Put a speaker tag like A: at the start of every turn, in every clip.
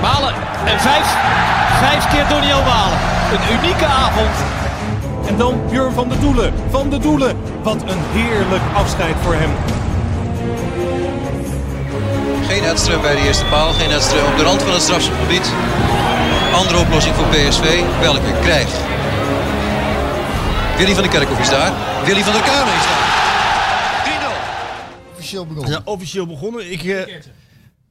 A: Malen en vijf, vijf keer Doniel Malen. Een unieke avond.
B: En dan Jur van de Doelen. Van de Doelen. Wat een heerlijk afscheid voor hem.
C: Geen Edström bij de eerste paal. Geen Edström op de rand van het strafschopgebied. Andere oplossing voor PSV. Welke krijgt? Willy van der Kerkhoff is daar. Willy van der Kuilen is daar.
D: Officieel begonnen.
E: Officieel begonnen. Ik, eh,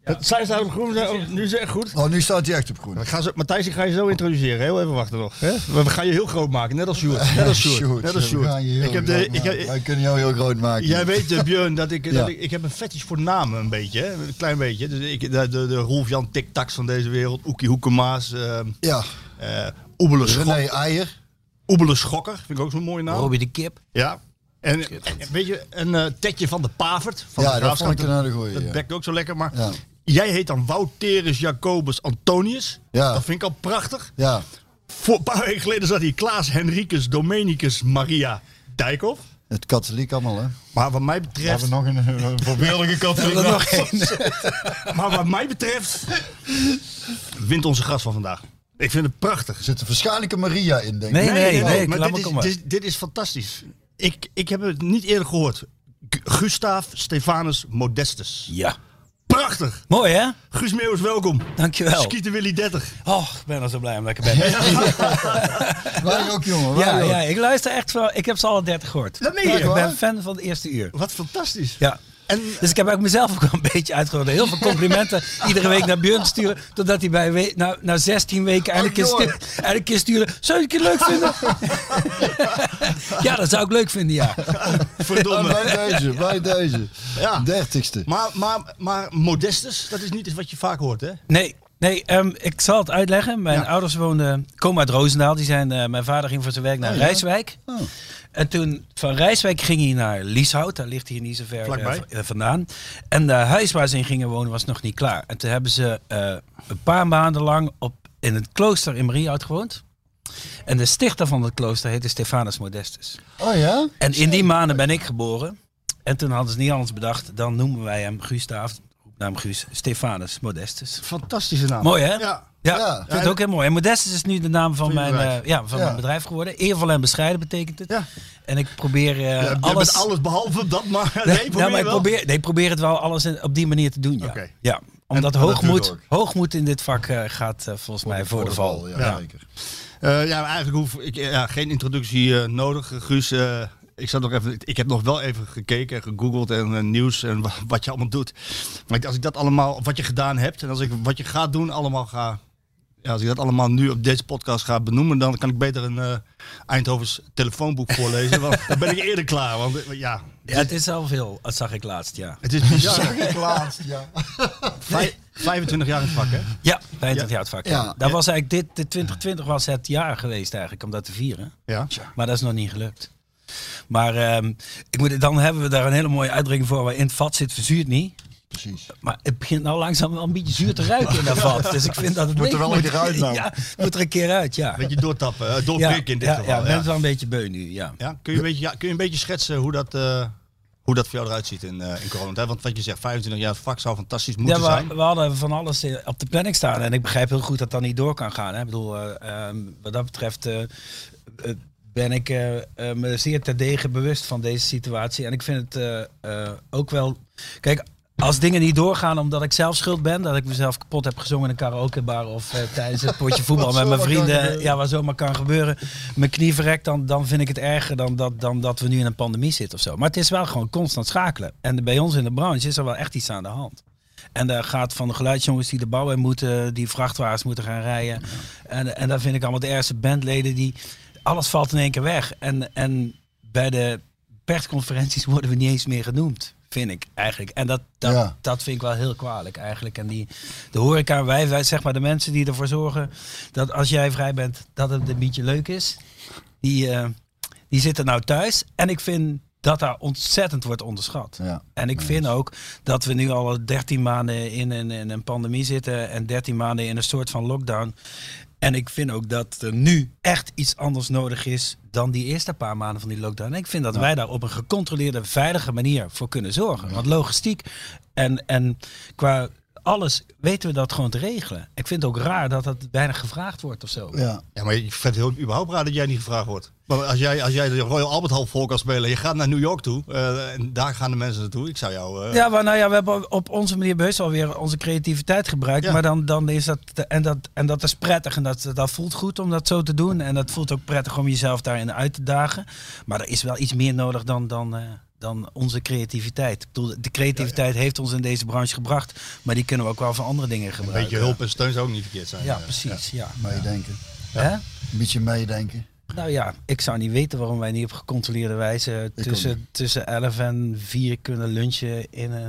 E: het, zij staat op groen, zij- oh, nu is het echt goed.
D: Oh, nu staat hij echt op groen.
E: We gaan zo, Matthijs, ik ga je zo introduceren. Heel even wachten nog. Hè? We, we gaan je heel groot maken, net als Sjoerd. Net als Sjoerd. Net als
D: we
E: Sjoerd.
D: gaan je heel
E: Ik heb de,
D: groot
E: ik,
D: maken.
E: heb-
D: Wij kunnen jou heel groot maken.
E: Jij weet, eh, Björn, dat ik, dat
D: Ja.
E: ik, ik heb een fetish voor namen een beetje. Hè? Een klein beetje. Dus ik, de, de, de Rolf-Jan Tiktaks van deze wereld. Oekie Hoekemaas. eh
D: Ja,
E: eh, Oebele Schok-
D: René Eier.
E: Oebele Schokker. Vind ik ook zo'n mooie naam.
F: Robbie de Kip.
E: Ja. En, en- en weet je, een eh tetje van de Pavert. Van
D: Ja,
E: de
D: dat vond ik
E: Graafschap,
D: een hele goeie,
E: Dat
D: ja.
E: bekt ook zo lekker. Maar
D: Ja.
E: jij heet dan Wouterus Jacobus Antonius.
D: Ja.
E: Dat vind ik al prachtig.
D: Ja,
E: Voor een paar weken geleden zat hier Klaas Henricus Dominicus Maria Dijkhoff.
D: het katholiek allemaal, hè?
E: Maar wat mij betreft...
D: Hebben nog eh, een, voorbeeldige katholiek. nog één.
E: Maar wat mij betreft wint onze gast van vandaag. Ik vind het prachtig. Oh,
D: Er zit een waarschijnlijk een Maria in, denk ik.
F: Nee, nee, nee.
E: maar
F: laat
E: dit,
F: maar
E: is,
F: komen.
E: dit, is- dit is fantastisch. Ik, ik heb het niet eerder gehoord. G- Gustav Stefanus Modestus.
F: Ja.
E: Prachtig.
F: Mooi hè?
E: Guus Meeuwis, welkom.
F: Dankjewel.
E: Skieten Willy 30.
F: Oh, ik ben al zo blij omdat ik er ben. Ja,
D: Wij ook, jongen. Wij
F: ja,
D: ook.
F: ik luister echt wel. Ik heb ze alle 30 gehoord.
E: Dat meen je?
F: Ik ben
D: Waar?
F: fan van het eerste uur.
E: Wat fantastisch.
F: Ja.
E: En
F: Dus ik heb ook mezelf ook wel een beetje uitgehoord. Heel veel complimenten iedere week naar Björn sturen. Totdat hij bij we- na, na 16 weken eindelijk een keer
D: Björn.
F: stu- eindelijk een keer sturen. Zou je het een keer leuk vinden? ja, dat zou ik leuk vinden, ja.
D: Ja,
E: verdomme.
D: Oh, bij deze, bij deze.
E: Ja.
D: Dertigste.
E: Maar, maar, maar Modestus, dat is niet eens wat je vaak hoort, hè?
F: Nee, nee ehm, ik zal het uitleggen. Mijn
E: Ja.
F: ouders woonden, komen uit Roosendaal. Die zijn, eh, mijn vader ging voor zijn werk naar Rijswijk. En toen van Rijswijk ging hij naar Lieshout. Daar ligt hij niet zo ver
E: Vlakbij.
F: eh, v- eh, vandaan. En het huis waar ze in gingen wonen was nog niet klaar. En toen hebben ze eh, een paar maanden lang op, in het klooster in Mariehout gewoond. En de stichter van het klooster heette Stefanus Modestus.
D: Oh ja?
F: En in die maanden ben ik geboren. En toen hadden ze niet anders bedacht. Dan noemen wij hem Gustaaf, naam Guus, Stefanus Modestus.
E: Fantastische naam.
F: Mooi hè?
E: Ja.
F: Ja,
D: Ja.
F: ik vind het ook heel mooi. En Modestus is nu de naam van,
E: Van je
F: mijn,
E: bedrijf.
F: eh, ja, van
D: Ja.
F: mijn bedrijf geworden. Eervol en bescheiden betekent het.
E: Ja.
F: En ik probeer eh,
E: Ja,
F: alles...
E: Met alles behalve dat, maar nee,
F: Nee,
E: probeer
F: nou, maar ik
E: wel.
F: probeer, nee, ik probeer het wel alles in- op die manier te doen. Ja.
E: Oké.
F: ja omdat
E: dat
F: hoogmoed,
D: doet
F: hoogmoed in dit vak eh, gaat eh, volgens mij voor de val.
D: Ja,
E: Ja.
D: zeker.
E: Eh, ja, eigenlijk hoef ik eh, ja, geen introductie eh, nodig, Eh, Guus. eh, ik, zat nog even, ik heb nog wel even gekeken en gegoogeld en eh, nieuws en wa- wat je allemaal doet. Maar ik- als ik dat allemaal, wat je gedaan hebt en als ik wat je gaat doen allemaal ga... Ja, als ik dat allemaal nu op deze podcast ga benoemen, dan kan ik beter een eh Eindhovens telefoonboek voorlezen. want dan ben ik eerder klaar. Want eh, ja,
F: Ja, het is al veel, dat zag ik laatst, ja.
E: het is bizar.
D: Laatst, ja.
E: Vij- 25 jaar in het vak, hè?
F: Ja, 25 jaar het vak. Ja.
D: Ja.
F: Dat was eigenlijk dit, de 2020 was het jaar geweest eigenlijk om dat te vieren.
E: Ja.
F: Maar dat is nog niet gelukt. Maar ehm, ik moet, dan hebben we daar een hele mooie uitdrukking voor. Waar in het vat zit, verzuurt niet.
D: Precies.
F: Maar het begint nou langzaam wel een beetje zuur te ruiken in dat vat. Dus ik vind dat het
D: Moet er
F: leeg
D: wel een keer uit nou.
F: Ja, het moet er een keer uit, ja.
E: Beetje doortappen, eh,
F: ja,
E: doorprikken in dit
F: ja,
E: geval.
F: ja, ik ben het wel een beetje beu nu, ja.
E: Ja, kun je een beetje, ja, kun je een beetje schetsen hoe dat, eh, hoe dat voor jou eruit ziet in, eh in coronatijd? Want wat je zegt, 25 jaar vak zou fantastisch moeten
F: Ja,
E: zijn.
F: we, we hadden van alles eh, op de planning staan. En ik begrijp heel goed dat dat niet door kan gaan. Hè. Ik bedoel, eh, ehm, wat dat betreft eh, eh, ben ik eh, eh, me zeer terdege bewust van deze situatie. En ik vind het eh, eh, ook wel... Kijk, als dingen niet doorgaan omdat ik zelf schuld ben... dat ik mezelf kapot heb gezongen in een karaokebar... of eh, tijdens het potje voetbal met mijn
D: zomaar kan
F: vrienden... eh,
D: gebeuren.
F: Ja, waar zomaar kan gebeuren. Mijn knie verrekt, dan, dan vind ik het erger dan dat, dan dat we nu in een pandemie zitten of zo. Maar het is wel gewoon constant schakelen. En bij ons in de branche is er wel echt iets aan de hand. En daar gaat van de geluidsjongens die de bouw in moeten, die vrachtwagens moeten gaan rijden. En, en daar vind ik allemaal de eerste bandleden die. Alles valt in één keer weg. En, en bij de persconferenties worden we niet eens meer genoemd. Vind ik eigenlijk. En dat, dat,
D: Ja.
F: dat vind ik wel heel kwalijk eigenlijk. En die, de horeca, wij, wij zeg maar de mensen die ervoor zorgen dat als jij vrij bent, dat het een beetje leuk is. Die, eh, die zitten nou thuis. En ik vind dat daar ontzettend wordt onderschat.
D: Ja.
F: En ik vind ook dat we nu al 13 maanden in een, in een pandemie zitten en 13 maanden in een soort van lockdown. En ik vind ook dat er nu echt iets anders nodig is dan die eerste paar maanden van die lockdown. En ik vind dat wij daar op een gecontroleerde, veilige manier voor kunnen zorgen. Want logistiek en, en qua alles weten we dat gewoon te regelen. Ik vind het ook raar dat dat weinig gevraagd wordt of zo.
D: Ja.
E: Ja, maar ik vind het heel überhaupt raar dat jij niet gevraagd wordt. Maar als jij, als jij de Royal Albert Hall vol kan spelen, je gaat naar New York toe eh, en daar gaan de mensen naartoe. Ik zou jou... eh,
F: Ja, maar nou ja, we hebben op onze manier bewust alweer onze creativiteit gebruikt.
E: Ja.
F: Maar dan, dan is dat, en dat, en dat is prettig. En dat, dat voelt goed om dat zo te doen. En dat voelt ook prettig om jezelf daarin uit te dagen. Maar er is wel iets meer nodig dan, dan, eh, dan onze creativiteit. Ik bedoel, de creativiteit heeft ons in deze branche gebracht. Maar die kunnen we ook wel voor andere dingen
E: Een
F: gebruiken.
E: beetje hulp en steun zou ook niet verkeerd zijn.
F: Ja,
E: eh.
F: precies. Ja.
D: Meedenken.
F: Hè?
D: Een beetje meedenken.
F: Nou ja, ik zou niet weten waarom wij niet op gecontroleerde wijze
D: ook
F: tussen, tussen 11 en 4 kunnen lunchen in, eh,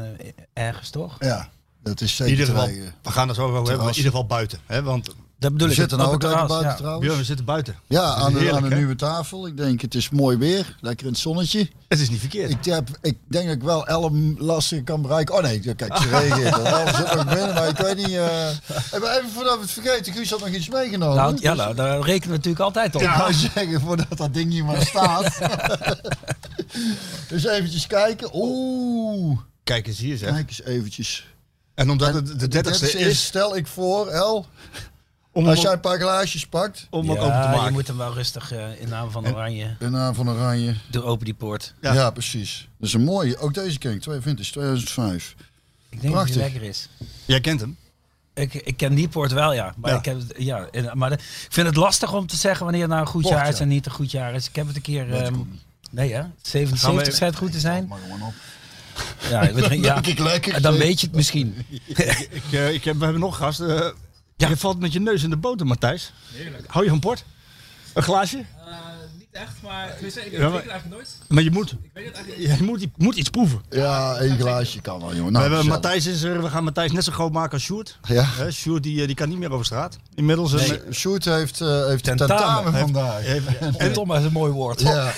F: ergens, toch?
D: Ja, dat is
E: In
D: zeker eh,
E: ieder
D: te
E: geval,
D: wegen.
E: we gaan er zo over hebben, maar in
D: Terras.
E: ieder geval buiten. Hè? Want
F: Dat bedoel
D: We
F: ik.
D: zitten nou
F: op
D: ook
F: het
D: lekker
F: terras,
D: buiten
F: ja.
D: trouwens.
E: Björn, we zitten buiten.
D: Ja,
E: Het is
D: aan de,
E: heerlijk,
D: aan de
E: hè?
D: nieuwe tafel. Ik denk, het is mooi weer. Lekker in het zonnetje.
E: Het is niet verkeerd.
D: Ik, heb, ik denk dat ik wel Elm lastig kan bereiken. Oh nee, kijk, ze reageert. al. Elm zit nog binnen, maar ik weet niet. eh. Hey, maar Even voordat we het vergeten, Guus had nog iets meegenomen.
F: Nou, ja, nou, daar rekenen we natuurlijk altijd op.
D: Ik wou zeggen, voordat dat ding hier maar staat. dus eventjes kijken. Oeh,
E: Kijk eens hier zeg.
D: kijk eens eventjes.
E: En omdat
D: En
E: het de
D: Dit
E: 30ste
D: is,
E: is,
D: stel ik voor, El,
E: om,
D: als jij
E: om,
D: een paar glaasjes pakt.
E: om
F: Ja,
E: wat open te
F: je
E: maken.
F: moet hem wel rustig eh, in naam van Oranje.
D: De naam van Oranje.
F: Doe open die poort.
E: Ja.
D: Ja. precies. Dat is een mooie. Ook deze ken ik. Twee vintage, 2005.
F: Ik denk
D: Prachtig.
F: dat hij lekker is.
E: Jij kent hem.
F: Ik, ik ken die poort wel, ja. Maar,
E: Ja.
F: Ik, heb, het- ja, en- maar de- ik vind het lastig om te zeggen wanneer het nou een goed
D: Poort,
F: jaar is
D: ja.
F: en niet een goed jaar is. Ik heb het een keer... ehm, nee, hè?
E: Gaan
F: 77
E: we-
F: zei het goed te zijn.
D: Mag gewoon op.
F: Ja, we drinken- ja.
D: Denk ik lekker.
F: En dan weet je het misschien.
E: Ik, eh, ik heb, we hebben nog gasten. eh, Je valt met je neus in de boter, Matthijs. Hou je van port? Een glaasje?
G: Eh, niet echt, maar ik drink
E: maar- drink het
G: eigenlijk nooit.
E: Maar je moet,
G: Ik weet het eigenlijk
E: je moet, je moet iets proeven.
F: Nou,
D: Ja, één glaasje kan wel, jongen.
E: we,
D: Nou,
E: hebben,
D: gezellig.
E: Matthijs is er, we gaan Matthijs net zo groot maken als Sjoerd.
D: Ja.
E: Hè, Sjoerd die, eh, die kan niet meer over straat. Inmiddels een,
D: Sjoerd- Sjoerd heeft, eh heeft
F: Tentamen.
D: tentamen, vandaag.
E: even-
F: En Tom is een mooi woord.
D: ja.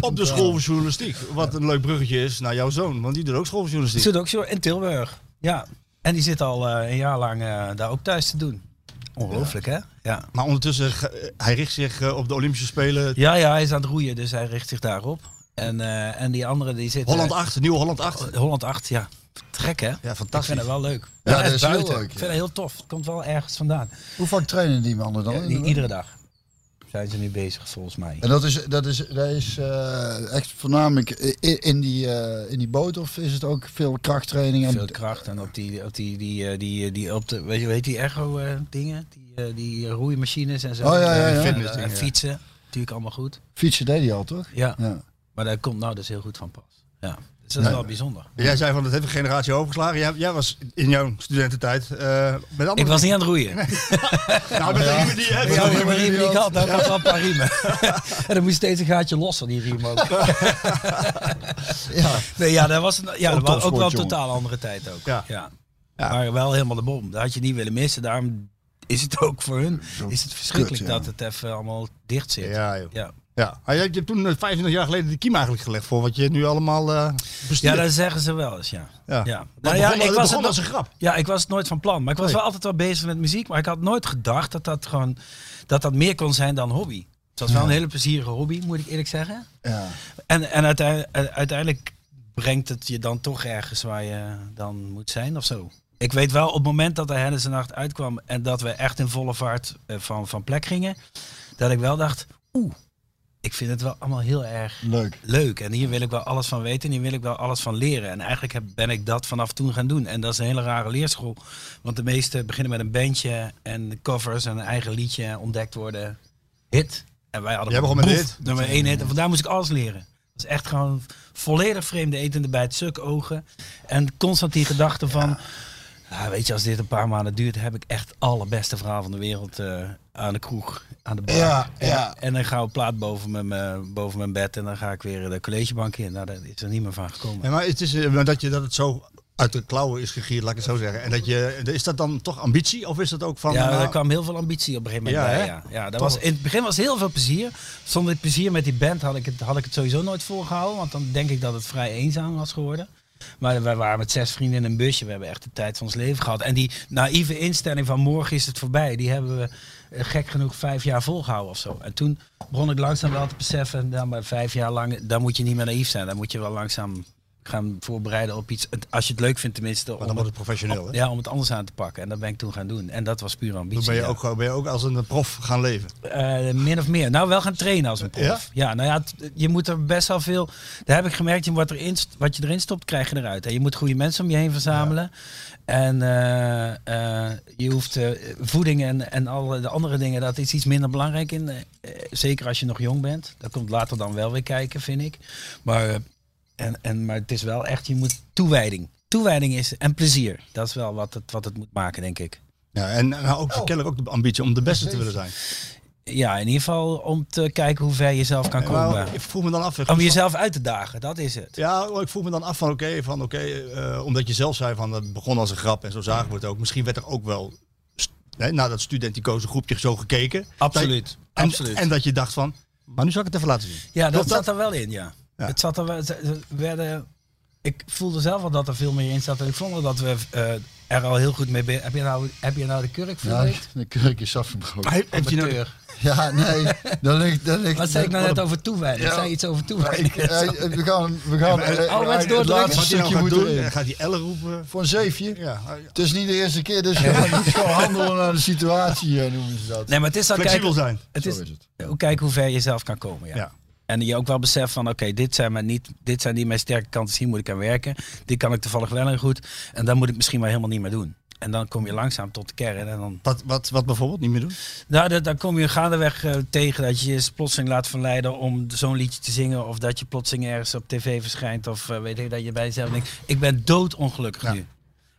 E: op de school voor journalistiek. Wat een leuk bruggetje is naar jouw zoon. Want die doet ook school voor
F: Ik
E: journalistiek.
F: zit ook zo in Tilburg. Ja. En die zit al eh, een jaar lang eh, daar ook thuis te doen. Ongelooflijk, hè? Ja.
E: Maar ondertussen, ge- hij richt zich eh, op de Olympische Spelen.
F: Ja, ja, hij is aan het roeien, dus hij richt zich daarop. En, eh, en die andere die zit...
E: Holland 8, nieuw Holland 8.
F: 8. Holland 8, ja. Te Gek, hè?
E: Ja,
F: Ik
E: fantastisch.
F: vind het wel leuk.
D: Ja, dat
F: het
D: is heel
F: buiten.
D: leuk,
F: Ik
D: ja. Oh,
F: vind het heel tof. Het komt wel ergens vandaan.
D: Hoe vaak trainen die mannen dan?
F: Ja, i- iedere dag zijn ze nu bezig, volgens mij.
D: En dat is, dat is, dat is eh, echt voornamelijk i- i- in die, eh in die boot of is het ook veel krachttraining? En,
F: Veel kracht en op die, op die, die, eh, die, eh, die op de, weet je, weet die ergo eh, dingen? Die, eh, die roeimachines en zo.
D: Oh, ja, ja, ja.
F: En,
E: Fitness
F: eh,
E: dingen,
F: en
E: ja.
F: fietsen. Natuurlijk allemaal goed.
D: Fietsen deed hij al, toch?
F: Ja.
D: Ja.
F: Maar daar komt nou dus heel goed van pas. Ja. Dus dat is
D: Nee.
F: wel bijzonder.
E: Jij zei van, dat heeft een generatie overgeslagen. Jij, jij was in jouw studententijd eh met andere...
F: Ik was niet aan het roeien.
E: Nou, met
D: Ja.
E: degene die, hè, met
F: Ja, die
E: degene
F: riem
E: die
F: die ik had, daar had wel een paar riemen. en dan moest steeds een gaatje los van die riem ook.
D: ja.
F: Nee, ja, dat was, een, ja, dat was ook wel een
D: topsport, jongen.
F: totaal andere tijd ook.
E: Ja. Ja.
F: Maar wel helemaal de bom. Dat had je niet willen missen. Daarom is het ook voor hun is het verschrikkelijk
D: kut, ja.
F: dat het even allemaal dicht zit. Ja,
E: Ja, joh.
F: ja.
E: Ja. Maar jij hebt je hebt toen eh, 25 jaar geleden de kiem eigenlijk gelegd voor wat je nu allemaal eh bestuurt.
F: dat zeggen ze wel eens, ja.
E: Ja.
F: ja.
E: Maar
F: Nou ja,
E: begon-
F: ik
E: het
F: was
E: begon
F: het
E: als
F: nog-
E: een grap.
F: Ja, ik was nooit van plan. Maar ik was
E: Nee.
F: wel altijd wel bezig met muziek. Maar ik had nooit gedacht dat dat gewoon dat dat meer kon zijn dan hobby. Het was wel een hele plezierige hobby, moet ik eerlijk zeggen.
D: ja.
F: En, en uiteindelijk, uiteindelijk brengt het je dan toch ergens waar je dan moet zijn of zo. Ik weet wel, op het moment dat de Henderson Nacht uitkwam en dat we echt in volle vaart eh, van, van plek gingen, dat ik wel dacht, oeh, ik vind het wel allemaal heel erg
D: Leuk.
F: leuk. En hier wil ik wel alles van weten en hier wil ik wel alles van leren. En eigenlijk heb, ben ik dat vanaf toen gaan doen. En dat is een hele rare leerschool, want de meesten beginnen met een bandje en covers en een eigen liedje ontdekt worden. Hit. En wij hadden
E: Jij begon met
F: boef,
E: hit.
F: Nummer één hit. En vandaar moest ik alles leren. Dat is echt gewoon volledig vreemde etende bij het suk ogen. En constant die gedachte van... Ja, weet je, als dit een paar maanden duurt, heb ik echt alle beste verhaal van de wereld eh, aan de kroeg, aan de bar.
D: Ja,
F: En-
D: ja.
F: En dan ga ik plaat boven mijn, eh, boven mijn bed en dan ga ik weer eh, de collegebank in. Nou, daar is er niet meer van gekomen.
E: Ja, maar het is eh, maar dat, je, dat het zo uit de klauwen is gegierd, laat ik het zo zeggen. En dat je, is dat dan toch ambitie? Of is dat ook van...
F: ja,
E: nou,
F: er kwam heel veel ambitie op een gegeven moment
E: Ja,
F: bij.
E: hè?
F: Ja. Ja, dat
E: Toch.
F: was, in het begin was heel veel plezier. Zonder het plezier met die band had ik, het, had ik het sowieso nooit volgehouden. Want dan denk ik dat het vrij eenzaam was geworden. Maar wij waren met zes vrienden in een busje. We hebben echt de tijd van ons leven gehad. En die naïeve instelling van morgen is het voorbij. Die hebben we eh, gek genoeg vijf jaar volgehouden of zo. En toen begon ik langzaam wel te beseffen. Nou, maar vijf jaar lang, daar moet je niet meer naïef zijn. Daar moet je wel langzaam gaan voorbereiden op iets. Het- Als je het leuk vindt tenminste.
E: maar
F: om
E: dan wordt
F: het-
E: het professioneel, hè?
F: ja, om het anders aan te pakken. En dat ben ik toen gaan doen. En dat was puur ambitie.
E: Dan ben je,
F: ja.
E: ook, gewoon- ben je ook als een prof gaan leven.
F: Eh, min of meer. Nou, wel gaan trainen als een prof.
E: Ja?
F: Ja, nou ja, het- je moet er best wel veel... Daar heb ik gemerkt, je- wat, erin, st- wat je erin stopt, krijg je eruit. En je moet goede mensen om je heen verzamelen. En eh, eh, je hoeft eh, voeding en, en alle de andere dingen, dat is iets minder belangrijk in. eh, eh, zeker als je nog jong bent. Dat komt later dan wel weer kijken, vind ik. Maar, eh, en, en, maar het is wel echt, je moet toewijding. Toewijding is en plezier. Dat is wel wat het, wat het moet maken, denk ik.
E: Ja, en en ook,
D: Oh.
E: kennelijk ook de ambitie om de beste te willen zijn.
F: Ja, in ieder geval om te kijken hoe ver je zelf kan komen.
E: Maar Nou, ik vroeg me dan af...
F: Om jezelf uit te dagen, dat is het.
E: Ja, ik vroeg me dan af van oké, van oké, eh, omdat je zelf zei van het begon als een grap en zo zagen we het ook. Misschien werd er ook wel st- hè, naar dat studenticoze groepje zo gekeken. Dat je- en,
F: absoluut.
E: En dat je dacht van, maar nu zal ik het even laten zien.
F: Ja, dat,
E: Dat-
F: zat er wel in, ja.
E: Ja.
F: Het zat er wel, ze- ze werden, ik voelde zelf al dat er veel meer in zat. En ik vond wel dat we eh, er al heel goed mee bezig Heb je nou, heb je nou de kurk
D: Ja,
F: verlicht?
D: de kurk is afgebroken.
E: Heeft, heeft hij nou-
D: Ja, nee. Dan ligt, dan ligt,
F: Wat zei ik nou net
D: dan-
F: over toewijding?
D: Ja.
F: Ik zei iets over
D: Ik,
F: toewijding.
D: eh, we gaan, we gaan
E: maar, eh,
D: eh,
F: Alwets
D: het laatste
F: doordrukken.
E: wat hij nou
D: stukje
E: gaat
D: moet
E: doen,
D: erin.
E: eh, gaat hij ellen roepen.
D: Voor een zeefje.
E: Ja,
D: Het is niet de eerste keer, dus je moet gewoon handelen naar de situatie, eh, noemen ze dat.
F: Nee, maar het is dan
E: flexibel
F: kijken,
E: zijn.
F: het is,
D: Zo is het.
F: hoe- kijken hoe ver je zelf kan komen. Ja.
E: Ja.
F: En je ook wel beseft van, oké, dit, zijn mijn niet- dit zijn niet mijn sterke kanten, hier moet ik aan werken. Dit kan ik toevallig wel en goed. En dan moet ik misschien wel helemaal niet meer doen. En dan kom je langzaam tot de kern en dan
E: Wat, wat, wat bijvoorbeeld, niet meer doen?
F: Nou, dat, dan kom je gaandeweg eh, tegen dat je je plotseling laat verleiden om zo'n liedje te zingen. Of dat je plotseling ergens op tv verschijnt. Of eh, weet ik dat je bij jezelf denkt, ik ben doodongelukkig
E: Ja.
F: nu.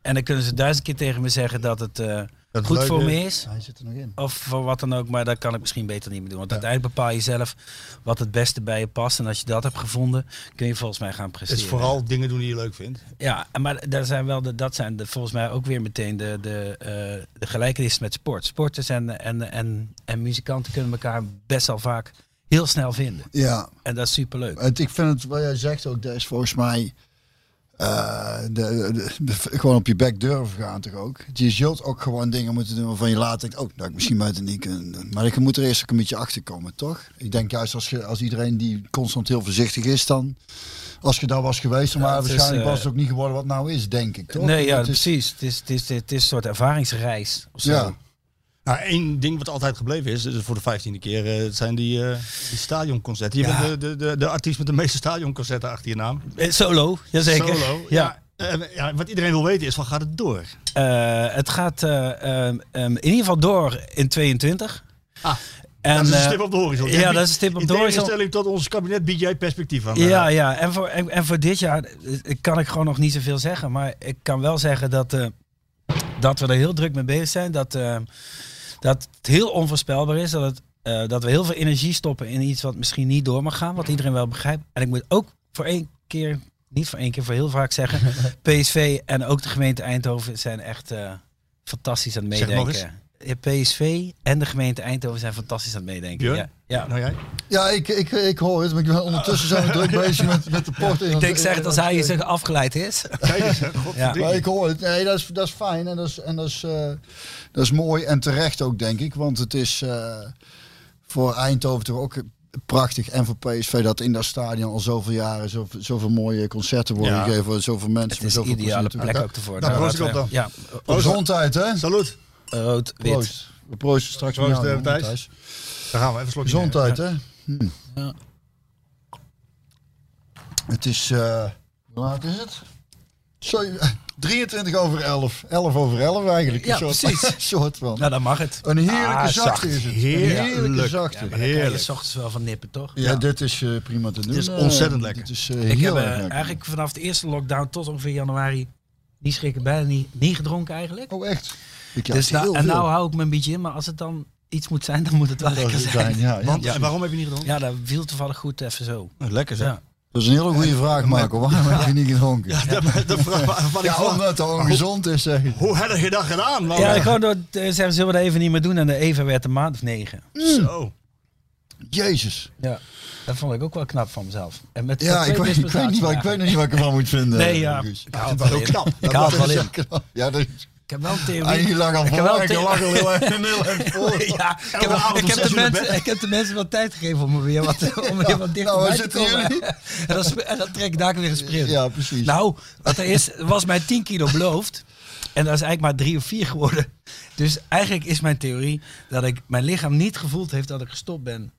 F: En dan kunnen ze duizend keer tegen me zeggen dat het eh,
E: het
F: goed
E: leuk
F: voor
E: is.
F: me is.
D: Hij zit er nog in.
F: Of voor wat dan ook, maar dat kan ik misschien beter niet meer doen. Want uiteindelijk bepaal je zelf wat het beste bij je past. En als je dat hebt gevonden, kun je volgens mij gaan
E: Het
F: presteren.
E: is vooral dingen doen die je leuk vindt.
F: Ja, en maar daar zijn wel de, dat zijn de, volgens mij ook weer meteen de, de, eh, de gelijkenis met sport. Sporters en, en, en, en muzikanten kunnen elkaar best wel vaak heel snel vinden.
D: Ja,
F: En dat is superleuk.
D: het, ik vind het, wat jij zegt ook, dat is volgens mij eh, de, de- de- gewoon op je bek durven gaan toch ook. Je zult ook gewoon dingen moeten doen waarvan je later denkt, oh, dat had ik misschien buiten niet kunnen doen. Maar ik moet er eerst ook een beetje achter komen, toch? Ik denk juist als, je, als iedereen die constant heel voorzichtig is dan, als je daar was geweest, dan
F: Ja,
D: maar
F: het is,
D: waarschijnlijk
F: eh,
D: was het ook niet geworden wat het nou is, denk ik, toch?
F: nee, ja,
D: Het is-
F: precies. Het is, het, is, het is een soort ervaringsreis. Of zo.
D: Ja.
E: Nou, één ding wat altijd gebleven is, dus voor de vijftiende keer, eh, het zijn die, eh, die stadionconcerten. Je
F: Ja.
E: bent de, de, de, de artiest met de meeste stadionconcerten achter je naam.
F: Eh, Solo, jazeker.
E: Solo.
F: Ja.
E: Eh, ja, wat iedereen wil weten is, van gaat het door?
F: Eh, het gaat eh, ehm, ehm, in ieder geval door in 22.
E: Ah,
F: en,
E: dat is een
F: eh,
E: stip op de horizon.
F: ja, dat is een stip op
E: In
F: de horizon.
E: tegenstelling tot ons kabinet bied jij perspectief aan. eh,
F: Ja, ja. En voor, en, en voor dit jaar eh, kan ik gewoon nog niet zoveel zeggen. Maar ik kan wel zeggen dat, eh, dat we er heel druk mee bezig zijn. Dat, eh, dat het heel onvoorspelbaar is. Dat, het, eh, dat we heel veel energie stoppen in iets wat misschien niet door mag gaan. Wat iedereen wel begrijpt. En ik moet ook voor één keer, niet voor één keer, voor heel vaak zeggen. PSV en ook de gemeente Eindhoven zijn echt eh, fantastisch aan het
E: Zeg het nog
F: meedenken. Ja, PSV en de gemeente Eindhoven zijn fantastisch aan het meedenken.
E: Björn?
F: Ja, ja.
E: Nou jij?
D: Ja, ik, ik, ik hoor het, maar ik ben ondertussen zijn we druk bezig met, met de port.
F: Ik denk
E: eh,
F: zeg dat als hij zich afgeleid is.
E: Kijk eens, hè, godverdikke.
D: Maar ik hoor het. Nee, dat is, dat is fijn en, dat is, en dat, is, eh, dat is mooi en terecht ook, denk ik. Want het is eh, voor Eindhoven toch ook prachtig. En voor PSV dat in dat stadion al zoveel jaren zoveel, zoveel mooie concerten worden
E: Ja.
D: gegeven. voor Zoveel mensen.
F: Het
D: met
F: is een
D: zoveel
F: ideale
D: plezier.
F: plek ook ervoor.
E: Nou, proost
F: laten
E: ik op
D: eh,
F: we- Ja,
D: Op Gezondheid, hè?
E: Salut.
F: rood, wit.
D: Proost. We proosten straks
E: Proost,
D: met jou,
E: eh,
D: jongen,
E: Thijs.
D: Thijs.
E: Dan gaan we even een slokje nemen.
D: Gezondheid, hè? Hm.
F: Ja.
D: Het is... eh, hoe laat is het? Zeven- 23 over 11. 11 over 11 eigenlijk.
F: Ja,
D: een soort,
F: precies.
D: soort van.
F: Nou, dan mag het.
D: Een heerlijke
F: Ah,
D: zachte
F: zacht.
D: is het. Een
E: Heerlijk.
D: heerlijke zachte.
F: Ja,
D: Ja,
F: maar daar kan je
E: Heerlijk.
F: s ochtends wel van nippen, toch?
D: dit is eh, prima te doen.
E: is
D: Eh,
E: ontzettend lekker.
D: Dit is eh,
F: Ik
D: heel
F: heb eh,
D: erg lekker.
F: eigenlijk vanaf de eerste lockdown tot ongeveer januari Die schrikken bijna niet, niet gedronken eigenlijk.
D: Oh, echt? Ik
F: dus
D: juist
F: nou,
D: heel
F: en
D: veel.
F: nou hou ik me een beetje in, maar als het dan iets moet zijn, dan moet het wel
D: Dat
F: lekker
D: het
F: zijn.
D: zijn, ja, ja.
E: Want,
D: Ja.
E: en waarom heb je niet gedronken?
F: Ja, dat viel toevallig goed even zo.
E: Lekker zeg.
F: Ja.
D: Dat is een hele goede vraag, Marco. Waarom heb je niet gedronken? Ja,
E: Dat, dat vraag waarvan ik vraag,
D: omdat het ongezond is, zeg ik.
E: hoe heb je dat gedaan?
D: Oh,
E: man?
F: Ja, gewoon door te zeggen, zullen we dat even niet meer doen? En de Eva werd een maand of negen.
E: Zo.
D: Jezus.
F: Ja, dat vond ik ook wel knap van mezelf. En met
D: Ja,
F: twee
D: ik weet, ik, weet niet, wat- ik weet
F: presentaties-
D: nog niet wat ik ervan moet vinden.
F: Nee, ja.
D: Guus.
F: Eh, Ik haal het wel in. Ik haal het wel in.
D: Ja, dat is...
F: Ik heb wel een
D: Eigenlijk
F: theorie.
D: lag al
F: Ik heb
D: voor,
F: wel
D: ik
F: tegen-
D: lag al heel erg heel erg voor.
F: Ja, ik heb,
E: Elke avond
F: ik,
E: om
F: heb
E: zes
F: de
E: uur naar
F: mensen,
E: bed.
F: ik heb de mensen wat tijd gegeven om er weer wat, om er weer wat dichterbij
D: waar
F: te
D: zitten
F: komen.
D: jullie?
F: En dan, sp- en dan trek ik daar weer een sprint.
D: Ja, precies.
F: Nou, wat er is, was mij 10 kilo beloofd. En dat is eigenlijk maar 3 of 4 geworden. Dus eigenlijk is mijn theorie dat ik mijn lichaam niet gevoeld heeft dat ik gestopt ben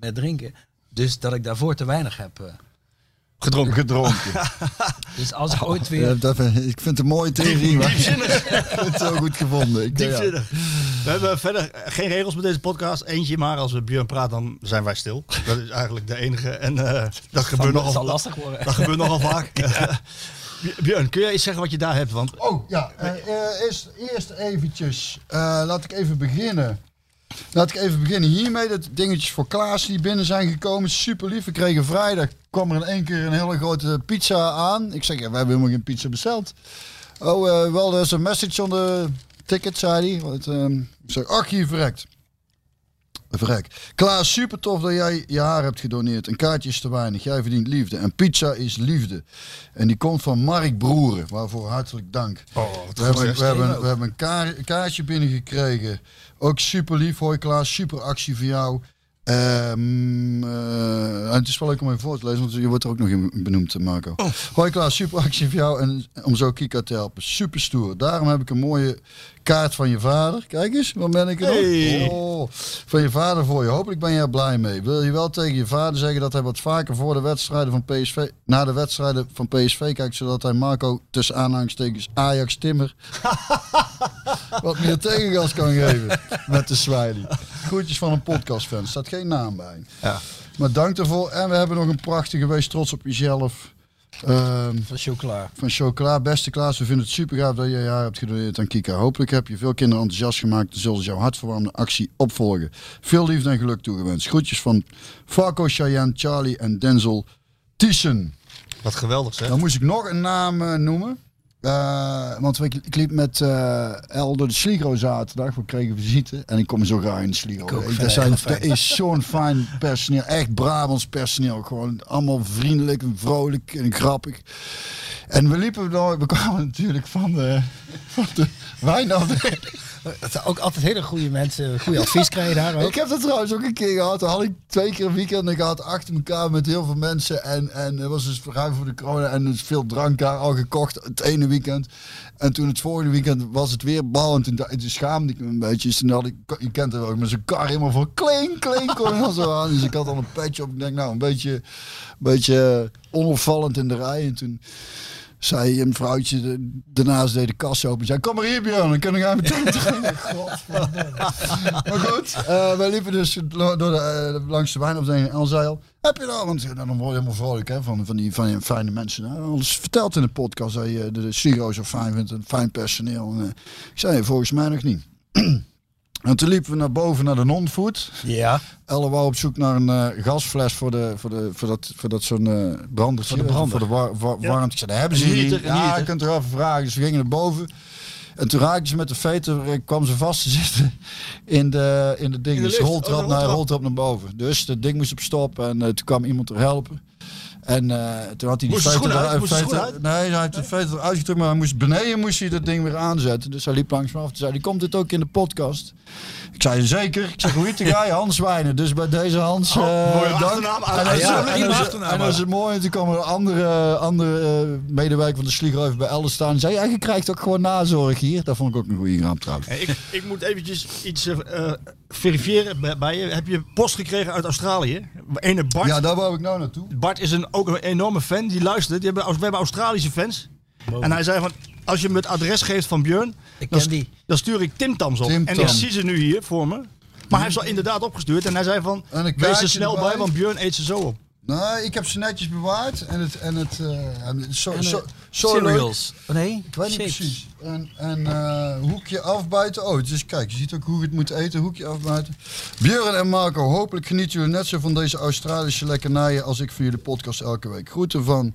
F: met drinken. Dus dat ik daarvoor te weinig heb. eh.
D: gedronken. Gedronken.
F: Dus als ik ooit
D: Ja,
F: weer.
D: dat vind- ik vind het een mooie theorie, maar ik
E: Diepzinnig.
D: heb het zo goed gevonden. Ik, denk, ja.
E: Diepzinnig. We hebben verder geen regels met deze podcast. Eentje maar, als we Björn praat, dan zijn wij stil. Dat is eigenlijk de enige. En eh, dat, gebeurt
F: Dat zal
E: nogal,
F: lastig worden.
E: dat gebeurt nogal vaak. Björn, kun jij eens zeggen wat je daar hebt? Want
D: Oh ja, eh, eh, eerst, eerst eventjes. eh, laat ik even beginnen. Laat ik even beginnen hiermee. Dat dingetjes voor Klaas die binnen zijn gekomen. Super lief. We kregen vrijdag. kwam er in één keer een hele grote pizza aan. Ik zeg, ja, we hebben helemaal geen pizza besteld. Oh, eh, wel, er is een message on the ticket, zei hij. Want, ehm, ik zeg, ach, hier verrekt. Verrek. Klaas, super tof dat jij je haar hebt gedoneerd. Een kaartje is te weinig. Jij verdient liefde. En pizza is liefde. En die komt van Mark Broeren, waarvoor hartelijk dank. we, hebben, we, hebben, we hebben een kaar- kaartje binnengekregen. Ook super lief, hoi Klaas, super actie voor jou. Ehm, eh, en het is wel leuk om even voor te lezen, want je wordt er ook nog in benoemd, eh, Marco. Hoi Klaas, super actie voor jou en om zo Kika te helpen. Super stoer. Daarom heb ik een mooie kaart van je vader. Kijk eens, waar ben ik er nog?
E: Hey.
D: Oh, van je vader voor je. Hopelijk ben jij er blij mee. Wil je wel tegen je vader zeggen dat hij wat vaker voor de wedstrijden van PSV, na de wedstrijden van PSV kijkt, zodat hij Marco tussen aanhalingstekens Ajax Timmer wat meer tegengas kan geven met de Swiley. Groetjes van een podcastfan. Staat geen naam bij. Maar dank daarvoor. En we hebben nog een prachtige wees trots op jezelf. Ehm,
F: Van chocola.
D: van Chocola. Beste Klaas, we vinden het super gaaf dat je je haar hebt gedoneerd aan Kika. Hopelijk heb je veel kinderen enthousiast gemaakt en zullen ze jouw hartverwarmende actie opvolgen. Veel liefde en geluk toegewenst. Groetjes van Farco, Cheyenne, Charlie en Denzel Thyssen.
E: wat geweldig zeg.
D: Dan moest ik nog een naam eh, noemen. Eh, want ik, ik liep met eh El door de Sligro zaterdag. We kregen visite. En ik kom zo graag in de Sligro.
F: ook,
D: Ik-
F: vind
D: Dat,
F: ik
D: zijn,
F: heel fijn.
D: dat is zo'n fijn personeel. Echt Brabants personeel. Gewoon allemaal vriendelijk en vrolijk en grappig. En we liepen door. We kwamen natuurlijk van de, van de wijnafdeling.
F: Ook altijd hele goede mensen. Goede advies krijg je daar ook.
D: Ik heb dat trouwens ook een keer gehad. Dan had ik twee keer een weekend gehad achter elkaar met heel veel mensen. En, en er was dus ruim voor de corona en dus veel drank daar al gekocht het ene weekend. En toen het volgende weekend was het weer bal. En toen, da- toen schaamde ik me een beetje. Dus toen had ik, je kent het ook, met zo'n kar helemaal voor klink, klink. kon je wel zo aan. Dus ik had al een petje op. Ik denk nou, een beetje, een beetje eh, onopvallend in de rij. En toen zei een vrouwtje, de- daarnaast deed de kast open. Zei, kom maar hier Björn, dan kunnen we gaan meteen terug. Godverdomme. Maar goed, eh, wij liepen dus lo- door de, eh, langs de wijnopdeling en zei al, heb je nou, want ja, dan word je helemaal vrolijk hè, van, van, die, van die fijne mensen. Nou, alles verteld in de podcast dat je de, de Stigro zo fijn vindt en fijn personeel. En, eh, ik zei, volgens mij nog niet. En toen liepen we naar boven naar de non-food.
F: Ja,
D: Elle wou op zoek naar een eh, gasfles voor, de, voor, de, voor dat, voor dat zo'n eh brandertje. Voor de Voor de war, war- warmte. Ik zei, dat hebben ze
E: Een
D: hier
E: heater,
D: niet.
E: een
D: Ja,
E: heater.
D: je kunt erover vragen. Dus we gingen naar boven. En toen raakte ze met de veter, eh, kwam ze vast te zitten in de, in de ding.
E: In de
D: dus
E: lift.
D: roltrap,
E: Oh, de
D: naar,
E: roltrap.
D: roltrap naar boven. Dus dat ding moest op stop en eh, toen kwam iemand er helpen. En eh, toen had hij die
E: Moest de
D: veter,
E: schoenen uit?
D: eruit-
E: Moest de
D: veter-
E: schoenen
D: Nee, hij had de veter eruit getrokken, maar hij moest, beneden moest hij dat ding weer aanzetten. Dus hij liep langs me af. Toen zei hij, komt dit ook in de podcast? Ik zei, zeker. Ik zeg, hoe heet de guy? Hans Wijnen. Dus bij deze Hans, eh,
E: Oh, mooie
D: dank.
E: achternaam. Ah,
D: En dat is-
F: Ja,
D: en dat
F: prima
D: is-
F: achternaam,
D: En dat is het mooie. Toen kwam er een andere, andere eh, medewerker van de Slieger even bij Elder staan. En zei, ja, je krijgt ook gewoon nazorg hier. Dat vond ik ook een goede grap trouwens.
E: Hey, ik, ik moet eventjes iets eh, eh, verifiëren bij, bij je. Heb je post gekregen uit Australië? Ene Bart.
D: Ja, daar wou ik nou naartoe.
E: Bart is een, ook een enorme fan. Die luistert. Die hebben, we hebben Australische fans. En hij zei van... Als je me het adres geeft van Björn,
F: ik
E: dan,
F: ken
E: st-
F: die.
E: dan stuur ik Timtams op.
D: Timtams.
E: En ik zie ze nu hier voor me. Maar hij heeft ze al inderdaad opgestuurd. En hij zei van,
D: En een
E: wees
D: kaartje
E: er snel
D: erbij.
E: bij, want Björn eet ze zo op.
D: Nee, ik heb ze netjes bewaard. En het. En het eh, en het zo, zo, zo
H: Cereals. Nee,
D: Ik weet niet
H: shapes.
D: precies. En, en eh, hoekje afbuiten. Oh, dus kijk, je ziet ook hoe je het moet eten. Hoekje afbuiten. Björn en Marco, hopelijk genieten jullie net zo van deze Australische lekkernijen als ik van jullie podcast elke week. Groeten van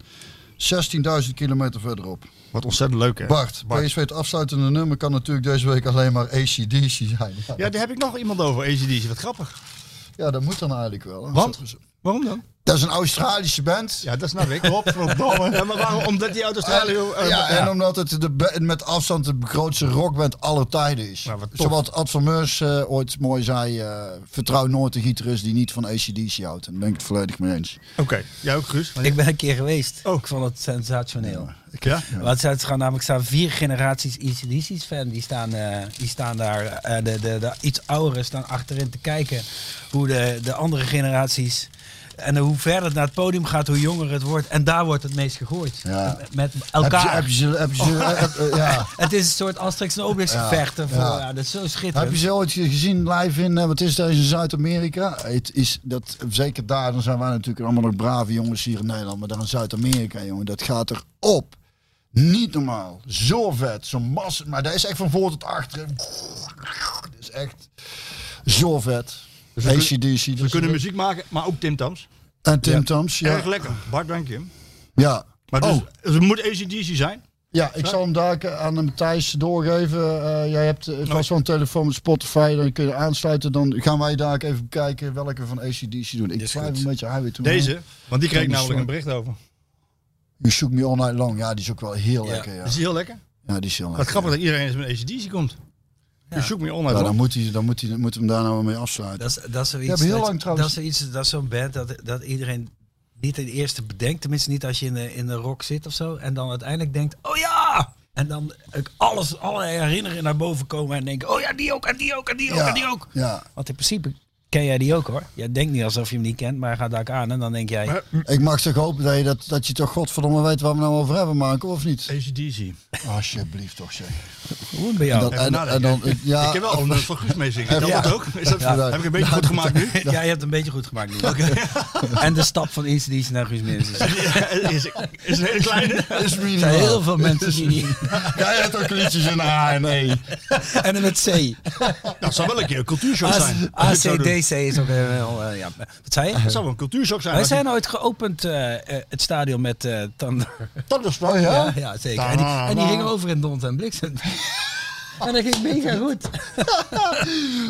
D: 16.000 kilometer verderop.
E: Wat ontzettend leuk, hè?
D: Bart, PSV het afsluitende nummer kan natuurlijk deze week alleen maar ACDC zijn. Ja,
E: Ja, daar heb ik nog iemand over, ACDC. Wat grappig.
D: ja, dat moet dan eigenlijk wel. hè.
E: Want? Waarom dan?
D: Dat is een Australische band.
E: Ja, dat snap ik. Godverdomme. Ja, maar waarom? Omdat die uit Australië...
D: Ja,
E: eh, ja.
D: en omdat het de, be- met afstand de grootste rockband aller tijden is.
E: Nou, wat tof.
D: Zoals Ad van Meurs eh, ooit mooi zei, eh, vertrouw nooit een gitarist die niet van ACDC houdt. En daar ben ik het volledig mee eens.
E: Oké, jij ook, Guus?
F: Ik ben een keer geweest.
E: Oh.
F: Ik vond het sensationeel.
E: Ja?
F: Want ze gaan namelijk staan vier generaties ICDC's fan. Die staan, eh, die staan daar, eh, de, de, de iets ouderen staan achterin te kijken hoe de, de andere generaties. En hoe verder het naar het podium gaat, hoe jonger het wordt. En daar wordt het meest gegooid.
D: Ja.
F: En Met
D: Heb
F: elkaar.
D: je,
E: Oh.
D: heb je, heb je, heb- eh, ja.
F: Het is een soort Asterix en Obelix
D: Ja,
F: gevechten. voor-
D: ja.
F: ja, dat is zo
D: heb
F: schitterend.
D: je ze ooit gezien live in, eh, wat is dat, in Zuid-Amerika? Het is dat, zeker daar, dan zijn wij natuurlijk allemaal nog brave jongens hier in Nederland. Maar daar in Zuid-Amerika, jongen, dat gaat erop. Niet normaal. Zo vet. Zo'n massa. Maar dat is echt van voor tot achter. Dat is echt zo vet.
E: Dus we
D: ACDC.
E: We kunnen muziek maken, maar ook timtams.
D: En Tim Tams. Ja.
E: Erg lekker. Bart, dank je.
D: ja.
E: Maar dus,
D: Oh.
E: dus het moet ACDC zijn.
D: Ja, ik zal hem daar aan hem Thijs doorgeven. Eh, jij hebt eh, het was wel een telefoon met Spotify, dan kun je aansluiten. Dan gaan wij daar even bekijken welke van ACDC doen. Ik twijfel een beetje highway to
E: Deze. Want die kreeg ik
D: Tom
E: namelijk
D: Swan.
E: een bericht over.
D: You Shook Me All Night Long. Ja, die is ook wel heel lekker. Ja.
E: Is die heel lekker?
D: ja, die is heel lekker.
E: Wat grappig dat iedereen eens met ACDC komt. Je zoekt me
D: Ja,
E: online.
D: dan moet hij, dan moet hij, moet hem daar nou wel mee afsluiten.
F: Dat is, dat is zoiets.
D: hebben heel
F: dat-
D: lang trouwens-
F: Dat is, zoiets, dat is zo'n band dat, dat iedereen niet het eerste bedenkt. Tenminste, niet als je in de, in de rock zit of zo. En dan uiteindelijk denkt: oh ja! En dan ook alles, alle herinneringen naar boven komen en denken: oh ja, die ook, en die ook, en die ook,
D: ja,
F: en die ook.
D: Ja.
F: Want in principe ken jij die ook hoor. Jij denkt niet alsof je hem niet kent, maar gaat daar aan en dan denk jij:
D: Ik mag toch hopen dat je, dat, dat je toch godverdomme weet waar we nou over hebben, Marco, of niet?
E: ACDC.
D: Alsjeblieft toch, zeg.
F: hoe bij jou?
D: En, en,
E: nadenken.
D: en dan, ja,
E: Ik heb wel een van Guus mee zingen. Dat
F: Ja.
E: wordt ook. Is dat,
D: Ja.
E: Heb ik een beetje goed gemaakt nu?
F: Ja, je hebt een beetje goed gemaakt. Nico. En de stap van Incidents naar Guus Meeuwis.
E: is, is een hele kleine.
D: is
F: Er zijn
D: minimaal.
F: heel veel mensen die...
D: Jij hebt ook liedjes in A en E.
F: En met C.
E: Dat zou wel een keer een cultuurshock
F: AC-
E: zijn. Dat zou doen.
F: ACDC is ook eh, wel... eh, ja. Wat zei
E: Dat
F: je?
E: zou wel een cultuurshock zijn.
F: Wij zijn ooit geopend, eh, eh, het stadion met eh Thunder.
D: Dat is wel, Oh ja. Ah.
F: Ja, ja zeker. En die, en die ging over in Dont en Bliksem. En dat ging mega goed.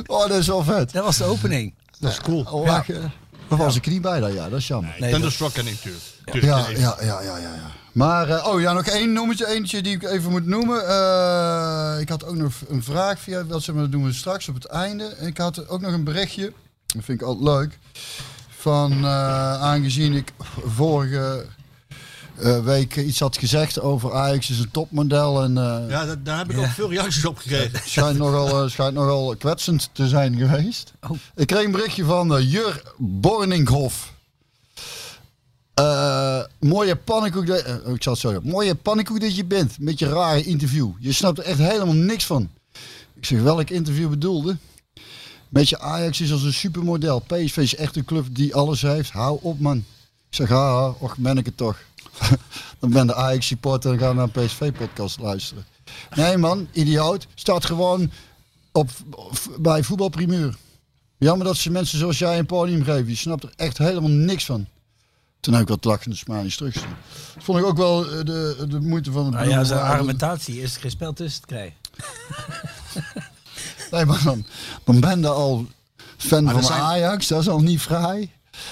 D: Oh, dat is wel vet.
F: Dat was de opening.
E: Dat is cool.
D: Lachen. Daar was ik niet bij dan, ja. Oh, Dat is jammer.
F: Nee, dat-
E: Thunderstruck ken ik natuurlijk.
D: Ja,
E: Tuurlijk, nee.
D: ja, ja, ja, ja. ja. Maar, eh, oh ja, nog één noemetje, eentje die ik even moet noemen. Eh, ik had ook nog een vraag via, wat zeg maar, dat doen we straks op het einde. En ik had ook nog een berichtje, dat vind ik altijd leuk. Van, eh, aangezien ik vorige eh, week iets had gezegd over Ajax is een topmodel. En eh
E: Ja, dat- daar heb ik ook veel reacties op gekregen.
D: schijnt, nogal, eh, schijnt nogal kwetsend te zijn geweest.
F: Oh.
D: Ik kreeg een berichtje van eh, Jur Borninghof. Eh, mooie pannenkoek dat, eh, oh, ik zal het zo zeggen. Mooie pannenkoek dat je bent. Met je rare interview. Je snapt er echt helemaal niks van. Ik zeg welk interview bedoelde. Met je Ajax is als een supermodel. PSV is echt een club die alles heeft. Hou op man. Ik zeg haha, och ben ik het toch. dan ben de Ajax supporter en dan gaan we naar een PSV podcast luisteren. Nee man, idioot. Staat gewoon op, op- bij voetbalprimeur. Jammer dat ze mensen zoals jij een podium geven. Je snapt er echt helemaal niks van. Toen heb ik wat lachende smaaiers teruggestuurd. Dat vond ik ook wel eh, de, de moeite van het
F: Nou ja,
D: bedoel-
F: zijn argumentatie is geen spel tussen te krijgen.
D: Nee, maar dan, dan ben je al fan van
E: zijn-
D: Ajax. Dat is al niet vrij.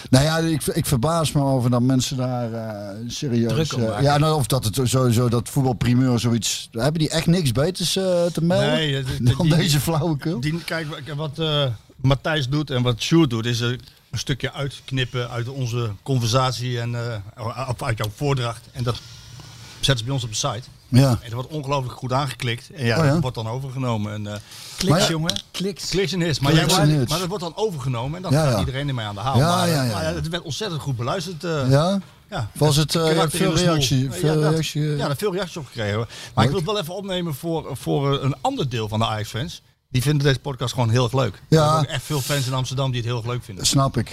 D: Nou ja, ik, ik verbaas me over dat mensen daar eh, serieus...
F: Druk om
D: eh,
F: maken.
D: ja, nou, of dat het sowieso dat voetbalprimeur zoiets... Hebben die echt niks beters eh, te melden
E: Nee, dat- dat-
D: dan
E: die-
D: deze flauwekul?
E: Die, kijk, wat- wat eh, Matthijs doet en wat Sjoerd doet, is eh, een stukje uitknippen uit onze conversatie en eh, of uit jouw voordracht. En dat zetten ze bij ons op de site.
D: ja.
E: En dat wordt ongelooflijk goed aangeklikt. En ja,
D: Oh ja?
E: dat wordt dan overgenomen. En, eh,
F: Kliks,
D: ja-
F: jongen. Kliks.
E: kliks en hits. Maar, jij,
D: Kliks en hits.
E: maar dat wordt dan overgenomen en dan
D: Ja,
E: gaat
D: ja.
E: iedereen ermee aan de haal.
D: Ja,
E: maar, eh,
D: ja, ja,
E: maar
D: ja.
E: het werd ontzettend goed beluisterd. eh,
D: ja?
E: ja.
D: Was het eh,
E: Karakter in
D: veel
E: de smoel.
D: reactie?
E: Ja,
D: Veel
E: dat-
D: reactie eh,
E: Ja, daar veel reacties op gekregen. hoor. Maar ik wil het wel even opnemen voor, voor eh, een ander deel van de Ajax-fans. Die vinden deze podcast gewoon heel erg leuk.
D: Ja.
E: Er zijn ook echt veel fans in Amsterdam die het heel erg leuk vinden.
D: Snap ik.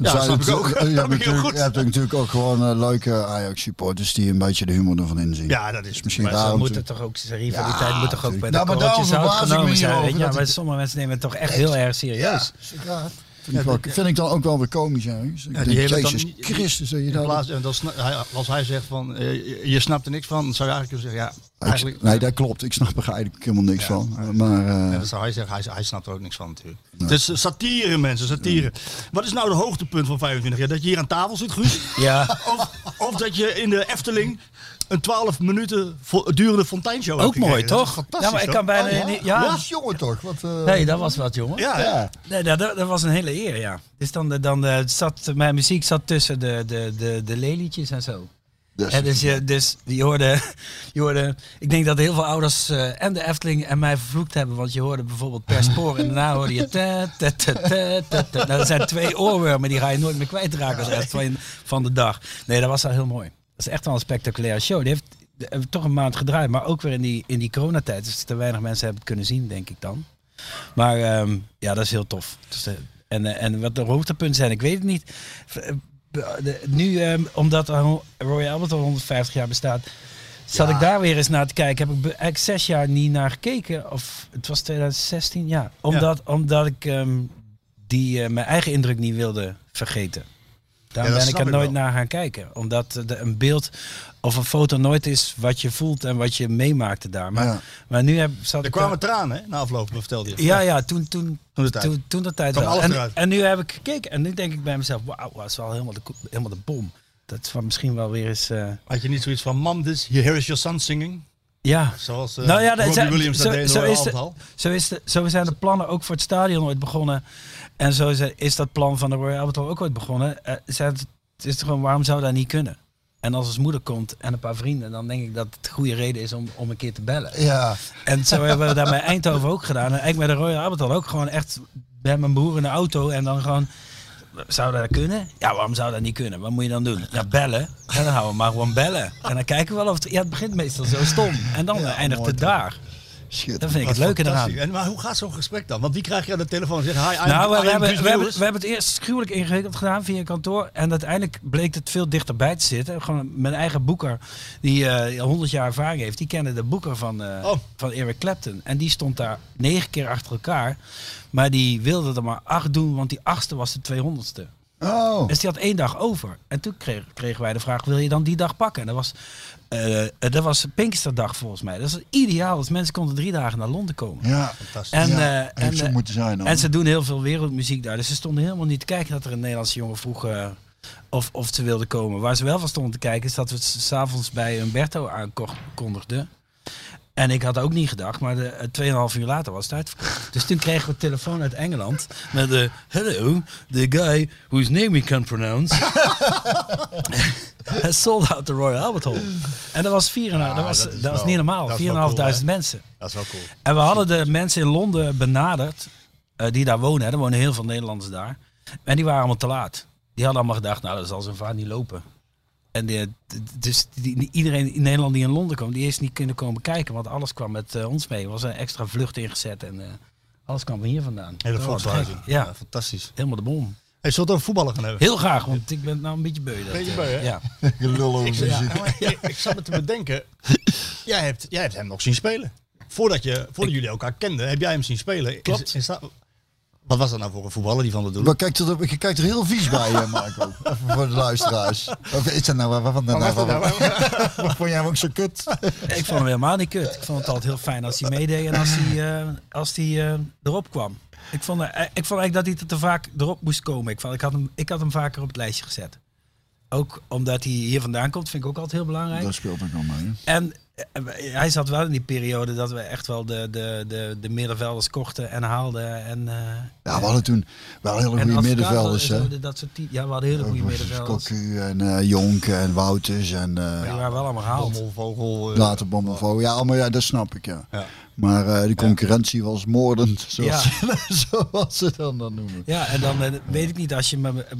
D: Er zijn
E: snap ik
D: natuurlijk-
E: ook.
D: Je
E: Snap
D: hebt
E: ik heel
D: natuurlijk,
E: goed.
D: je hebt natuurlijk ook gewoon eh, leuke Ajax supporters die een beetje de humor ervan inzien.
E: Ja, dat is
D: Misschien
E: misschien.
F: Maar
D: daarom
F: ze moeten
D: natuurlijk.
F: toch ook, zijn rivaliteit moet toch ook bij de
D: Nou, maar
F: korreltjes
D: daarom
F: zout
D: verbaas ik me
F: genomen zijn.
D: hierover
F: Weet je,
D: dat
F: maar
D: het-
F: sommige mensen nemen het toch echt heel erg serieus.
D: Ja, Vind, ik wel- vind ik dan ook wel weer komisch. Hè? Dus Ik denk,
E: die hebben dan
D: Jezus
E: niet-
D: Christus, dat je
E: In
D: dat...
E: plaats, en dan sna- hij- als hij zegt van eh, je, je snapt er niks van, dan zou je eigenlijk kunnen zeggen,
D: Ik-
E: ja, eigenlijk.
D: nee, dat klopt. Ik snap er eigenlijk helemaal niks van. Maar eh,
E: En dan zou Dus hij zeggen, hij, hij snapt er ook niks van natuurlijk. Het is eh, satire mensen, satire. Wat is nou de hoogtepunt van 25 jaar? Dat je hier aan tafel zit, Guus?
F: Ja.
E: Of, of dat je in de Efteling een 12 minuten vo- durende fonteinshow
F: Ook
E: hebt
F: mooi,
E: gekregen. Dat is
F: toch?
E: Fantastisch,
F: Ja, maar ik
E: toch?
F: kan bijna
E: Oh, ja.
F: niet- ja.
D: was jongen toch? Wat, eh,
F: Nee, dat was wat, jongen.
E: Ja,
D: ja.
F: Nee, dat, dat, dat was een hele eer, ja. Dus dan, dan eh, zat, mijn muziek zat tussen de, de, de, de leliedjes en zo.
D: Dus,
F: Hè, dus, je, dus je, hoorde, je hoorde, ik denk dat heel veel ouders eh, en de Efteling en mij vervloekt hebben. Want je hoorde bijvoorbeeld per spoor en daarna hoorde je... ta, ta, ta, ta, ta, ta. Nou, dat zijn twee oorwormen, die ga je nooit meer kwijtraken de rest van, van de dag. Nee, dat was wel heel mooi. Dat is echt wel een spectaculaire show. Die heeft, die hebben toch een maand gedraaid, maar ook weer in die, in die coronatijd. Dus te weinig mensen hebben het kunnen zien, denk ik dan. Maar ehm, ja, dat is heel tof. Dus, eh, en, eh, en wat de hoogtepunten zijn, ik weet het niet. V- eh, b- de- Nu, ehm, omdat Ho- Royal Albert al 150 jaar bestaat, zat ik daar weer eens naar te kijken. Heb ik be- eigenlijk zes jaar niet naar gekeken. Of het was 2016, ja. Omdat, omdat ik ehm, die, eh, mijn eigen indruk niet wilde vergeten. Daarom
E: Ja, dat
F: ben ik er
E: snap ik
F: nooit
E: wel.
F: naar gaan kijken. Omdat eh, de- een beeld of een foto nooit is wat je voelt en wat je meemaakte daar. Maar,
D: Ja.
F: maar nu heb, zat
E: Er
F: ik...
E: kwamen tranen hè, na afloop, vertelde je.
F: Ja, ja, toen, toen,
E: Toen
F: toen,
E: de tijd.
F: toen, de tijd
E: Kwam
F: wel.
E: alles
F: En,
E: eruit.
F: en nu heb ik gekeken en nu denk ik bij mezelf, wauw, dat is wel helemaal de, ko- helemaal de bom. Dat is wel misschien wel weer eens... eh,
E: Had je niet zoiets van, mam, this, here is your son singing?
F: ja,
E: Zoals eh
F: Nou ja, dat-
E: Robbie
F: zo-
E: Williams dat
F: zo-
E: deed in
F: zo
E: Royal
F: is de-
E: Albert Hall.
F: zo, is de, zo zijn de plannen ook voor het stadion ooit begonnen. En zo is, is dat plan van de Royal Albert Hall ook ooit begonnen. Eh, zij- het is toch gewoon, waarom zou dat niet kunnen? En als ons moeder komt en een paar vrienden, dan denk ik dat het goede reden is om, om een keer te bellen.
D: ja.
F: En zo hebben we dat bij Eindhoven ook gedaan. En eigenlijk bij de Royal Albert Hall ook gewoon echt bij mijn broer in de auto. En dan gewoon, zou dat kunnen? Ja, waarom zou dat niet kunnen? Wat moet je dan doen? Ja, bellen. En dan houden we maar gewoon bellen. En dan kijken we wel of het... Ja, het begint meestal zo stom. En dan eh, eindigt het daar.
D: Shit.
F: Dat vind ik het
E: Wat
F: leuke eraan.
E: fantastisch. En, maar hoe gaat zo'n gesprek dan? Want wie krijg je aan de telefoon en zegt, hi, I'm,
F: Nou, we,
E: I'm
F: we hebben,
E: Guus
F: we, hebben,
E: Meeuwis?
F: we hebben het eerst gruwelijk ingewikkeld gedaan via een kantoor. En uiteindelijk bleek het veel dichterbij te zitten. Gewoon mijn eigen boeker, die eh 100 jaar ervaring heeft, die kende de boeker van, eh,
E: Oh.
F: van Eric Clapton. En die stond daar negen keer achter elkaar. Maar die wilde er maar acht doen, want die achtste was de 200ste.
D: Oh,
F: Dus die had één dag over. En toen kreeg, kregen wij de vraag, wil je dan die dag pakken? En dat was, eh, dat was Pinksterdag volgens mij. Dat is ideaal, dus mensen konden drie dagen naar Londen komen.
D: ja.
E: Fantastisch.
F: En,
D: ja,
F: eh,
D: heeft
F: en,
D: zo
F: eh,
D: moeten zijn dan.
F: en ze doen heel veel wereldmuziek daar. Dus ze stonden helemaal niet te kijken dat er een Nederlandse jongen vroeg eh, of, of ze wilden komen. Waar ze wel van stonden te kijken is dat we het s'avonds bij Humberto aankondigden. En ik had ook niet gedacht, maar de, eh, 2,5 uur later was het uitverkocht. Dus toen kregen we telefoon uit Engeland met de hello, the guy whose name we can't pronounce. has sold out the Royal Albert Hall. En dat was, vier, en- dat was,
E: dat
F: dat
E: is
F: was
E: wel-
F: niet
E: dat
F: normaal,
E: is wel
F: 4.500
E: cool,
F: mensen.
E: Dat is wel cool.
F: En we hadden de mensen in Londen benaderd, eh, die daar wonen. hè. Er wonen heel veel Nederlanders daar. En die waren allemaal te laat. Die hadden allemaal gedacht, nou, dat zal zijn vaart niet lopen. En die, d- dus die, die- iedereen in Nederland die in Londen kwam, die is niet kunnen komen kijken. Want alles kwam met eh, ons mee. Er was een extra vlucht ingezet en eh, alles kwam hier vandaan.
E: Hele
F: Dat was
E: volkshuizen.
F: gek. Ja,
E: fantastisch.
F: helemaal de bom.
E: Hey, zullen we het over voetballen gaan hebben?
F: Heel graag, want ik ben nou een beetje beu. Dat,
E: Beetje
F: eh,
E: beu, hè?
F: Ja.
D: Gelul over muziek.
E: Ja, maar ik, ik zat me te bedenken. Jij hebt, jij hebt hem nog zien spelen. Voordat, je, voordat jullie elkaar kenden, heb jij hem zien spelen. In-
F: Klopt.
E: in sta- wat was dat nou voor een voetballer die van dat doel?
D: Maar kijk, er, je kijkt er heel vies bij, hè, Marco. Even voor de luisteraars. Of is dat nou waar- waarvan dan? nou? Wat vond jij hem ook zo kut?
F: Ik vond hem helemaal niet kut. Ik vond het altijd heel fijn als hij meedeed en als hij, eh, als hij eh, erop kwam. Ik vond, eh, ik vond eigenlijk dat hij er te vaak erop moest komen. Ik, vond, ik, had hem, ik had hem vaker op het lijstje gezet. Ook omdat hij hier vandaan komt, vind ik ook altijd heel belangrijk.
D: Dat speelt ook al mee.
F: En eh, we- hij zat wel in die periode dat we echt wel de, de, de, de middenvelders kochten en haalden. En, eh
D: Ja, we hadden toen wel hele
F: en
D: goede
F: advocaten
D: middenvelders,
F: en
D: hè.
F: zo, Dat soort type- ja, we hadden hele goede middenvelders. Die
D: Cocu en eh, Jonk en Wouters en eh,
F: waren wel allemaal gehaald.
E: Bommel, Vogel. eh,
D: later Bommelvo. Ja, allemaal, ja, dat snap ik, ja.
E: Ja.
D: Maar eh, die concurrentie was moordend, zoals,
F: Ja.
D: zoals ze dan dat noemen.
F: Ja, en dan eh, weet ik niet als je me. eh, eh,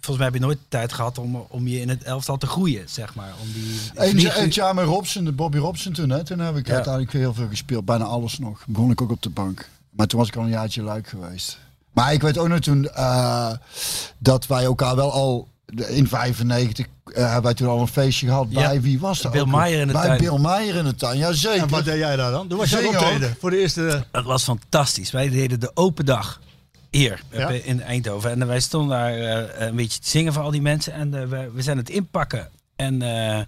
F: Volgens mij heb je nooit de tijd gehad om, om je in het elftal te groeien, zeg maar. Om die
D: Eén
F: vlieg-
D: één jaar met Robson, de Bobby Robson toen, hè. Toen heb ik
F: Ja.
D: uiteindelijk weer heel veel gespeeld, bijna alles nog. Begon ik ook op de bank. Maar toen was ik al een jaartje luik geweest. Maar ik weet ook nog toen eh, dat wij elkaar wel al in 95 eh, hebben wij toen al een feestje gehad
F: Ja.
D: bij wie was dat?
F: Bill
D: ook weer?
F: Meijer in de
D: bij
F: tuin.
D: Bill Meijer in de tuin, ja zeker.
E: En wat deed jij daar dan? Toen was jij
D: Zingen
E: optreden voor de eerste...
F: Dat was fantastisch. Wij deden de open dag hier eh,
E: Ja.
F: in Eindhoven. En wij stonden daar eh, een beetje te zingen voor al die mensen. En eh, we, we zijn het inpakken. En, eh, en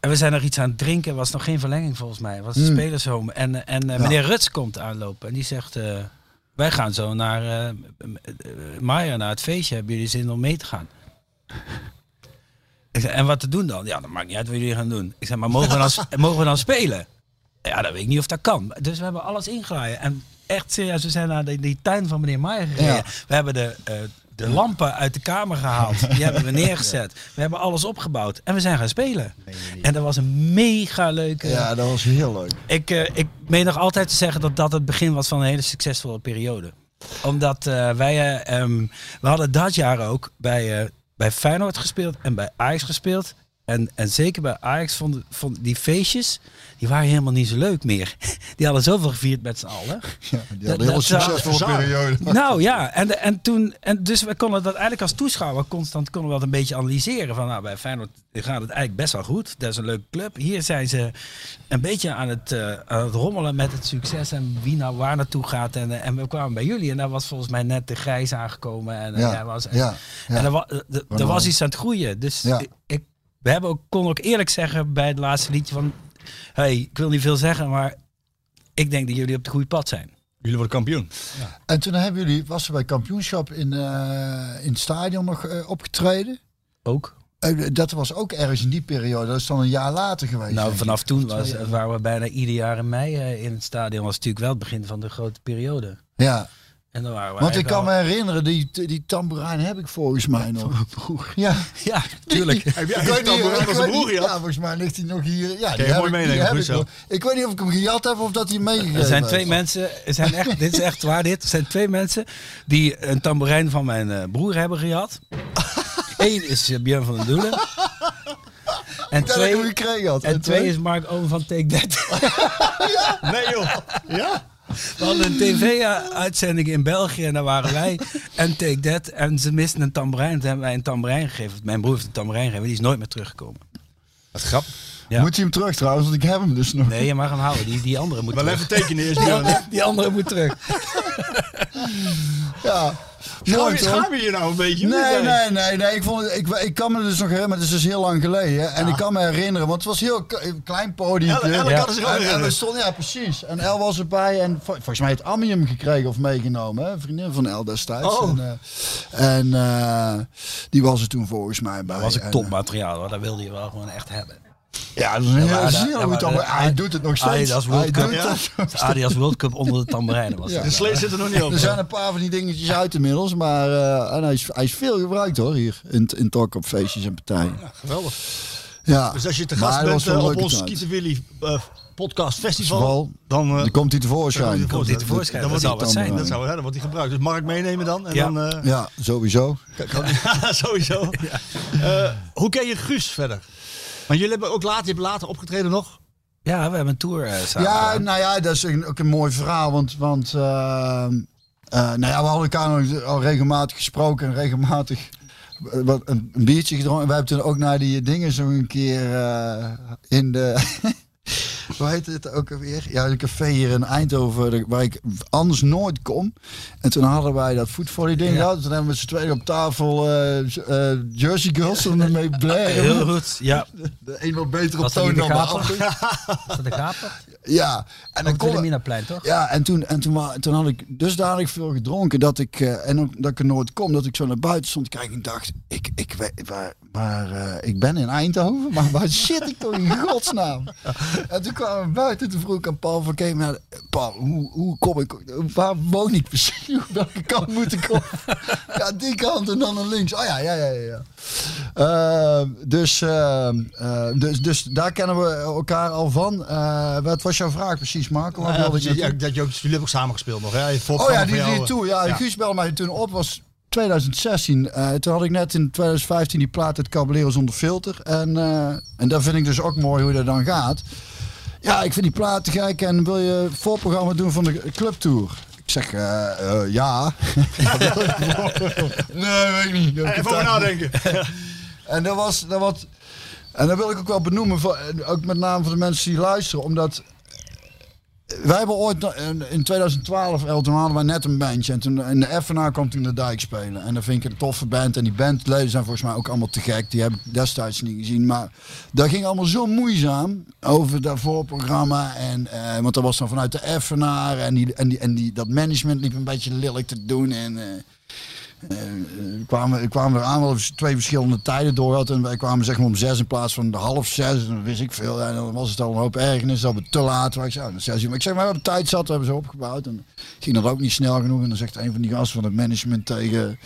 F: we zijn nog iets aan het drinken. Er was nog geen verlenging volgens mij. Het was een spelershome. En, eh, en eh, meneer Ruts komt aanlopen. En die zegt, eh, wij gaan zo naar eh, eh, Maya, naar het feestje. Hebben jullie zin om mee te gaan? Ik zei, en wat te doen dan? Ja, dat maakt niet uit wat jullie gaan doen. Ik zei, maar mogen we dan, s- mogen we dan spelen? Ja, dat weet ik niet of dat kan. Dus we hebben alles ingelaaien. En echt serieus, we zijn naar die, die tuin van meneer Meijer gereden.
D: Ja.
F: We hebben de, eh, de lampen uit de kamer gehaald. Die hebben we neergezet. We hebben alles opgebouwd. En we zijn gaan spelen. En dat was een mega leuke...
D: Ja, dat was heel leuk.
F: Ik, eh, ik meen nog altijd te zeggen dat dat het begin was van een hele succesvolle periode. Omdat eh, wij, eh, ehm, we hadden dat jaar ook bij, eh, bij Feyenoord gespeeld en bij Ajax gespeeld. En, en zeker bij Ajax vonden vond die feestjes, die waren helemaal niet zo leuk meer. Die hadden zoveel gevierd met z'n allen.
D: Ja, die had
F: Dat-
D: een hele
F: dat-
D: succesvolle
E: dat-
D: periode.
F: Nou ja, en, en toen, en dus we konden dat eigenlijk als toeschouwer constant konden we dat een beetje analyseren. Van nou, bij Feyenoord gaat het eigenlijk best wel goed. Dat is een leuke club. Hier zijn ze een beetje aan het, eh, aan het rommelen met het succes en wie nou waar naartoe gaat. En, eh, en we kwamen bij jullie en daar was volgens mij net de grijs aangekomen. En, eh,
D: Ja,
F: jij was, en,
D: ja, ja.
F: en er, wa- er- er
D: Waarom?
F: was iets aan het groeien. Dus
D: Ja.
F: ik, ik- we hebben ook, kon ook eerlijk zeggen bij het laatste liedje van, hey, ik wil niet veel zeggen, maar ik denk dat jullie op het goede pad zijn.
E: Jullie worden kampioen.
D: En toen hebben jullie, was er bij kampioenschap in, eh, in het stadion nog eh, opgetreden.
F: Ook.
D: Eh, dat was ook ergens in die periode. Dat is dan een jaar later geweest. denk
F: Nou,
D: ik.
F: vanaf toen
D: Twee
F: was,
D: jaar.
F: waren we bijna ieder jaar in mei eh, in het stadion. was natuurlijk wel het begin van de grote periode.
D: Ja,
F: En dan waren we
D: want ik
F: eigenlijk
D: kan me
F: al-
D: herinneren, die, die tamboerijn heb ik volgens mij nog. Ja,
F: Ja, tuurlijk.
D: Ik
E: jij
D: weet
E: een
D: niet-
E: tamboerijn
D: ik
E: als een
D: weet
E: boer
D: niet-
E: gehad?
D: Ja, volgens mij ligt hij nog hier. Ja,
E: je
D: die heb
E: mooi
D: ik, die
E: meenemen,
D: heb
E: goed
D: ik
E: zo.
D: nog. Ik weet niet of ik hem gejat heb of dat hij meegegeven
F: Er zijn
D: heeft.
F: twee mensen, er zijn echt, dit is echt waar dit, er zijn twee mensen die een tamboerijn van mijn eh, broer hebben gehad. Eén is eh, Björn van den Doelen. En
D: Dat ik hem
F: twee,
D: gekregen had.
F: en twee is Mark Oom van Take That.
E: Nee joh. Ja?
F: We hadden een tv-uitzending in België en daar waren wij en Take That. En ze misten een tamboerijn, toen hebben wij een tamboerijn gegeven. Mijn broer heeft een tamboerijn gegeven, die is nooit meer teruggekomen.
E: Wat grap.
F: ja.
D: Moet hij hem terug trouwens, want ik heb hem dus nog.
F: Nee, je mag hem houden. Die, die andere moet
E: Wel
F: terug.
E: even tekenen eerst Björn.
F: Die andere moet terug.
D: Ja.
E: Schaam
D: Mooi,
E: je-
D: toch?
E: Schaam je je nou een beetje? of
D: Nee,
E: niet?
D: nee, nee, nee. Ik, vond, het- ik, ik kan me dus nog herinneren, maar het is dus heel lang geleden. En ik kan me herinneren, want het was heel k- een klein podium.
E: Elle- Elle
F: Ja.
E: kan er zich ook
D: En, en we
E: herinneren.
D: stonden, ja, precies. En El was erbij en vo- volgens mij het Amium gekregen of meegenomen. Hè? Een vriendin van El destijds.
E: Oh.
D: En, eh, en eh, die was er toen volgens mij bij.
F: Dat was ook
D: En,
F: topmateriaal hoor. Dat wilde je wel gewoon echt hebben.
D: eh, Ja, dat is een
F: Ja,
D: heel
F: maar-
D: zeer
F: ja,
D: goed
F: maar-
D: allemaal.
F: eh,
D: Hij doet het nog steeds.
F: Adidas World
D: Hij
F: Cup.
D: doet het.
F: De Adidas World Cup onder de tamboerijnen was
D: Ja.
F: dat.
E: De slee zit er nog niet op.
D: Er zijn een paar van die dingetjes uit inmiddels, maar eh, en hij, is, hij is veel gebruikt hoor hier in, in talk op feestjes en partijen.
E: Geweldig.
D: Ja.
E: Dus als je te
D: Maar
E: gast
D: hij was wel
E: bent eh,
D: een
E: op
D: leuke
E: ons
D: tijd.
E: Kieten Willy eh, podcast festival,
D: Festival,
E: dan eh,
D: Dan komt hij
E: dan
D: tevoorschijn.
E: komt hij
F: tevoorschijn.
E: Dan wordt
F: Dat zou
E: hij-
F: wat zijn.
E: dat zou ja, dan wordt hij gebruikt. Dus mag ik meenemen dan? En
F: Ja.
E: dan eh,
D: eh, Ja, sowieso.
E: kan- ja, sowieso. Eh, hoe ken je Guus verder? Want jullie hebben ook later, je hebt later opgetreden nog.
F: Ja, we hebben een tour eh, samen.
D: Ja,
F: gedaan.
D: nou ja, dat is een- ook een mooi verhaal. Want, want eh, eh, nou ja, we hadden elkaar nog al regelmatig gesproken en regelmatig eh, wat- een, een biertje gedronken. En wij hebben toen ook naar die dingen zo een keer eh, in de. Hoe heet het ook alweer? Ja, een café hier in Eindhoven, de- waar ik anders nooit kom. En toen hadden wij dat voetvolley ding
F: Ja.
D: gehad. Toen hebben we met z'n tweeën op tafel eh, j- eh, Jersey Girls om ermee
F: Heel
D: blaren.
F: goed. Ja.
D: De een wat beter op
F: Was dat niet
D: toon
F: de
D: dan de
F: gaper?
D: ander.
F: Was dat de gaper?
D: Ja, en dan
F: Op
D: kon,
F: het Wilhelminaplein toch?
D: ja, en toen, en toen, wa- toen had ik dusdanig veel gedronken dat ik, eh, en ook dat ik er nooit kom, dat ik zo naar buiten stond te kijken en dacht, ik, ik, weet- waar, waar, eh, ik ben in Eindhoven, maar waar zit ik toch in godsnaam? En toen kwamen we buiten, toen vroeg ik aan Paul van Keem, nou, Paul, hoe, hoe kom ik, waar woon ik precies, Op welke kant moet ik op? Ja, die kant en dan naar links. Oh ja, ja, ja, ja. ja. Ehm, dus, ehm, ehm, dus, dus daar kennen we elkaar al van. Eh, wat was jouw vraag precies, Marco? Waar
E: Ja,
D: wilde
E: dat
D: je
E: je, Eh, ja,
D: naartoe?
E: dat je ook, jullie hebben ook samengespeeld nog. Hè? Je
D: Oh
E: voorprogramma
D: ja,
E: van
D: die,
E: jou,
D: die
E: eh,
D: toe. Ja, Guus belde mij toen op, was 2016. Eh, toen had ik net in 2015 die plaat uit Caballero zonder filter. En, eh, en dat vind ik dus ook mooi hoe dat dan gaat. Ja, ik vind die plaat te gek en wil je voorprogramma doen van de clubtour? Ik zeg, eh, eh, ja. nee, weet ik niet.
E: Even over nadenken.
D: En dat was, dat was, en dat wil ik ook wel benoemen, voor, en ook met name voor de mensen die luisteren, omdat wij hebben ooit in- in 2012, El, toen hadden wij net een bandje en toen in de FNA kwam toen de Dijk spelen en dat vind ik een toffe band en die bandleden zijn volgens mij ook allemaal te gek, die heb ik destijds niet gezien, maar dat ging allemaal zo moeizaam over dat voorprogramma en eh, want dat was dan vanuit de FNA en die en die en die dat management liep een beetje lelijk te doen en eh, eh, kwamen, kwamen we aan, wel twee verschillende tijden door had. En wij kwamen zeg maar om zes in plaats van de half zes. En dan wist ik veel. En dan was het al een hoop ergernis. Dat we te laat waren. Ik zei, "Ah, dan zes uur. Maar ik zeg, maar we hebben tijd zat. We hebben ze opgebouwd. En ging dat ook niet snel genoeg. En dan zegt een van die gasten van het management tegen,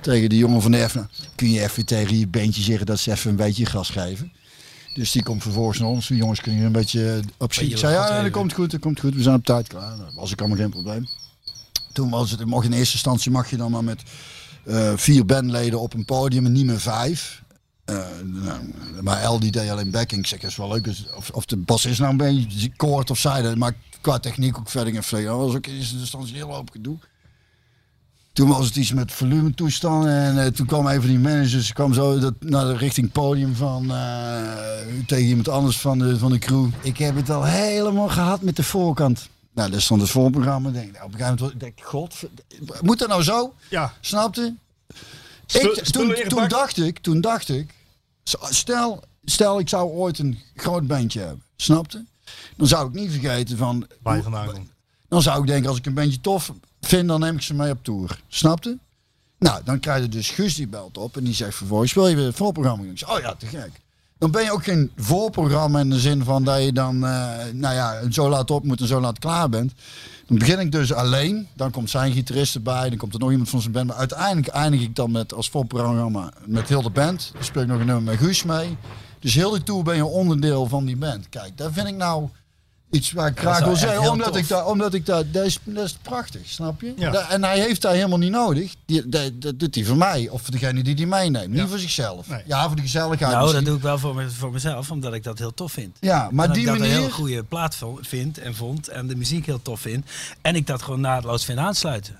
D: tegen die jongen van de Efna. Kun je even tegen je beentje zeggen dat ze even een beetje gas geven? Dus die komt vervolgens naar ons. Jongens, kun je een beetje op schieten? Ik zei, ja, ja, dat komt goed, dat komt goed. We zijn op tijd klaar. Dat was ik allemaal geen probleem. Toen was het, mag in eerste instantie mag je dan maar met eh, vier bandleden op een podium en niet meer vijf. Eh, nou, maar El die deed alleen backing. Ik zeg, dat is wel leuk. Dus Of, of de bassist nou een beetje koord of zij. Dat maakt qua techniek ook verder geen flikker. Dat was ook in eerste instantie heel hoop gedoe. Toen was het iets met volume toestanden en eh, toen kwam een van die managers, kwam zo dat, naar de richting podium van eh, tegen iemand anders van de, van de crew. Ik heb het al helemaal gehad met de voorkant. Nou, daar stond het voorprogramma. Ik Denk, nou, op een gegeven moment dacht ik, god, moet dat nou zo?
E: Ja.
D: Snapte?
E: Spul-
D: Ik,
E: spullen
D: toen, toen
E: ingepakt?
D: dacht ik, toen dacht ik, zo- stel, stel ik zou ooit een groot bandje hebben, snapte? Dan zou ik niet vergeten van,
E: Waar je vandaan komt.
D: dan zou ik denken, als ik een bandje tof vind, dan neem ik ze mee op tour. Snapte? Nou, dan krijg je dus Guus die belt op en die zegt vervolgens, wil je weer het voorprogramma doen? Ik zeg, oh ja, te gek. Dan ben je ook geen voorprogramma in de zin van dat je dan, eh, nou ja, zo laat op moet en zo laat klaar bent. Dan begin ik dus alleen, dan komt zijn gitarist erbij, dan komt er nog iemand van zijn band. Maar uiteindelijk eindig ik dan met, als voorprogramma met heel de band. Dan speel ik nog een nummer met Guus mee. Dus heel die tour ben je onderdeel van die band. Kijk, daar vind ik nou iets waar ik graag
F: wel
D: wil
F: echt
D: zeggen,
F: heel
D: omdat
F: tof.
D: ik, daar, omdat ik daar, dat is, dat is prachtig, snap je?
E: Ja.
D: Da- en hij heeft daar helemaal niet nodig. Die, dat, dat doet hij voor mij of voor degene die die meeneemt, niet voor zichzelf.
E: Nee.
D: Ja, voor de gezelligheid.
F: nou, dat
D: misschien.
F: doe ik wel voor, me- voor mezelf, omdat ik dat heel tof vind.
D: Ja, maar
F: dat
D: die
F: ik dat een
D: manier.
F: heel goede plaat vo- vind en vond en de muziek heel tof vind. En ik dat gewoon naadloos vind aansluiten.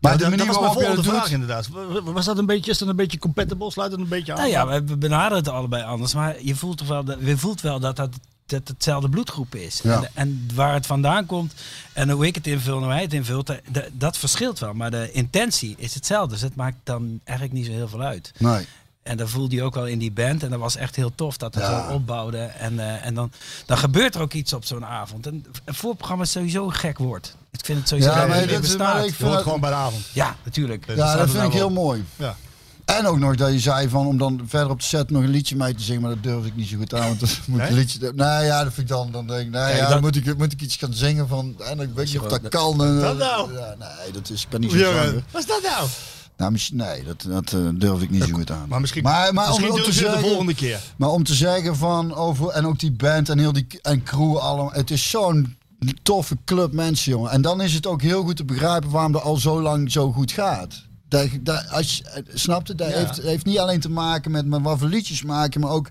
D: Maar
E: Ja,
D: de
E: dat-
D: manier
E: dat was mijn
D: waarop je
E: volgende
D: dat
E: vraag
D: doet.
E: inderdaad. Wa- wa- Was dat een beetje, is dat een beetje compatible? Sluit het een beetje aan?
F: Nou ja, we- we benaderen het allebei anders, maar je voelt, toch wel dat, je voelt wel dat dat, dat hetzelfde bloedgroep is.
D: Ja.
F: En, en waar het vandaan komt en hoe ik het invul en hoe hij het invult, dat, dat- dat verschilt wel. Maar de intentie is hetzelfde, dus het maakt dan eigenlijk niet zo heel veel uit.
D: Nee.
F: En dat voelde je ook wel in die band. En dat was echt heel tof dat we
D: Ja.
F: zo opbouwden. En, eh, en dan, dan gebeurt er ook iets op zo'n avond. En een voorprogramma is sowieso een gek woord. Ik vind het sowieso
D: Ja,
F: dat
D: maar
F: het
D: dat is
F: bestaat.
D: maar ik
E: Je hoort
D: vind-
E: gewoon bij de avond.
F: Ja, natuurlijk. Dus
D: Ja,
E: staat
D: dat
E: er
D: vind
E: nou
D: ik heel
E: wel.
D: mooi.
E: Ja.
D: En ook nog dat je zei van om dan verder op de set nog een liedje mee te zingen, maar dat durf ik niet zo goed aan. Want dat moet een liedje. Nou ja, dat vind ik dan. Dan denk ik, nou ja,
F: dat-
D: dan moet ik, moet ik iets gaan zingen van. En dan weet je of dat kan. en,
E: Dat
D: eh,
E: nou?
D: Ja, nee, dat is, ik ben niet zo
E: Ja,
D: zanger.
E: Wat is dat nou?
D: Nou, misschien- nee, dat, dat eh, durf ik niet zo goed aan.
E: Maar misschien,
D: maar, maar
E: misschien
D: om, om
E: doen
D: te
E: ze het de
D: zeggen,
E: volgende keer.
D: Maar om te zeggen van over en ook die band en heel die en crew allemaal, het is zo'n toffe club mensen jongen. En dan is het ook heel goed te begrijpen waarom dat al zo lang zo goed gaat. Dat, dat, als, je- eh, snapte, dat heeft, heeft niet alleen te maken met maar wat voor liedjes maken, maar ook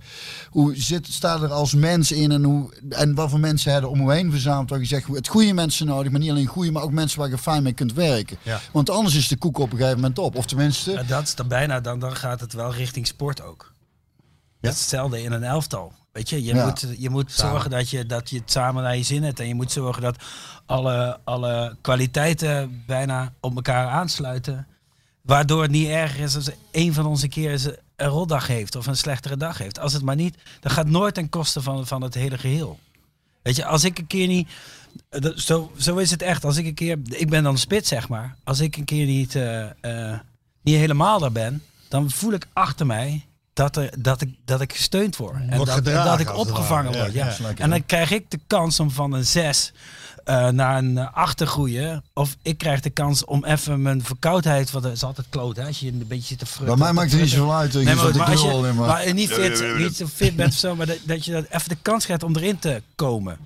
D: hoe zit, staat er als mens in en, hoe, en wat voor mensen hebben om hoe heen verzameld. Waar je zegt, het goede mensen nodig, maar niet alleen goede, maar ook mensen waar je fijn mee kunt werken.
E: Ja.
D: Want anders is de koek op een gegeven moment op. Of tenminste,
F: Ja, dat is dan bijna, dan, dan gaat het wel richting sport ook. Dat is hetzelfde in een elftal. Weet je, je
D: Ja.
F: moet, je moet zorgen dat je, dat je het samen naar je zin hebt. En je moet zorgen dat alle, alle kwaliteiten bijna op elkaar aansluiten. Waardoor het niet erg is als een van onze keer eens een rotdag heeft of een slechtere dag heeft. Als het maar niet, dat gaat nooit ten koste van, van het hele geheel. Weet je, als ik een keer niet. eh, dat- Zo, zo is het echt. Als ik een keer. Ik ben dan spits, zeg maar. Als ik een keer niet, eh, eh, niet helemaal daar ben, dan voel ik achter mij dat, er, dat, ik, dat ik gesteund word. En
E: Wordt
F: dat,
E: gedragen,
F: dat ik
E: als het
F: opgevangen
E: ware.
F: word.
E: Ja,
F: Ja,
E: ja, is lekker,
F: En dan krijg ik de kans om van een 6 naar een 8 te groeien. Of ik krijg de kans om even mijn verkoudheid. Want dat is altijd kloot, hè? Als je een beetje te
D: bij
F: fruit.
D: mij maakt het niet zoveel uit.
F: Nee,
D: maar,
F: maar, maar als
D: alleen
F: je
D: maar.
F: maar niet, fit, niet zo fit bent of zo, maar dat, dat je dat even de kans krijgt om erin te komen.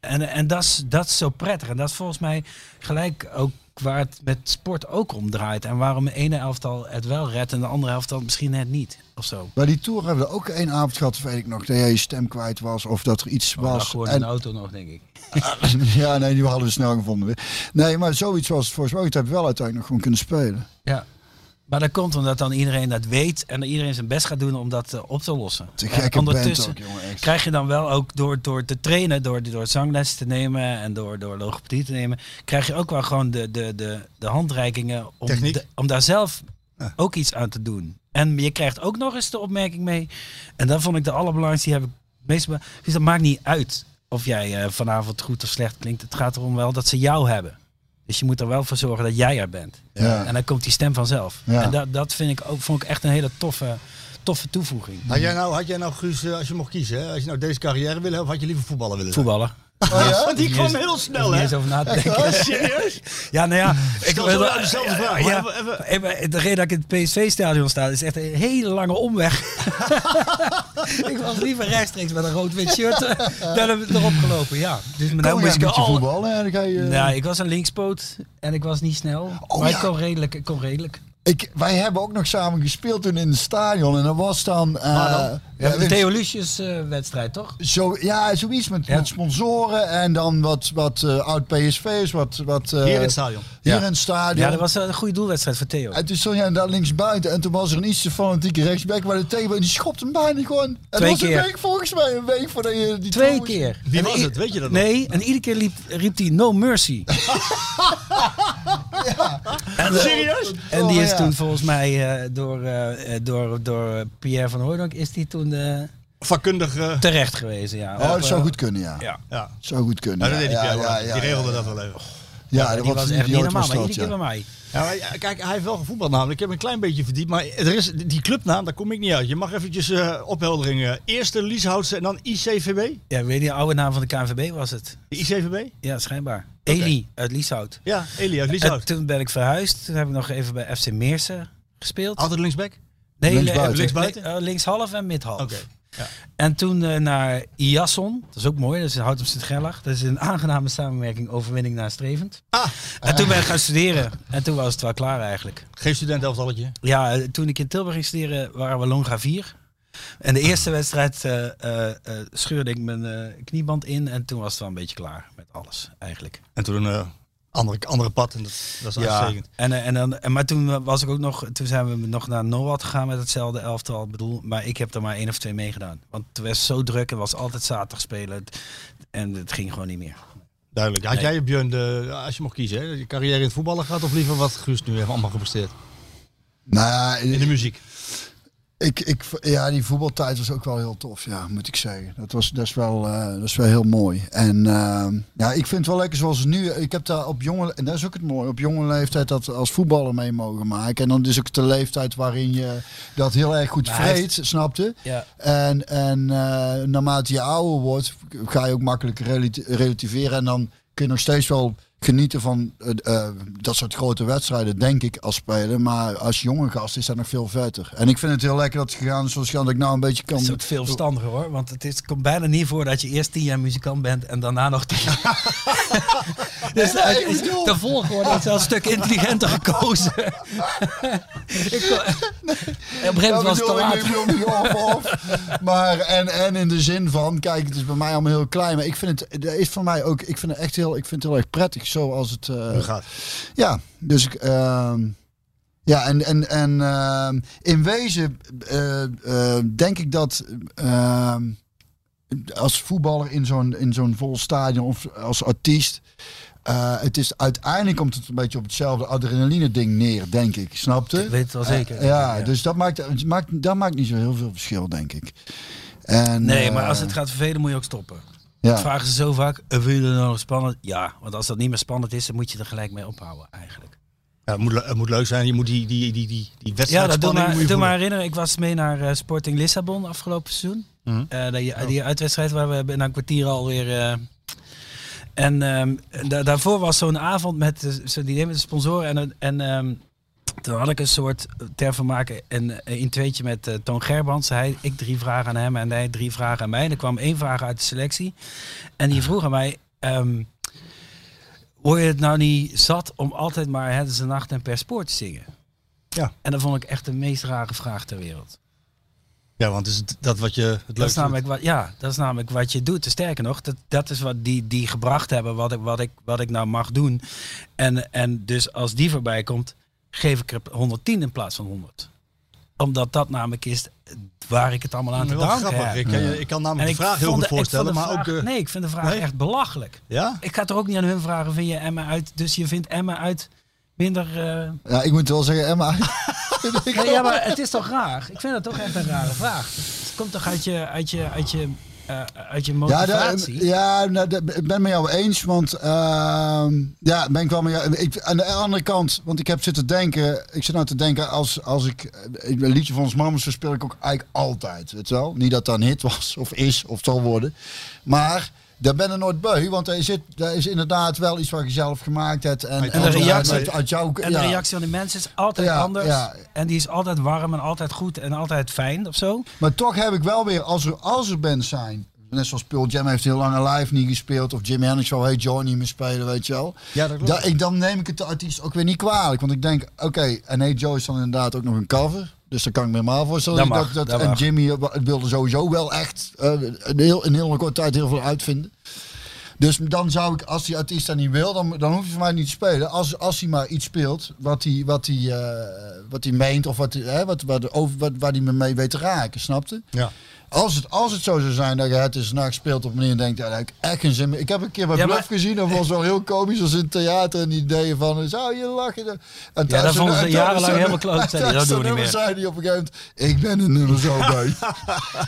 F: En, en dat, is, dat is zo prettig. En dat is volgens mij gelijk ook waar het met sport ook om draait. En waarom de ene elftal het wel redt en de andere elftal misschien net niet. Of zo.
D: Bij die tour hebben we ook één avond gehad, weet ik nog, dat jij je stem kwijt was of dat er iets
F: Maar
D: was.
F: gewoon
D: En-
F: een auto nog, denk ik.
D: ja, nee, die hadden we snel gevonden weer. Nee, maar zoiets was het volgens mij. Ik heb wel uiteindelijk nog gewoon kunnen spelen.
F: Ja. Maar dat komt omdat dan iedereen dat weet en iedereen zijn best gaat doen om dat eh, op te lossen.
D: Te
F: En
D: gekke band
F: ondertussen
D: ook, jongen, echt.
F: krijg je dan wel ook door, door te trainen, door, door zangles te nemen en door, door logopedie te nemen, krijg je ook wel gewoon de, de, de, de handreikingen om,
E: Techniek.
F: de- om daar zelf ook iets aan te doen. En je krijgt ook nog eens de opmerking mee. En dat vond ik de allerbelangrijkste. Die heb ik het meest be- dus dat maakt niet uit of jij eh, vanavond goed of slecht klinkt. Het gaat erom wel dat ze jou hebben. Dus je moet er wel voor zorgen dat jij er bent.
D: Ja.
F: En dan komt die stem vanzelf.
D: Ja.
F: En dat, dat vind ik ook, vond ik echt een hele toffe, toffe toevoeging.
E: Had jij nou, had jij nou Guus, eh, als je mocht kiezen, hè, als je nou deze carrière willen hebben, had je liever voetballer willen zijn?
F: Voetballen.
E: Oh Want die kwam
F: Niet
E: heel snel,
F: Niet
E: hè? Oh,
F: eens over na te denken. serieus? Ja, nou ja. Ik
E: Stel zo nou dezelfde vraag, maar
F: Ja,
E: even- even-
F: eh, maar De reden dat ik in het PSV-stadion sta, is echt een hele lange omweg. ik was liever rechtstreeks met een rood-wit shirt eh, dan heb ik erop gelopen. Ja. Dus maar nou
D: Kom
F: moest
D: jij
F: ik
D: met je
F: al...
D: voetballen en dan ga je...
F: Nou, ik was een linkspoot en ik was niet snel.
D: Oh,
F: maar
D: ja.
F: ik kon redelijk. Ik kon redelijk.
D: Ik, wij hebben ook nog samen gespeeld toen in het stadion. En dat was dan... eh, ja,
F: de Theo Lucius eh, wedstrijd, toch?
D: zo, ja, zoiets met,
F: Ja.
D: met sponsoren en dan wat, wat eh, oud PSV's, wat... wat eh,
E: Hier in het stadion.
D: Hier
F: Ja.
D: in het stadion.
F: Ja, dat was een goede doelwedstrijd voor Theo.
D: En toen stond jij daar links buiten en toen was er een iets te fanatieke rechtsback waar de tegenwoordig die schopte hem bijna gewoon. En dat
F: Twee
D: was
F: keer.
D: een week volgens mij, een week voordat je die
F: Twee
D: trouwens-
F: keer.
E: Wie
F: En
E: was
F: i-
E: het? Weet je dat nog?
F: Nee, en iedere keer liep, riep hij No Mercy.
E: Serieus?
F: En die
D: Oh,
F: is
D: ja.
F: toen volgens mij eh, door, eh, eh, door, door Pierre van Hooydonk is die toen eh,
E: Vakkundig. eh,
F: terecht gewezen. Ja.
D: Oh,
F: Op,
D: dat zou
F: eh,
D: goed kunnen, ja.
F: Ja.
E: ja.
D: Zou goed
E: Nou,
D: kunnen.
E: dat deed die
D: ja,
E: Pierre wel.
D: ja,
E: die
D: ja,
E: regelde
D: ja.
E: dat wel even.
D: Ja,
F: die
D: dat
F: was,
D: was een
F: echt niet
D: idioot
F: normaal,
D: was
F: maar
D: dat,
F: iedere keer bij
D: ja.
F: mij.
E: Ja, maar ja, kijk, hij heeft wel gevoetbald namelijk. Ik heb een klein beetje verdiept. Maar er is, die clubnaam, daar kom ik niet uit. Je mag eventjes eh ophelderingen. Eerste Lieshoutse en dan ICVB.
F: Ja, weet je, de oude naam van de KNVB was het.
E: De ICVB?
F: Ja, schijnbaar. Eli uit Lieshout.
E: Ja, Elia uit
F: En
E: Lieshout.
F: toen ben ik verhuisd. Toen heb ik nog even bij FC Meersen gespeeld.
E: Altijd linksback?
F: nee,
D: linksbuiten.
F: eh,
E: Linksbuiten?
F: nee, eh, linkshalf en midhalf.
E: Oké. Ja.
F: En toen eh, naar Iasson. Dat is ook mooi. Dat is in Houten op sint Gerlach. Dat is een aangename samenwerking. Overwinning nastrevend.
E: Ah,
F: En toen ben ik gaan studeren. En toen was het wel klaar eigenlijk.
E: geen studentenelftalletje.
F: Ja, eh, toen ik in Tilburg ging studeren waren we Longa 4. En de eerste wedstrijd eh, eh, eh, scheurde ik mijn eh, knieband in. En toen was het wel een beetje klaar met alles eigenlijk.
E: En toen een eh, andere, andere pad. En dat, dat is uitstekend.
F: En, eh, en dan, en, maar toen was ik ook nog, toen zijn we nog naar NOAD gegaan met hetzelfde elftal. Ik bedoel, maar ik heb er maar één of twee meegedaan. Want het was zo druk en was altijd zaterdag spelen. Het- En het ging gewoon niet meer.
E: Duidelijk. Had jij, Björn, de, als je mocht kiezen, hè, je carrière in het voetballen gaat of liever wat Guus nu heeft allemaal gepresteerd?
D: Nou,
E: In
D: ja,
E: de muziek.
D: ik, ik, ja, die voetbaltijd was ook wel heel tof, ja, moet ik zeggen. Dat, was, dat, is, wel, eh, dat is wel heel mooi. En ehm, ja, ik vind het wel lekker zoals het nu. Ik heb daar op jonge, en dat is ook het mooie, op jonge leeftijd dat we als voetballer mee mogen maken. En dan is ook de leeftijd waarin je dat heel erg goed
F: Maar hij
D: vreet, snapte.
F: Ja.
D: En, en eh, naarmate je ouder wordt, ga je ook makkelijk relati- relativeren. En dan kun je nog steeds wel genieten van eh, eh, dat soort grote wedstrijden, denk ik, als speler. Maar als jonge gast is dat nog veel vetter. En ik vind het heel lekker dat het gegaan is zoals het gegaan, dat ik nou een beetje kan...
F: Dat is ook veel verstandiger hoor. Want het is, komt bijna niet voor dat je eerst tien jaar muzikant bent en daarna nog tien jaar. dus
D: Ja, ik
F: het is
D: bedoel-
F: de volgorde is wel een stuk intelligenter gekozen. ik, kon- op een gegeven moment was het te
D: Ja,
F: laat.
D: bedoel, ik bedoel niet of, of. Maar en, en in de zin van, kijk, het is bij mij allemaal heel klein. Maar ik vind het, dat is voor mij ook, ik vind het echt heel, ik vind het heel erg prettig zoals het... eh,
E: Nu gaat.
D: Ja, dus ik. ehm, ja, en, en, en ehm, in wezen eh, eh, denk ik dat ehm, als voetballer in zo'n, in zo'n vol stadion of als artiest. eh, het is uiteindelijk komt het een beetje op hetzelfde adrenaline ding neer, denk ik. Snapte?
F: Ik weet het wel zeker.
D: ja, dus dat maakt, het maakt, dat maakt niet zo heel veel verschil, denk ik. En,
F: Nee,
D: eh,
F: maar als het gaat vervelen moet je ook stoppen.
D: ja.
F: Dat vragen ze zo vaak, "Eh, vind je dat nou nog spannend? Ja, want als dat niet meer spannend is, dan moet je er gelijk mee ophouden eigenlijk.
E: Ja, het, moet, le- het moet leuk zijn. Je moet die, die, die, die, die
F: Ja,
E: wedstrijd
F: dat doe
E: spanning
F: maar,
E: moet je
F: doe maar
E: voelen.
F: herinneren. Ik was mee naar eh, Sporting Lissabon afgelopen seizoen.
E: Mhm.
F: Eh, die,
E: Oh.
F: die uitwedstrijd waar we na een kwartier alweer... eh, en ehm, da- daarvoor was zo'n avond met de, zo- die nemen de sponsoren. En, een- en ehm, toen had ik een soort eh, ter vermaken een, een tweetje met eh, Toon Gerbrands. Hij, ik drie vragen aan hem en hij drie vragen aan mij. En er kwam één vraag uit de selectie. En die vroeg aan mij... ehm, Hoor je het nou niet zat om altijd maar Het is een nacht en per spoor te zingen?
E: Ja.
F: En dat vond ik echt de meest rare vraag ter wereld.
E: Ja, want is het dat wat je het leukste
F: Dat is namelijk wat, ja, dat is namelijk wat je doet. Sterker nog, dat, dat is wat die, die gebracht hebben, wat ik, wat, ik, wat ik nou mag doen. En, en dus als die voorbij komt, geef ik er 110 in plaats van 100. Omdat dat namelijk is waar ik het allemaal aan te
E: wel
F: danken
E: grappig.
F: heb.
E: Ik, kan- ik kan namelijk de vraag heel
F: vond
E: goed
F: de- ik vond
E: voorstellen,
F: de
E: maar
F: vraag-
E: ook... eh,
F: nee, ik vind de vraag
E: nee?
F: echt belachelijk.
E: Ja?
F: Ik ga er ook niet aan hun vragen, vind je Emma uit? Dus je vindt Emma uit minder... eh,
D: Ja, ik moet wel zeggen, Emma. vind ik
F: maar, ja,
D: wel-
F: maar het is toch raar? Ik vind dat toch echt een rare vraag. Het komt toch uit je, uit je, uit je, eh, uit je
D: Ja,
F: motivatie?
D: de- ja nou, de- ik ben met jou eens, want ehm, ja, ben ik wel met jou. Ik, aan de andere kant, want ik heb zitten denken, ik zit nou te denken als, als ik, eh, ik een liedje van ons mamas speel ik ook eigenlijk altijd, weet je wel? Niet dat dat een hit was of is of zal worden, maar daar ben ik nooit beu, want er zit, daar is inderdaad wel iets wat je zelf gemaakt hebt en,
F: de reactie-
D: uit, uit jouw
F: En
D: ja.
F: de reactie van de mensen is altijd
D: Ja,
F: anders.
D: ja.
F: En die is altijd warm en altijd goed en altijd fijn of zo.
D: Maar toch heb ik wel weer, als er, als er bands zijn. Net zoals Pearl Jam heeft heel lang live niet gespeeld. Of Jim Hendrix wil Hey Johnny niet meer spelen, weet je wel.
E: Ja, dat klopt.
D: Da- ik, dan neem ik het de artiest ook weer niet kwalijk. Want ik denk, oké, en Hey Joe is dan inderdaad ook nog een cover. Dus daar kan ik me helemaal voorstellen.
F: Dat
D: Ik
F: mag,
D: dacht dat,
F: dat
D: en
F: mag.
D: Jimmy eh, wa- wilde sowieso wel echt eh, een, heel, een heel korte tijd heel veel uitvinden. Dus dan zou ik, als die artiest dat niet wil, dan, dan hoef je voor mij niet te spelen. Als, als hij maar iets speelt wat hij, wat hij, eh, wat hij meent of wat, hij- hè, wat, wat, over, wat, waar hij me mee weet te raken, snapte?
E: Ja.
D: Als het, als het zo zou zijn dat je het is nacht speelt op een manier en denkt, ja, daar heb ik echt geen zin meer. Ik heb een keer bij
F: Ja,
D: Bluff
F: maar-
D: gezien, dat was wel heel komisch, als in het theater en die ideeën van, zou je lachen? En thuis-
F: dat vonden ze
D: en thuis-
F: jarenlang
D: en-
F: helemaal kloot,
D: en
F: zeiden die,
D: thuis
F: dat doen we
D: nummer
F: niet meer.
D: zei die op een gegeven moment, ik ben een nummer zo bij.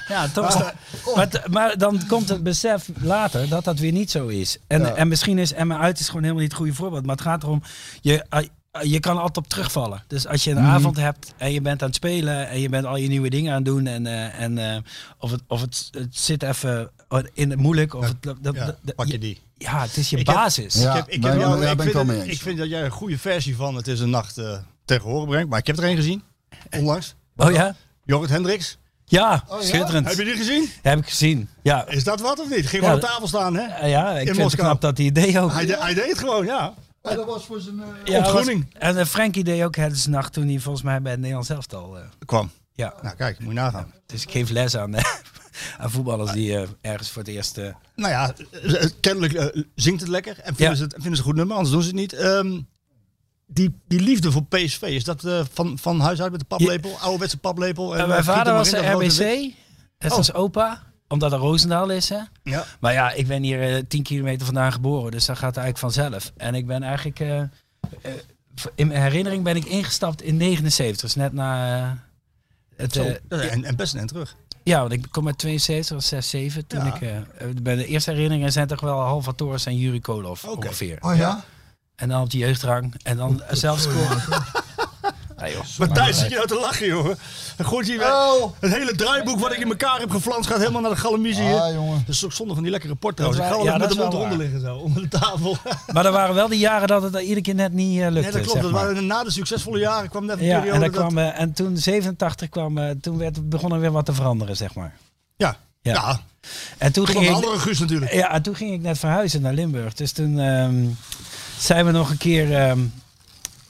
F: Ja, toch. is dat-
E: Oh.
F: Maar, t- maar dan komt het besef later dat dat weer niet zo is. En, en misschien is Emma uit is gewoon helemaal niet het goede voorbeeld. Maar het gaat erom, je, ah, je kan er altijd op terugvallen. Dus als je
E: Mhm.
F: een avond hebt en je bent aan het spelen en je bent al je nieuwe dingen aan het doen. En, eh, en eh, of, het, of het, het zit even in het moeilijk. Of het, dat,
E: Ja,
F: dat- dat-
E: pak je die.
F: Ja, het is je
E: Ik heb-
F: basis.
D: Ja,
E: ik heb, ik
D: ben-
E: heb jou-
D: daar
E: ik
D: ben ik
E: vind
D: wel mee
E: dat-
D: eens.
E: Ik vind dat jij een goede versie van Het is een nacht eh tegen horen brengt. Maar ik heb er één gezien, onlangs.
F: Oh ja?
E: Jorrit Hendricks.
F: Ja,
D: Oh, ja?
F: schitterend.
E: Heb je die gezien?
F: Heb ik gezien. Ja,
E: Is dat wat of niet? Ging
F: Ja,
E: gewoon op tafel staan, hè?
F: Eh, ja ik
E: In
F: vind het
E: Moskou.
F: knap dat hij het deed ook.
E: Hij, de- hij deed het gewoon, ja.
D: Ja, dat was voor zijn... eh,
F: Ja, dat was-
E: Ontgroening.
F: en eh, Frankie deed ook het is nacht toen hij volgens mij bij het Nederlands elftal. eh
E: Kwam.
F: ja,
E: Nou kijk, moet je nagaan.
F: dus ik geef les aan, eh, aan voetballers die eh, ergens voor het eerst. eh,
E: Nou ja, eh, eh, kennelijk eh, zingt het lekker en vinden,
F: Ja.
E: ze het, vinden ze een goed nummer, anders doen ze het niet. Ehm, die, die liefde voor PSV, is dat eh, van, van huis uit met de paplepel? Ouderwetse paplepel?
F: en
E: eh,
F: mijn
E: giet er
F: vader
E: maar
F: was
E: in,
F: de
E: dat rood en wit.
F: RBC, net
E: Oh.
F: als opa, omdat er Roosendaal is. Hè?
E: Ja.
F: Maar ja, ik ben hier eh, 10 kilometer vandaan geboren, dus dat gaat eigenlijk vanzelf. En ik ben eigenlijk, eh, eh, in mijn herinnering ben ik ingestapt in 79, dus net na eh, het,
E: Zo,
F: eh,
E: en, en best en terug.
F: Ja, want ik kom uit 72, was 6, 7. Toen
E: Ja.
F: ik, eh, bij de eerste herinneringen zijn toch wel Halvatoris en Juri Kolov
E: Oké.
F: ongeveer.
D: Oh ja?
F: En dan op de jeugdrang en dan zelf scoren. Ja, joh.
E: Maar thuis zit je nou te lachen, jongen. Dan gooit hij weer-
D: Oh.
E: het hele draaiboek wat ik in elkaar heb geflanst gaat helemaal naar de galamizie. hier.
D: Ah, jongen.
E: dat is ook zonde van die lekkere port
F: Dat
E: trouwens. Ik ga
F: wa-
E: wel
F: ja,
E: met de
F: dat is
E: mond
F: wel
E: eronder liggen zo, onder de tafel.
F: Maar er waren wel de jaren dat het er iedere keer net niet eh, lukte.
E: Nee, dat klopt.
F: zeg
E: dat
F: maar.
E: waren, na de succesvolle jaren kwam net een
F: ja, en,
E: periode
F: dan
E: dat-
F: kwam, eh, en toen 87 kwam, eh, toen werd, begon er weer wat te veranderen, zeg maar.
E: Ja,
F: Ja.
E: ja.
F: En
E: toen
F: toen,
E: kwam
F: ging
E: de
F: ik,
E: andere Guus natuurlijk.
F: ja, en toen ging ik net verhuizen naar Limburg. Dus toen ehm, zijn we nog een keer. ehm,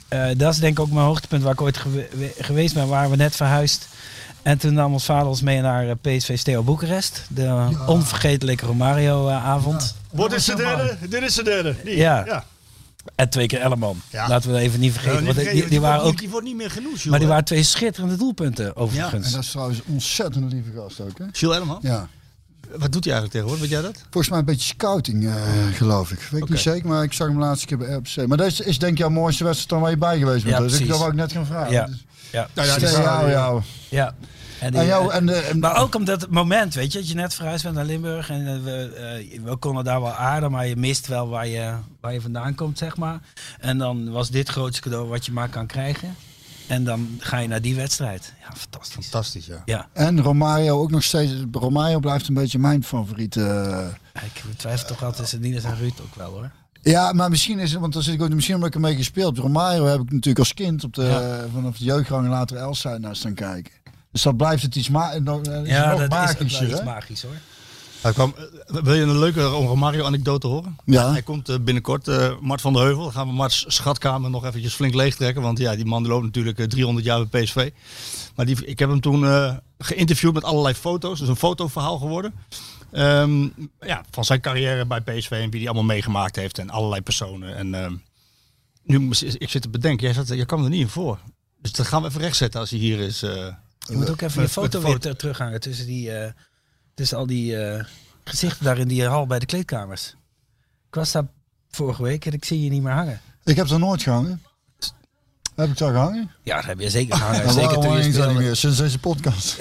F: eh, dat is denk ik ook mijn hoogtepunt waar ik ooit gewe- we- geweest ben. Waren we net verhuisd. En toen nam ons vader ons mee naar eh, PSV Steo Boekarest. De onvergetelijke eh, Romario-avond.
E: Wat is de derde? Dit is de derde. Die.
F: Ja.
E: ja.
F: En twee keer Elleman.
E: Ja.
F: Laten we dat even niet vergeten.
E: Ja, niet
F: want die-
E: vergeten,
F: die, die waren
E: wordt,
F: ook,
E: niet- die wordt niet meer genoemd, Jules.
F: maar die waren twee schitterende doelpunten, overigens.
D: En dat is trouwens een ontzettend lieve gast ook, hè?
E: Jules Elleman?
D: Ja.
E: Wat doet hij eigenlijk tegenwoordig? Weet jij dat?
D: Volgens mij een beetje scouting, eh, geloof ik. Weet ik niet zeker, maar ik zag hem laatste keer bij RBC. Maar deze is denk ik jouw mooiste wedstrijd dan waar je bij geweest bent.
F: Ja,
D: dus ik,
F: precies.
D: dat wou ik net gaan vragen.
F: Ja.
D: Dus-
F: ja.
E: Nou ja, die
D: Stel
E: zou-
D: jou, jou.
F: Ja. En die- eh,
D: En Ah, jou en de, en-
F: Maar ook omdat het moment, weet je, dat je net verhuisd bent naar Limburg en eh, we, eh, we konden daar wel aarden, maar je mist wel waar je, waar je vandaan komt, zeg maar. En dan was dit het grootste cadeau wat je maar kan krijgen. En dan ga je naar die wedstrijd. Ja, fantastisch.
E: Fantastisch, ja.
F: Ja,
D: en Romario ook nog steeds. Romario blijft een beetje mijn favoriet. eh.
F: ik twijfel toch altijd tussen Niels en Ruud ook wel hoor.
D: Ja, maar misschien is het, want dan zit ik ook misschien omdat ik ermee gespeeld. heb. Romario heb ik natuurlijk als kind op de, vanaf de jeugdgang en later Elsa naar staan kijken. Dus dat blijft het iets ma nog, eh, is
F: Ja,
D: nog
F: dat is ook
D: magischer.
F: wel iets
D: hè?
F: magisch hoor.
E: Hij kwam, eh, wil je een leuke Romario-anekdote horen?
D: Ja.
E: Hij komt eh, binnenkort, eh, Mart van de Heuvel. Dan gaan we Mart's schatkamer nog eventjes flink leegtrekken. Want ja, die man loopt natuurlijk eh, 300 jaar bij PSV. Maar die, ik heb hem toen eh, geïnterviewd met allerlei foto's. Dus een fotoverhaal geworden. Ehm, ja, van zijn carrière bij PSV en wie die allemaal meegemaakt heeft. En allerlei personen. En ehm, nu, moest- ik zit te bedenken, jij, zat, jij kwam er niet in voor. Dus dat gaan we even rechtzetten als hij hier is. eh.
F: Je moet ook even je
E: Met- met
F: foto
E: de
F: weer
E: foto.
F: ter- terughangen tussen, die, eh, tussen al die eh, gezichten daar in die hal bij de kleedkamers. Ik was daar vorige week en ik zie je niet meer hangen.
D: Ik heb daar nooit gehangen. Heb ik daar gehangen?
F: Ja, dat heb je zeker gehangen.
D: Nou,
F: zeker
D: waarom
F: toen je
D: hang ik daar niet
F: speelde.
D: meer sinds deze podcast?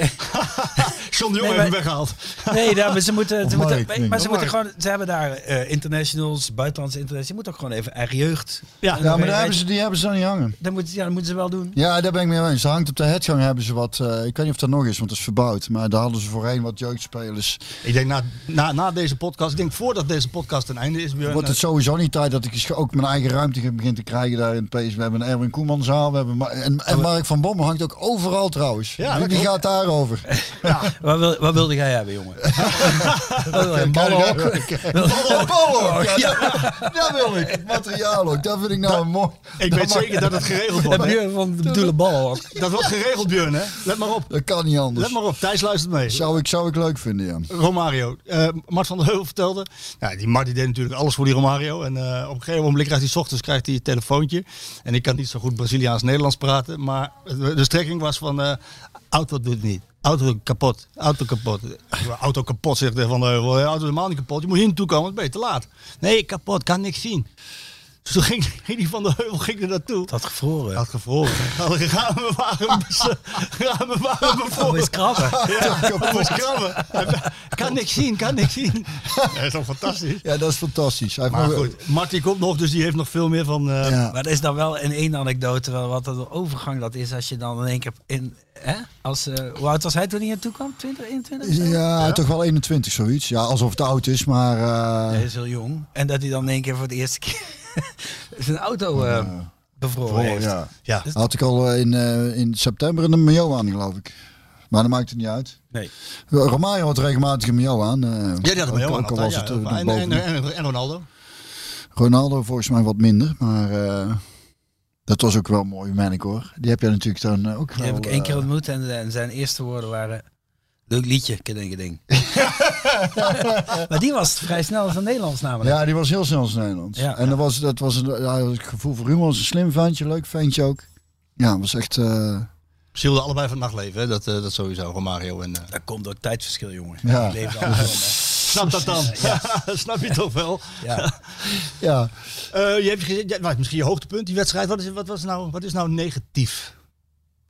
E: John de Jong
F: Nee,
E: heeft hem
F: maar-
E: weggehaald.
F: Nee, daar, maar ze moeten,
D: Of
F: ze moeten,
D: Mark,
F: maar-
D: denk ik.
F: maar ze moeten gewoon, ze hebben daar eh, internationals, buitenlandse internationals. Je moet ook gewoon even eigen jeugd.
E: Ja,
D: Ja, maar daar hebben ze, die hebben ze dan niet hangen.
F: dat moeten, ja, dat moeten ze wel doen.
D: Ja, daar ben ik mee eens. Er hangt op de headgang hebben ze wat. eh, ik weet niet of dat nog is, want het is verbouwd. Maar daar hadden ze voorheen wat jeugdspelers.
E: Ik denk na, na, na deze podcast, ik denk voordat deze podcast ten einde is, Björn, eh,
D: Wordt het sowieso niet tijd dat ik eens ook mijn eigen ruimte begin te krijgen daar in het PS. We hebben een Erwin Koemanzaal. We hebben Ma- en, en Mark van Bommel hangt ook overal trouwens.
E: Ja,
D: Ja,
E: dat
D: Wie
E: klopt.
D: gaat daarover?
F: Wat, wil, wat wilde jij hebben, jongen? Wat wil jij? Ballenhok?
D: Apollo! Ja, dat, dat wil ik. Het materiaal ook. Dat vind ik nou een mooi.
E: ik weet zeker dat het geregeld wordt.
F: Heb je van de bedoelde ballenhok?
E: Dat wordt geregeld, Björn, hè? Let maar op.
D: Dat kan niet anders.
E: Let maar op. Thijs luistert mee.
D: Zou ik, zou ik leuk vinden, ja.
E: Romario. Eh, Mart van der Heuvel vertelde. Nou, die Mart die deed natuurlijk alles voor die Romario. En eh, op een gegeven moment krijgt hij 's ochtends krijgt hij een telefoontje. En ik kan niet zo goed Braziliaans-Nederlands praten. Maar de strekking was van. eh, auto doet het niet. Auto kapot. Auto kapot. Auto kapot, zegt de Van der Heuvel. Auto is helemaal niet kapot. Je moet hier naartoe komen, want ben je te laat. Nee, kapot. Kan niks zien. Dus toen ging, ging die Van der Heuvel ging er naartoe.
F: Dat gevroren.
E: Had gevroren. Gaan we waren, gaan we waren
F: Oh,
E: bevroren.
F: is krabben.
E: Ja, kapot. Moest krabben. Kan niks zien, kan niks zien. dat is toch fantastisch?
D: Ja, dat is fantastisch. Hij heeft
E: Maar
D: nog-
E: goed, Marty komt nog, dus die heeft nog veel meer van... eh,
D: Ja.
F: Maar er is dan wel in één anekdote wel wat een overgang dat is als je dan in één keer in... Hè? Als, eh, hoe oud was hij toen hij naartoe kwam? 20, 21?
D: Ja, toch wel 21 zoiets. Ja, alsof het oud is, maar... eh,
F: Hij is heel jong. En dat hij dan in één keer voor de eerste keer zijn auto eh, bevroren
D: voor,
F: heeft.
D: oh, ja.
E: ja.
D: Had ik al eh, in, eh, in september een mayo aan, geloof ik. Maar dat maakt het niet uit.
F: Nee.
D: Romario had regelmatig een mayo aan. eh,
E: Ja, die had
D: ook-
E: hem heel
D: ook
E: aan
D: al
E: altijd,
D: was het,
E: ja.
D: eh, nog
E: en, en,
D: boven.
E: en- en Ronaldo.
D: Ronaldo volgens mij wat minder, maar... eh, dat was ook wel mooi, meen ik hoor. Die heb jij natuurlijk dan eh, ook
F: Die
D: wel,
F: heb ik één keer
D: eh,
F: ontmoet en, en zijn eerste woorden waren... Leuk liedje, ken ik ding. maar die was vrij snel van Nederlands namelijk.
D: Ja, die was heel snel als Nederlands.
F: Ja,
D: en
F: ja.
D: Dat, was, dat was een, ja, het gevoel voor humor. was een slim ventje, leuk ventje ook. Ja, was echt... eh,
E: Ze hielden allebei van het nachtleven, hè? Dat, eh, dat sowieso, Romario en... eh,
F: Dat komt door het tijdsverschil, jongen.
D: Ja.
F: Die leefde allemaal. hè.
E: snap dat dan? snap je toch wel?
F: Ja.
D: ja.
E: Eh, je hebt ge- ja, nou, misschien je hoogtepunt, die wedstrijd. Wat is, wat was nou, wat is nou negatief?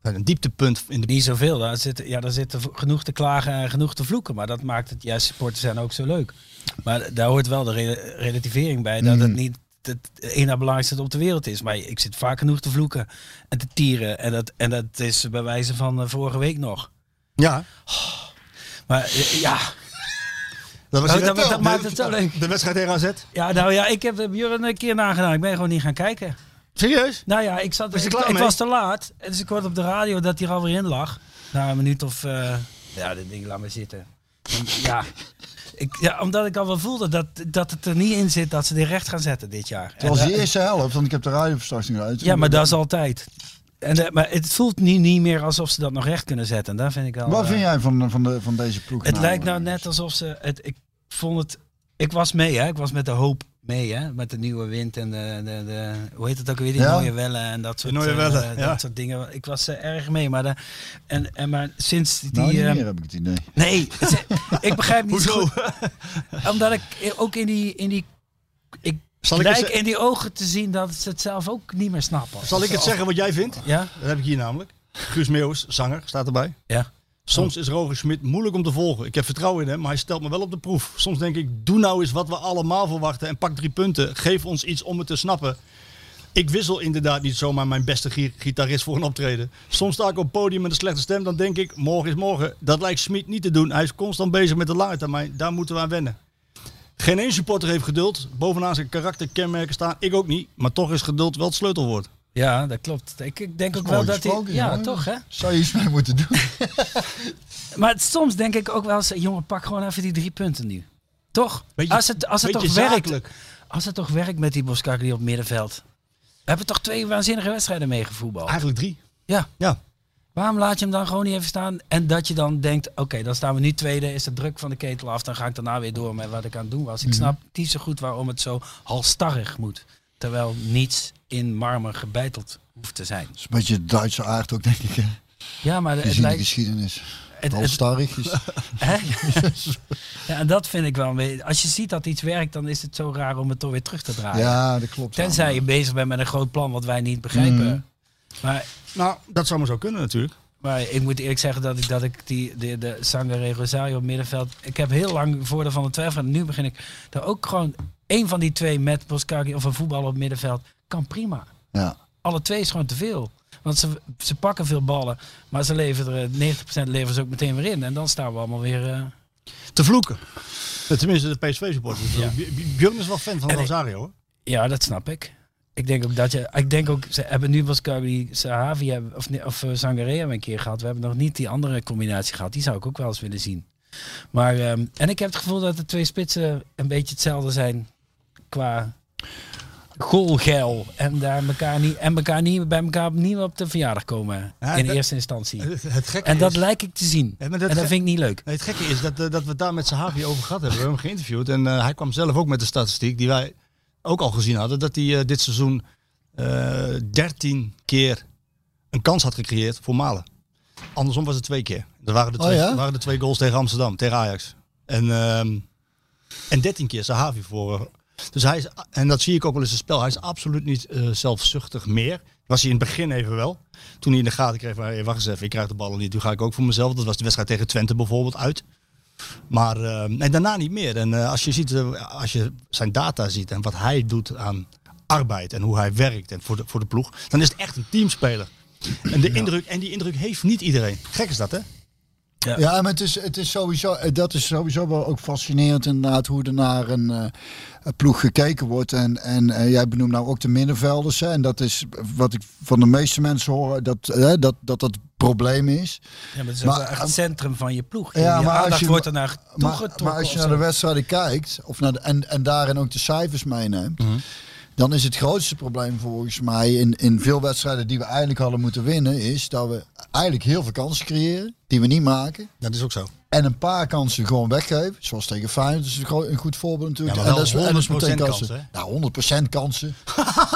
E: Een dieptepunt in de...
F: Niet zoveel. Daar zitten, ja, daar zitten v- genoeg te klagen en genoeg te vloeken. Maar dat maakt het juist supporters zijn ook zo leuk. Maar daar hoort wel de re- relativering bij. Dat het niet het een na belangrijkste op de wereld is. Maar ik zit vaak genoeg te vloeken en te tieren. En dat, en dat is bij wijze van eh, vorige week nog.
E: Ja.
F: Maar eh, ja...
E: Dat, was
F: Oh,
E: die-
F: dat- dat
E: de-
F: maakt het zo leuk.
E: De wedstrijd tegen AZ.
F: Ja, nou ja, ik heb eh, Björn een keer nagedaan. Ik ben gewoon niet gaan kijken.
E: Serieus?
F: Nou ja, ik, zat,
E: Was je
F: ik,
E: klaar
F: ik
E: mee?
F: was te laat. En Dus ik hoorde op de radio dat hij er alweer in lag. Na een minuut of... eh, ja, dit ding laat maar zitten. En ja, ik, ja, omdat ik al wel voelde dat, dat het er niet in zit dat ze dit recht gaan zetten dit jaar.
D: Het was
F: En,
D: de
F: eh,
D: eerste helft, want ik heb de radioverstrachting uit.
F: ja, maar dat is altijd. En, eh, maar het voelt nu niet meer alsof ze dat nog recht kunnen zetten. Daar vind ik al...
D: Wat
F: eh,
D: vind jij van, van, de, van deze ploeg?
F: Het lijkt nou net alsof ze. Het, ik vond het. Ik was mee, hè? Ik was met de hoop mee, hè? Met de nieuwe wind en de. de, de hoe heet het ook weer? Die
D: Ja.
F: mooie wellen en dat soort,
E: Die mooie
F: eh,
E: wellen,
F: dat
E: ja.
F: soort dingen. Ik was eh, erg mee, maar. De, en, en maar sinds die.
D: Nou, niet
F: eh,
D: meer heb ik het idee.
F: nee, het- ik begrijp niet zo goed. Omdat ik ook in die. In die ik
E: Zal ik, het,
F: lijk
E: ze-
F: in die ogen te zien dat ze het zelf ook niet meer snappen.
E: zal ik het zeggen wat jij vindt?
F: Ja?
E: Dat heb ik hier namelijk. Guus Meeuwis, zanger, staat erbij.
F: Ja. Oh.
E: Soms is Roger Smit moeilijk om te volgen. Ik heb vertrouwen in hem, maar hij stelt me wel op de proef. Soms denk ik, doe nou eens wat we allemaal verwachten en pak drie punten. Geef ons iets om het te snappen. Ik wissel inderdaad niet zomaar mijn beste gi- gitarist voor een optreden. Soms sta ik op het podium met een slechte stem, dan denk ik, morgen is morgen. Dat lijkt Smit niet te doen. Hij is constant bezig met de lange termijn. Daar moeten we aan wennen. Geen één supporter heeft geduld. Bovenaan zijn karakterkenmerken staan, ik ook niet. Maar toch is geduld wel het sleutelwoord.
F: Ja, dat klopt. Ik, ik denk ook
D: Mooi
F: wel dat hij...
D: gesproken,
F: Ja,
D: jongen.
F: toch hè?
D: Zou je iets mee moeten doen?
F: Maar het- soms denk ik ook wel eens, jongen, pak gewoon even die drie punten nu. Toch?
E: Beetje-
F: als het, als het toch
E: beetje
F: werkt.
E: zakelijk.
F: Als het toch werkt met die Boskakli op middenveld. We hebben toch twee waanzinnige wedstrijden meegevoetbald.
E: Eigenlijk drie.
F: Ja.
E: Ja.
F: Waarom laat je hem dan gewoon niet even staan? En dat je dan denkt, oké, dan staan we nu tweede. Is de druk van de ketel af. Dan ga ik daarna weer door met wat ik aan het doen was.
E: Mhm.
F: Ik snap niet zo goed waarom het zo halstarrig moet. Terwijl niets in marmer gebeiteld hoeft te zijn.
D: Dat is een beetje de Duitse aard ook, denk ik. Hè?
F: Ja, maar
D: Je
F: het
D: ziet de
F: lijkt...
D: geschiedenis.
F: het- het-
D: Halstarrig is.
F: Hè? ja, en dat vind ik wel een beetje... Als je ziet dat iets werkt, dan is het zo raar om het toch weer terug te draaien.
D: Ja, dat klopt.
F: Tenzij je bezig bent met een groot plan wat wij niet begrijpen. Maar,
E: Nou, dat zou maar zo kunnen natuurlijk.
F: maar ik moet eerlijk zeggen dat ik, dat ik die, de, de Sangare Rosario op middenveld... Ik heb heel lang voordeel van de twijfel. En nu begin ik daar ook gewoon... één van die twee met Boskaki of een voetballer op middenveld kan prima.
D: Ja.
F: Alle twee is gewoon te veel. Want ze, ze pakken veel ballen, maar ze leveren, er- 90% leveren ze ook meteen weer in. En dan staan we allemaal weer... eh,
E: Te vloeken. Tenminste, de PSV-supporters. Ja. Björn is wel fan van
F: En ik-
E: Rosario. hoor.
F: Ja, dat snap ik. Ik denk ook dat je. Ik denk ook, ze hebben nu was Kabi Sahavi hebben- of, nee, of eh, Sangaré hebben we een keer gehad. We hebben nog niet die andere combinatie gehad. Die zou ik ook wel eens willen zien. Maar, ehm, en ik heb het gevoel dat de twee spitsen een beetje hetzelfde zijn qua goalgeil. En daar elkaar niet, en elkaar niet bij elkaar opnieuw op de verjaardag komen.
E: Ja,
F: in
E: dat-
F: eerste instantie.
E: Het, het gekke
F: En dat
E: is-
F: lijk ik te zien.
E: Ja,
F: En
E: maar
F: dat,
E: dat ge-
F: vind ik niet leuk.
E: Nee, het gekke is dat, eh, dat we het daar met Sahavi over gehad hebben. We hebben hem geïnterviewd en eh, hij kwam zelf ook met de statistiek die wij ook al gezien hadden. Dat hij eh, dit seizoen eh 13 keer een kans had gecreëerd voor Malen. Andersom was het twee keer. Er waren de
D: Oh,
E: twee,
D: ja?
E: waren de twee goals tegen Amsterdam, tegen Ajax. En, ehm, en 13 keer Sahavi voor. eh, Dus hij is, en dat zie ik ook wel eens in het spel. Hij is absoluut niet eh, zelfzuchtig meer. Was hij in het begin even wel. Toen hij in de gaten kreeg, van, hey, wacht eens even, ik krijg de ballen niet. Nu ga ik ook voor mezelf. Dat was de wedstrijd tegen Twente bijvoorbeeld uit. Maar eh, en daarna niet meer. En eh, als je ziet, eh, als je zijn data ziet en wat hij doet aan arbeid en hoe hij werkt en voor de, voor de ploeg, dan is het echt een teamspeler. En, de indruk, en die indruk heeft niet iedereen. Gek is dat, hè?
D: Ja, maar het is, het is sowieso, eh, dat is sowieso wel ook fascinerend inderdaad hoe er naar een eh, een ploeg gekeken wordt. En, en eh, jij benoemt nou ook de middenvelders. Hè? En dat is wat ik van de meeste mensen hoor, dat eh, dat, dat, dat het probleem is.
F: Ja, maar het is
D: Maar-
F: wel echt het centrum van je ploeg.
D: Ja,
F: je
D: maar als
F: aandacht
D: je-
F: wordt ernaar
D: Maar,
F: toegetrokken.
D: maar als je
F: of
D: naar de
F: zo.
D: wedstrijden kijkt of naar de, en, en daarin ook de cijfers meeneemt,
E: Mhm.
D: dan is het grootste probleem volgens mij in, in veel wedstrijden die we eigenlijk hadden moeten winnen, is dat we eigenlijk heel veel kansen creëren die we niet maken.
E: Dat is ook zo.
D: En een paar kansen gewoon weggeven. Zoals tegen Feyenoord dat is een, gro- een goed voorbeeld natuurlijk.
E: Ja, maar wel
D: en en
E: 100%
D: kansen. Nou, 100% kansen.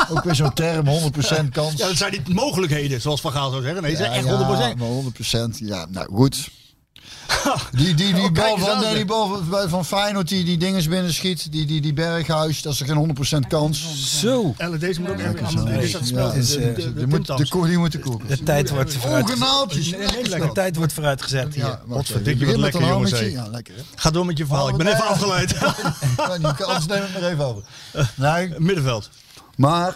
D: Ook weer zo'n term, 100% kans.
E: Ja, dat zijn niet mogelijkheden, zoals Van Gaal zou zeggen. Nee, ze zijn echt 100%.
D: Ja, maar 100%. Ja, nou goed. Die, die, die,
E: Oh, kijk
D: bal,
E: eens
D: van,
E: aan,
D: nee,
E: zeg.
D: die bal van, van Feyenoord die, die dinges binnen schiet, die, die, die Berghuis, dat is er geen 100% kans.
F: Zo.
E: Ellen, deze moet ook even
D: zo.
E: aan is Dus dat
D: Ja,
E: spel.
D: het is,
E: de-
D: eh,
E: de- de
D: die moet- De
E: Tim Tams.
D: koe die moet de koek.
F: De tijd wordt vooruit.
D: Ongenaaltjes.
F: De tijd wordt vooruitgezet.
D: Ja,
F: Ja.
D: wacht,
E: Godverdikke,
D: je begint
E: wat
D: met een
E: lekker, jongens,
D: hamertje.
E: hé.
D: Ja, lekker. hè?
E: Ga door met je verhaal, ik ben even afgeleid.
D: Ja, die kans neem ik maar even over. Nou, Nee,
E: Middenveld.
D: Maar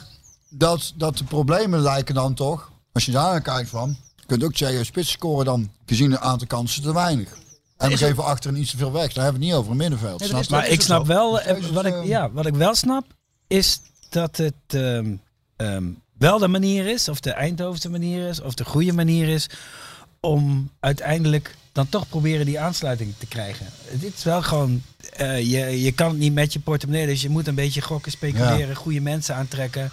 D: dat, dat de problemen lijken dan toch, als je daar naar kijkt van, je kunt ook zeggen, spits scoren dan gezien een aantal kansen te weinig. En we geven achteren niet zoveel weg. Daar hebben we het niet over een middenveld. snap je?
F: Maar ik snap wel, eh,
D: is het,
F: wat ik,
D: ehm,
F: ja, wat ik wel snap, is dat het ehm, ehm, wel de manier is, of de Eindhovense manier is, of de goede manier is, om uiteindelijk dan toch proberen die aansluiting te krijgen. Dit is wel gewoon, eh, je, je kan het niet met je portemonnee, dus je moet een beetje gokken, speculeren, goede mensen aantrekken.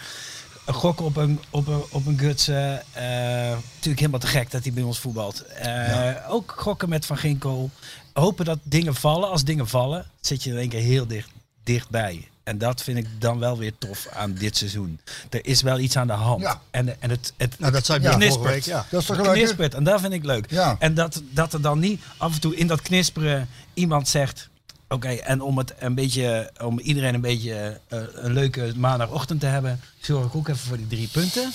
F: Gokken op een, op een, op een Gutsen. eh, natuurlijk helemaal te gek dat hij bij ons voetbalt. Eh, Ook gokken met Van Ginkel. Hopen dat dingen vallen. Als dingen vallen, zit je in één keer heel dicht, dichtbij. En dat vind ik dan wel weer tof aan dit seizoen. Er is wel iets aan de hand.
D: Ja.
F: En, en het, het,
E: Nou, dat zei
D: Ja.
E: Björn vorige
F: Knispert.
E: week. Ja.
D: Dat is toch
F: het
D: leuk, hè?
F: knispert. En dat vind ik leuk.
D: Ja.
F: En dat, dat er dan niet af en toe in dat knisperen iemand zegt. Oké, en om het een beetje, om iedereen een beetje eh, een leuke maandagochtend te hebben, zorg ik ook even voor die drie punten.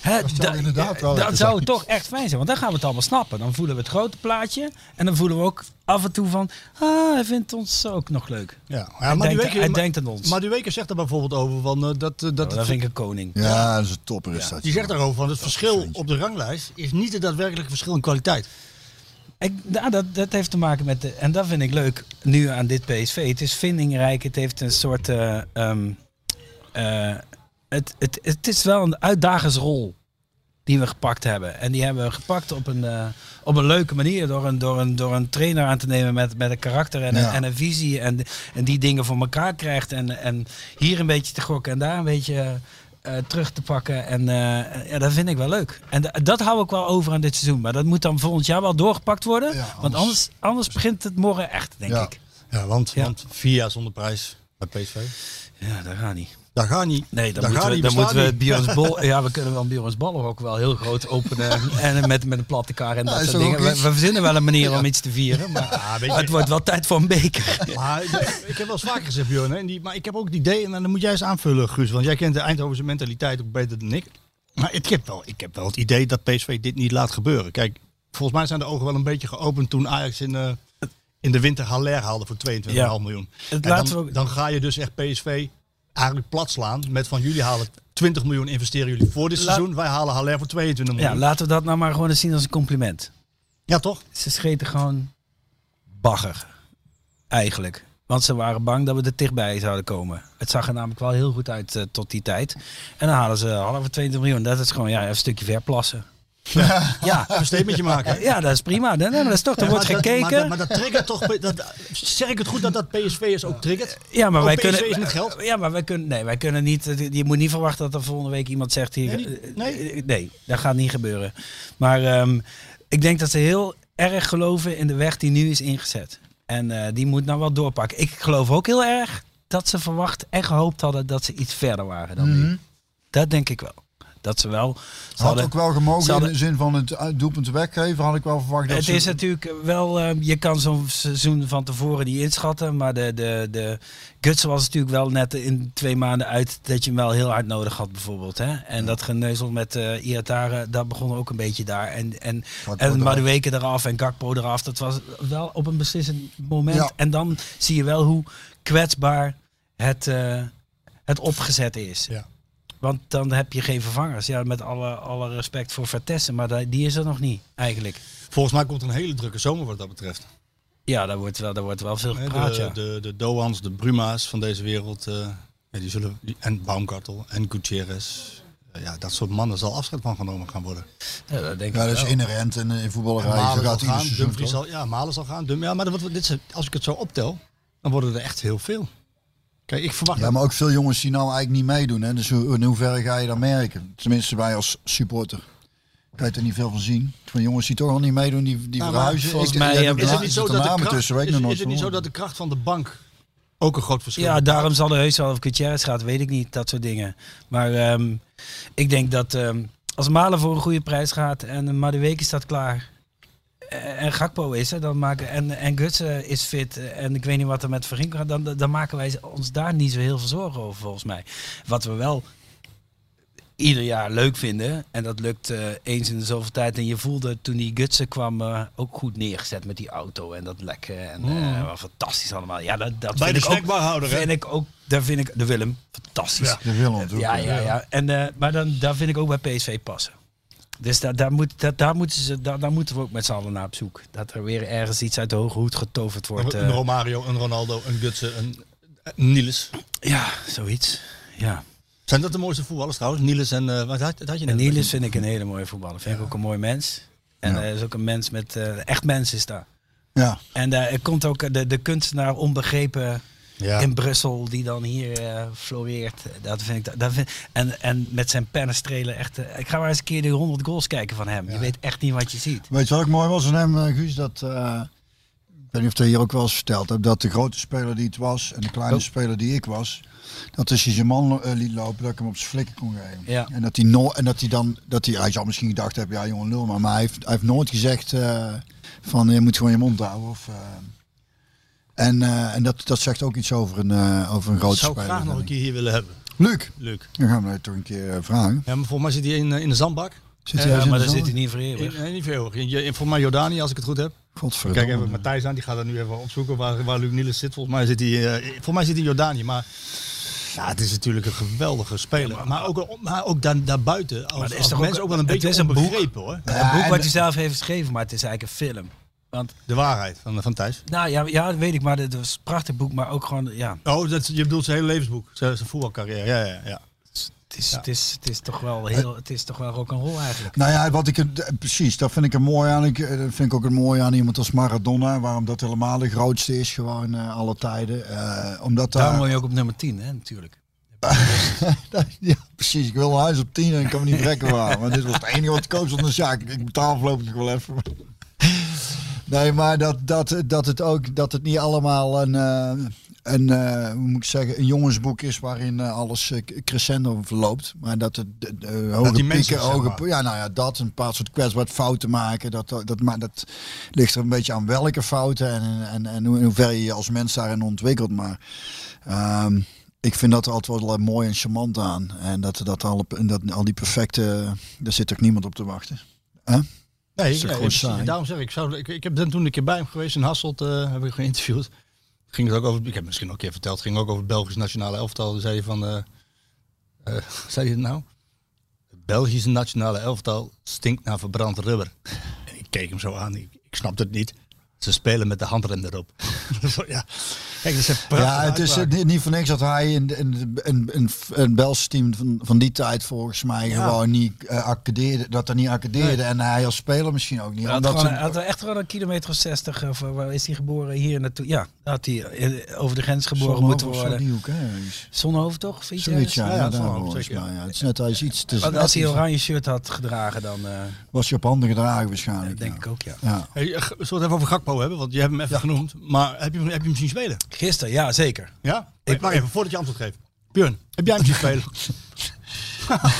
F: Hè,
D: Dat zou
F: da-
D: inderdaad wel
F: dat
D: lekker
F: zou
D: zijn.
F: toch echt fijn zijn, want dan gaan we het allemaal snappen. Dan voelen we het grote plaatje en dan voelen we ook af en toe van, ah, hij vindt ons ook nog leuk.
E: Ja. Ja,
F: hij,
E: maar die
F: denkt,
E: weken-
F: hij
E: maar-
F: denkt aan ons.
E: Maar Duweke zegt er bijvoorbeeld over van eh, dat, eh,
F: Nou,
E: dat
F: dat vind ik een koning.
D: Ja, dat is een topper is dat.
E: die zegt daarover van het verschil op de ranglijst is niet het daadwerkelijke verschil in kwaliteit.
F: Ik, nou, dat, dat heeft te maken met de. En dat vind ik leuk nu aan dit PSV. Het is vindingrijk. Het heeft een soort. eh, ehm, eh, het, het, het is wel een uitdagersrol die we gepakt hebben. En die hebben we gepakt op een, eh, op een leuke manier. Door een, door, een, door een trainer aan te nemen met, met een karakter en,
D: Ja.
F: een, en een visie. En, en die dingen voor elkaar krijgt. En, en hier een beetje te gokken en daar een beetje eh, terug te pakken. En eh, ja, dat vind ik wel leuk. En da- dat hou ik wel over aan dit seizoen. Maar dat moet dan volgend jaar wel doorgepakt worden.
D: Ja,
F: want
D: anders-
F: anders, anders begint het morgen echt, denk
D: Ja.
F: ik.
E: Ja, want,
F: Ja.
E: want vier jaar zonder prijs bij PSV.
F: Ja, dat gaat niet.
E: Daar gaat niet.
F: Nee,
E: Daar
F: dan moeten
E: gaat
F: we,
E: niet,
F: dan
E: bestaat
F: moeten we
E: niet.
F: Bjorn's Bol. Ja, we kunnen wel Bjorn's Ballen ook wel heel groot openen. En met, met een platte kar en
D: is
F: dat soort
D: toch
F: dingen.
D: ook
F: We,
D: iets?
F: we verzinnen wel een manier om iets te vieren. Maar
E: Ja, Ah, weet je,
F: het wordt wel tijd voor een beker.
E: Maar ik- ik heb wel eens vaker gezegd, Björn, hè, en die, maar ik heb ook het idee, en dan moet jij eens aanvullen, Guus, want jij kent de Eindhovense mentaliteit ook beter dan ik. Maar ik heb wel, ik heb wel het idee dat PSV dit niet laat gebeuren. Kijk, volgens mij zijn de ogen wel een beetje geopend toen Ajax in, eh, in de winter Haller haalde voor 22,5
F: Ja.
E: miljoen.
F: Het
E: En
F: laten
E: dan,
F: we ook-
E: dan ga je dus echt PSV eigenlijk plat slaan met van jullie halen 20 miljoen investeren jullie voor dit
F: Laat-
E: seizoen, wij halen Haller voor 22 miljoen.
F: Ja,
E: Ja,
F: laten we dat nou maar gewoon eens zien als een compliment.
E: toch?
F: Ze scheten gewoon bagger. Eigenlijk. Want ze waren bang dat we er dichtbij zouden komen. Het zag er namelijk wel heel goed uit eh, tot die tijd. En dan hadden ze halve 20 miljoen. Dat is gewoon ja, een stukje verplassen. Ja,
E: Een statementje maken. hè?
F: ja dat is prima. Nee, nee, maar dat is toch, er wordt
E: maar dat-
F: gekeken.
E: maar, dat, maar dat triggert toch. Dat, zeg ik het goed dat dat PSV is ook triggert?
F: Ja, maar
E: Oh,
F: wij
E: PSV
F: kunnen.
E: is met geld?
F: Ja, maar wij kunnen. Nee, wij kunnen niet. Je moet niet verwachten dat er volgende week iemand zegt hier.
E: Nee, niet- nee.
F: eh, nee, dat gaat niet gebeuren. Maar ehm, ik denk dat ze heel erg geloven in de weg die nu is ingezet. En eh, die moet nou wel doorpakken. Ik geloof ook heel erg dat ze verwacht en gehoopt hadden dat ze iets verder waren dan
E: Mhm.
F: nu. Dat denk ik wel. Dat ze wel. ze
D: Had
F: hadden-
D: ook wel gemogen
F: ze hadden-
D: in de zin van het eh, doelpunt weggeven, had ik wel verwacht dat
F: Het
D: ze-
F: is natuurlijk wel, ehm, je kan zo'n seizoen van tevoren niet inschatten. Maar de, de, de guts was natuurlijk wel net in twee maanden uit dat je hem wel heel hard nodig had bijvoorbeeld. Hè? En dat geneuzel met eh Iatare, dat begon ook een beetje daar. En, en,
D: Gakpo
F: en
D: eraf.
F: Madueke eraf en Gakpo eraf. Dat was wel op een beslissend moment.
D: Ja.
F: En dan zie je wel hoe kwetsbaar het, eh, het opgezet is.
E: Ja.
F: Want dan heb je geen vervangers. Ja, met alle, alle respect voor Vertessen, maar die- die is er nog niet eigenlijk.
E: Volgens mij komt er een hele drukke zomer wat dat betreft.
F: Ja, daar wordt wel, daar wordt wel veel
E: Hè,
F: gepraat,
E: de,
F: ja.
E: de, de Doans, de Bruma's van deze wereld. eh, ja, die zullen, die- en Baumgartel en Gutierrez. Eh, ja, dat soort mannen zal afscheid van genomen gaan worden.
F: ja, dat denk ik
D: Ja, dat is
F: wel.
D: inherent in, eh, in voetballerij.
E: Malen
D: Zo
E: zal
D: gaat ieder
E: gaan,
D: seizoen
E: Dumfries
D: toch?
E: zal, ja, Malen zal gaan. Dum, ja, maar wat, dit, is- als ik het zo optel, dan worden er echt heel veel. Kijk, ik verwacht
D: Ja, maar ook veel jongens die nou eigenlijk niet meedoen. Hè? Dus hoe, in hoeverre ga je dat merken? Tenminste, wij als supporter. Kan je er niet veel van zien. Van jongens die toch al niet meedoen, die, die
E: Nou, maar
D: verhuizen.
F: volgens
D: Ik-
F: mij
D: ja,
F: hebben-
D: daar
E: Is het
D: zitten
E: niet zo dat de
D: namen
E: kracht,
D: tussen, weet ik
E: is-
D: nog nooit
E: is het niet zo
D: van
E: dat de kracht van de bank ook een groot verschil
F: Ja,
E: maakt?
F: daarom zal er heus wel of Gutierrez gaat, weet ik niet, dat soort dingen. Maar ehm, ik denk dat ehm, als Malen voor een goede prijs gaat en Madueke staat klaar eh, en Gakpo is er, dan maken, en, en Gutsen is fit eh, en ik weet niet wat er met Vergink gaat, dan, dan maken wij ons daar niet zo heel veel zorgen over volgens mij. Wat we wel ieder jaar leuk vinden. En dat lukt eh, eens in de zoveel tijd. En je voelde toen die Gutsen kwam eh, ook goed neergezet met die auto en dat lekken. En eh, wat fantastisch allemaal. Ja, dat, dat
E: Mm. Bij
F: vind
E: de
F: ik ook-
E: snackbarhouder, hè?
F: Vind ik ook, daar vind ik de Willem fantastisch.
D: De Willem.
F: Ja, ja, ja. En, eh, maar dan, daar vind ik ook bij PSV passen. Dus daar, daar, moet, daar, daar, moeten ze, daar, daar moeten we ook met z'n allen naar op zoek. Dat er weer ergens iets uit de hoge hoed getoverd wordt.
E: Een,
F: eh.
E: een Romario, een Ronaldo, een Gutsen, een, eh, een Niels.
F: ja, zoiets. Ja.
E: Zijn dat de mooiste voetballers trouwens? Niels en... eh, wat had, dat had je net
F: En Niels
E: gezien.
F: vind ik een hele mooie voetballer. Vind ik ook een mooi mens. En hij is ook een mens met... eh, echt mens is daar.
D: Ja.
F: En daar er komt ook eh, de, de kunstenaar onbegrepen
E: Ja.
F: in Brussel, die dan hier eh, floreert. Dat vind ik, dat vind, en, en met zijn pennen strelen echt. eh, ik ga maar eens een keer de 100 goals kijken van hem. Je weet echt niet wat je ziet.
D: Weet je wat ook mooi was aan hem, eh, Guus? Dat, eh, ik weet niet of je hier ook wel eens verteld hebt. Dat de grote speler die het was en de kleine
F: Oh.
D: speler die ik was. Dat als je zijn man eh, liet lopen, dat ik hem op zijn flikken kon geven.
F: Ja.
D: En dat hij, no en dat hij dan, dat hij, hij zou misschien gedacht hebben, ja jongen lul maar. Maar hij heeft, hij heeft nooit gezegd eh, van je moet gewoon je mond houden. Of, eh. en eh, en dat, dat zegt ook iets over een, eh, over een grote
E: Zou ik
D: speler.
E: graag nog een
D: denk ik.
E: keer hier willen hebben.
D: Luc,
E: Luc.
D: dan gaan we dat toch een keer eh, vragen.
E: Ja, maar volgens mij zit hij in, eh, in de zandbak.
D: Zit
E: Ja,
D: eens in
F: maar
D: de
F: daar zit
D: zon?
F: hij niet voor
E: In,
F: eeuwig.
E: eh, niet veel. In, in, volgens mij Jordanië, als ik het goed heb.
D: Godverdomme.
E: Kijk even Matthijs aan, die gaat er nu even opzoeken waar, waar Luc Niels zit. Volgens mij zit hij, eh, volgens mij zit hij in Jordanië, maar... Ja, het is natuurlijk een geweldige speler. maar, ook, maar ook daar, daarbuiten, als,
F: er is
E: als
F: toch ook
E: mensen ook,
F: een-
E: wel een
F: het
E: beetje
F: is een boek.
E: onbegrepen hoor.
F: Een boek wat hij zelf heeft geschreven, maar het is eigenlijk een film. Want,
E: De waarheid van, van Thijs.
F: nou ja, ja, dat weet ik, maar het was een prachtig boek, maar ook gewoon, ja,
E: Oh, dat, je bedoelt zijn hele levensboek, zijn, zijn voetbalcarrière. Ja, ja, ja.
F: het het is, het is, het is toch wel heel, het is toch wel rock and roll eigenlijk.
D: Nou ja, wat ik, eh, precies, dat vind ik een mooi aan. Ik, eh, dat vind ik ook een mooi aan iemand als Maradona. Waarom dat helemaal de grootste is, gewoon eh, alle tijden. Eh, omdat daar.
F: Daarom wil je ook op nummer 10, hè, natuurlijk.
D: ja, precies. Ik wil een huis op 10 en ik kan me niet rekken waar. Maar dit was het enige wat ik koos op de zaak. Ik betaal voorlopig wel even. Nee, maar dat, dat, dat het ook dat het niet allemaal een, eh, een, eh, hoe moet ik zeggen, een jongensboek is waarin eh, alles eh, crescendo verloopt. Maar dat het de, de hoge
E: die mensen,
D: pieken,
E: zeg
D: hoge,
E: maar.
D: ja, nou ja, dat een paar soort kwetsbaar fouten maken. Dat, dat, maar dat ligt er een beetje aan welke fouten en, en, en hoe- in hoeverre je je als mens daarin ontwikkelt. Maar ehm, ik vind dat er altijd wel eh, mooi en charmant aan. En dat, dat, al, dat al die perfecte, daar zit ook niemand op te wachten.
E: Nee,
D: is toch
E: nee,
D: gewoon
E: precies.
D: saai?
E: daarom zeg ik, ik zou, ik, ik heb dan toen een keer bij hem geweest in Hasselt, eh, heb ik geïnterviewd. Ging het ook over, ik heb het misschien ook een keer verteld, ging ook over het Belgisch nationale elftal. Toen zei hij van, eh, eh, zei hij het nou? Het Belgische nationale elftal stinkt naar verbrand rubber. En ik keek hem zo aan, ik, ik snapte het niet. Ze spelen met de handrem erop. Zo, ja. Kijk, dat is een
D: Ja, het is eh, niet, niet voor niks dat hij in een in, in, in Bels team van, van die tijd volgens mij gewoon niet eh, accadeerde, dat er niet accadeerde en hij als speler misschien ook niet.
F: Hij had,
D: omdat
F: gewoon,
D: ze-
F: hij had wel echt gewoon een kilometer of 60, of eh, waar is hij geboren? Hier naartoe. Ja, had hij eh, over de grens geboren
D: Zonhoven
F: moeten
D: of zo,
F: worden.
D: die hoek, hè, iets.
F: Zonhoofd toch? Of iets
D: Zoiets, ja,
F: dergelijks?
D: ja,
E: ja,
D: daar
E: Zonhoven,
D: volgens
E: zeker.
D: mij. ja. Het is net als iets. te
F: Want als hij een oranje shirt had gedragen, dan eh,
D: was je op handen gedragen waarschijnlijk.
F: denk
D: ja.
F: ik ook ja.
D: Ja.
E: Hey, eh, zullen we het even over Gakpo hebben? Want je hebt hem even genoemd. Maar heb je, hem- heb je hem zien spelen?
F: Gisteren, ja zeker.
E: Ja? Ik, wacht even, voordat je antwoord geeft. Björn, heb jij hem zien spelen?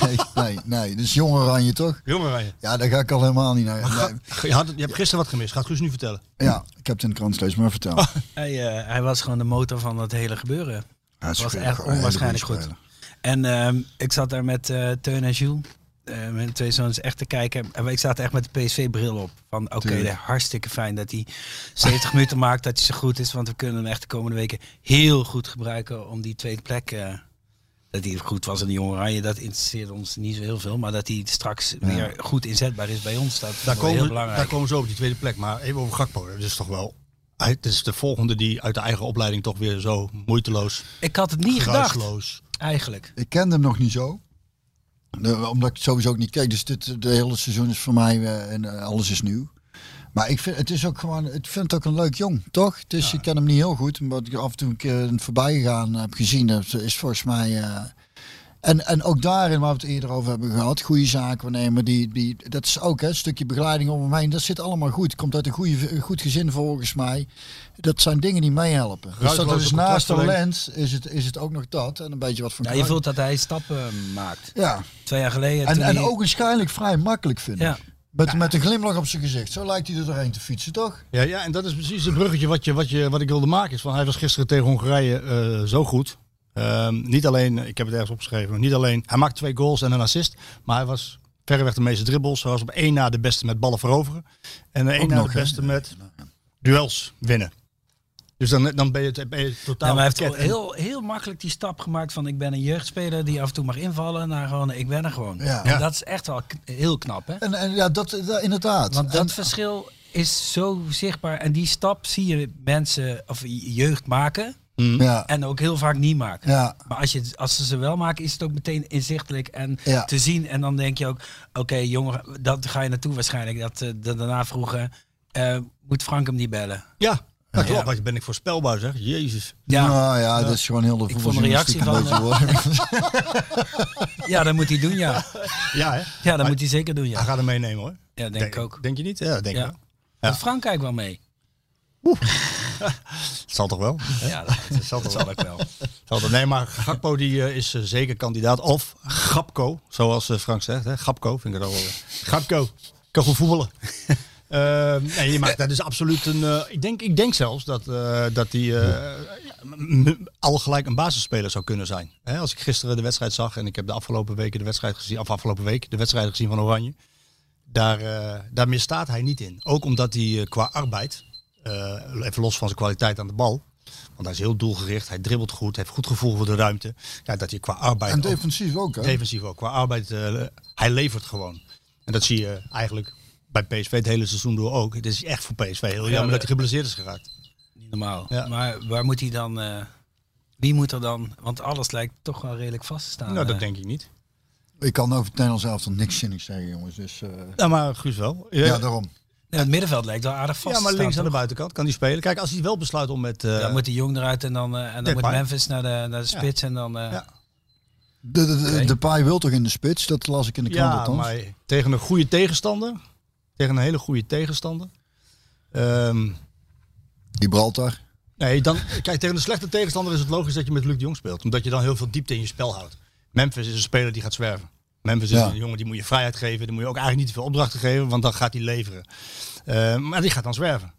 D: Nee, nee, nee. Dus jong oranje toch?
E: Jongen, Ryan.
D: Ja, daar ga ik al helemaal niet naar. Nee.
E: Je, had, het- je hebt gisteren wat gemist. Gaat Guus nu vertellen.
D: Ja, ik heb het in de krant gelezen, maar vertel.
F: Hij, eh, hij was gewoon de motor van het hele gebeuren.
D: Ja,
F: Het
D: is
F: was
D: een
F: echt
D: goede-
F: onwaarschijnlijk
D: hele
F: goed.
D: goede
F: En ehm, ik zat daar met eh, Teun en Jules, eh, mijn twee zoons, echt te kijken. En ik zat echt met de PSV-bril op. Van oké,
D: Tuurlijk.
F: hartstikke fijn dat hij 70 minuten maakt, dat hij zo goed is. Want we kunnen hem echt de komende weken heel goed gebruiken om die tweede plek... eh, dat hij goed was in de Jong Oranje, dat interesseert ons niet zo heel veel. Maar dat hij straks weer goed inzetbaar is bij ons, dat
E: Daar komen,
F: is heel
E: we- daar
F: belangrijk.
E: komen we zo op die tweede plek. Maar even over Gakpo. Dat is toch wel... hij- Het is de volgende die uit de eigen opleiding toch weer zo moeiteloos,
F: Ik had het niet gedacht,
E: geruisloos...
F: eigenlijk.
D: Ik kende hem nog niet zo. De- omdat ik het sowieso ook niet keek. Dus dit de hele seizoen is voor mij eh, en eh, alles is nieuw. Maar ik vind het is ook gewoon, ik vind het ook een leuk jong, toch? Dus ik ken hem niet heel goed. Maar wat ik af en toe een keer in het voorbij gegaan heb gezien, dat is volgens mij. eh, en, en ook daarin waar we het eerder over hebben gehad, goede zaken nemen, die, die, dat is ook hè, een stukje begeleiding om hem heen, dat zit allemaal goed. Komt uit een, goede, een goed gezin volgens mij. Dat zijn dingen die meehelpen. Dus dat, dat is
E: Ruisloze
D: naast
E: contractverlenging.
D: talent, is het, is het ook nog dat. En een beetje wat voor
F: Ja, je
D: karakter.
F: voelt dat hij stappen maakt.
D: Ja,
F: Twee jaar geleden.
D: en,
F: toen
D: en
F: hij-
D: ook waarschijnlijk vrij makkelijk vind ik.
F: Ja.
D: Met, met een glimlach op zijn gezicht. Zo lijkt hij er doorheen te fietsen, toch?
E: Ja, ja, en dat is precies het bruggetje wat, je, wat, je, wat ik wilde maken. Is van, hij was gisteren tegen Hongarije eh, zo goed. Ehm, niet alleen, ik heb het ergens opgeschreven, maar niet alleen. Hij maakte twee goals en een assist. Maar hij was verreweg de meeste dribbles. Hij was op één na de beste met ballen veroveren. En één
D: Ook
E: na
D: nog,
E: de
D: hè?
E: beste met duels winnen. Dus dan, dan ben, je, ben je totaal...
F: Ja, maar hij heeft
E: pakket.
F: gewoon heel, heel makkelijk die stap gemaakt van ik ben een jeugdspeler die af en toe mag invallen naar gewoon ik ben er gewoon.
D: Ja.
F: En dat is echt wel k- heel knap hè.
D: En, en ja, dat, eh, dat- inderdaad.
F: Want dat
D: En-
F: verschil is zo zichtbaar en die stap zie je mensen of je- jeugd maken
D: ja,
F: Mm. en ook heel vaak niet maken.
D: ja,
F: Maar als, je, het- als ze ze wel maken, is het ook meteen inzichtelijk en
D: Ja.
F: te zien. En dan denk je ook, oké jongen, dat ga je naartoe waarschijnlijk. Dat, eh, dat daarna vroegen, eh, moet Frank hem niet bellen?
E: Ja, dat klopt.
F: Ja.
E: Wat ben ik voorspelbaar zeg. Jezus.
F: Ja,
D: Nou ja, dat is gewoon heel de
F: Ik vond de reactie eh,
D: voetbaljournalistiek een beetje worden.
F: ja dat moet hij doen ja.
E: Ja, hè?
F: Ja, dat moet hij zeker doen
E: Hij
F: ja.
E: gaat hem meenemen hoor.
F: Ja, denk ik ook.
E: Denk je niet? Ja, denk ik
F: Ja.
E: wel.
F: Doet Frankrijk wel mee?
E: Het zal toch wel?
F: Ja, dat,
E: Het zal toch wel.
F: ik wel.
E: Zal dat- Nee, maar Gakpo die, eh, is eh, zeker kandidaat. Of Gapco, zoals eh, Frank zegt. Hè? Gapco vind ik het al wel. Gapco, kan goed voetballen. Ehm, nee, maar dat is absoluut een... eh, ik, denk, ik denk zelfs dat eh, dat die eh, ja, m- m- al gelijk een basisspeler zou kunnen zijn. Hè, als ik gisteren de wedstrijd zag en ik heb de afgelopen weken de wedstrijd gezien... of afgelopen week de wedstrijd gezien van Oranje. Daar, eh daar misstaat hij niet in. Ook omdat hij eh, qua arbeid, eh, even los van zijn kwaliteit aan de bal... Want hij is heel doelgericht, hij dribbelt goed, heeft goed gevoel voor de ruimte. Ja, dat hij qua arbeid,
D: En
E: ook-
D: defensief ook, hè?
E: defensief ook, qua arbeid, eh, hij levert gewoon. En dat zie je eigenlijk bij PSV het hele seizoen door ook. Het is echt voor PSV heel jammer dat hij geblesseerd is geraakt.
F: Niet normaal.
E: Ja.
F: Maar waar moet hij dan... eh, wie moet er dan... Want alles lijkt toch wel redelijk vast te staan.
E: nou, dat
F: eh.
E: denk ik niet.
D: Ik kan over het Nederlands elftal niks zinnigs zeggen, jongens. Dus eh,
E: Ja, Nou, maar Guus wel.
D: ja. daarom.
F: En het middenveld lijkt wel aardig vast
E: Ja, maar
F: te staan,
E: links aan de
F: toch?
E: buitenkant kan hij spelen. Kijk, als hij wel besluit om met... eh,
F: Dan moet de Jong eruit en dan, eh, en dan moet
E: Depay.
F: Memphis naar de, naar de spits. En dan, eh,
E: Ja.
D: De, de, de,
F: Oké.
D: de paai wil toch in de spits? Dat las ik in de krant
E: ja,
D: althans.
E: maar tegen een goede tegenstander. Tegen een hele goede tegenstander. Ehm,
D: Gibraltar.
E: nee, dan, kijk, tegen een slechte tegenstander is het logisch dat je met Luc de Jong speelt. Omdat je dan heel veel diepte in je spel houdt. Memphis is een speler die gaat zwerven. Memphis is
D: Ja.
E: een jongen die moet je vrijheid geven. Dan moet je ook eigenlijk niet te veel opdrachten geven, want dan gaat hij leveren. Ehm, maar die gaat dan zwerven.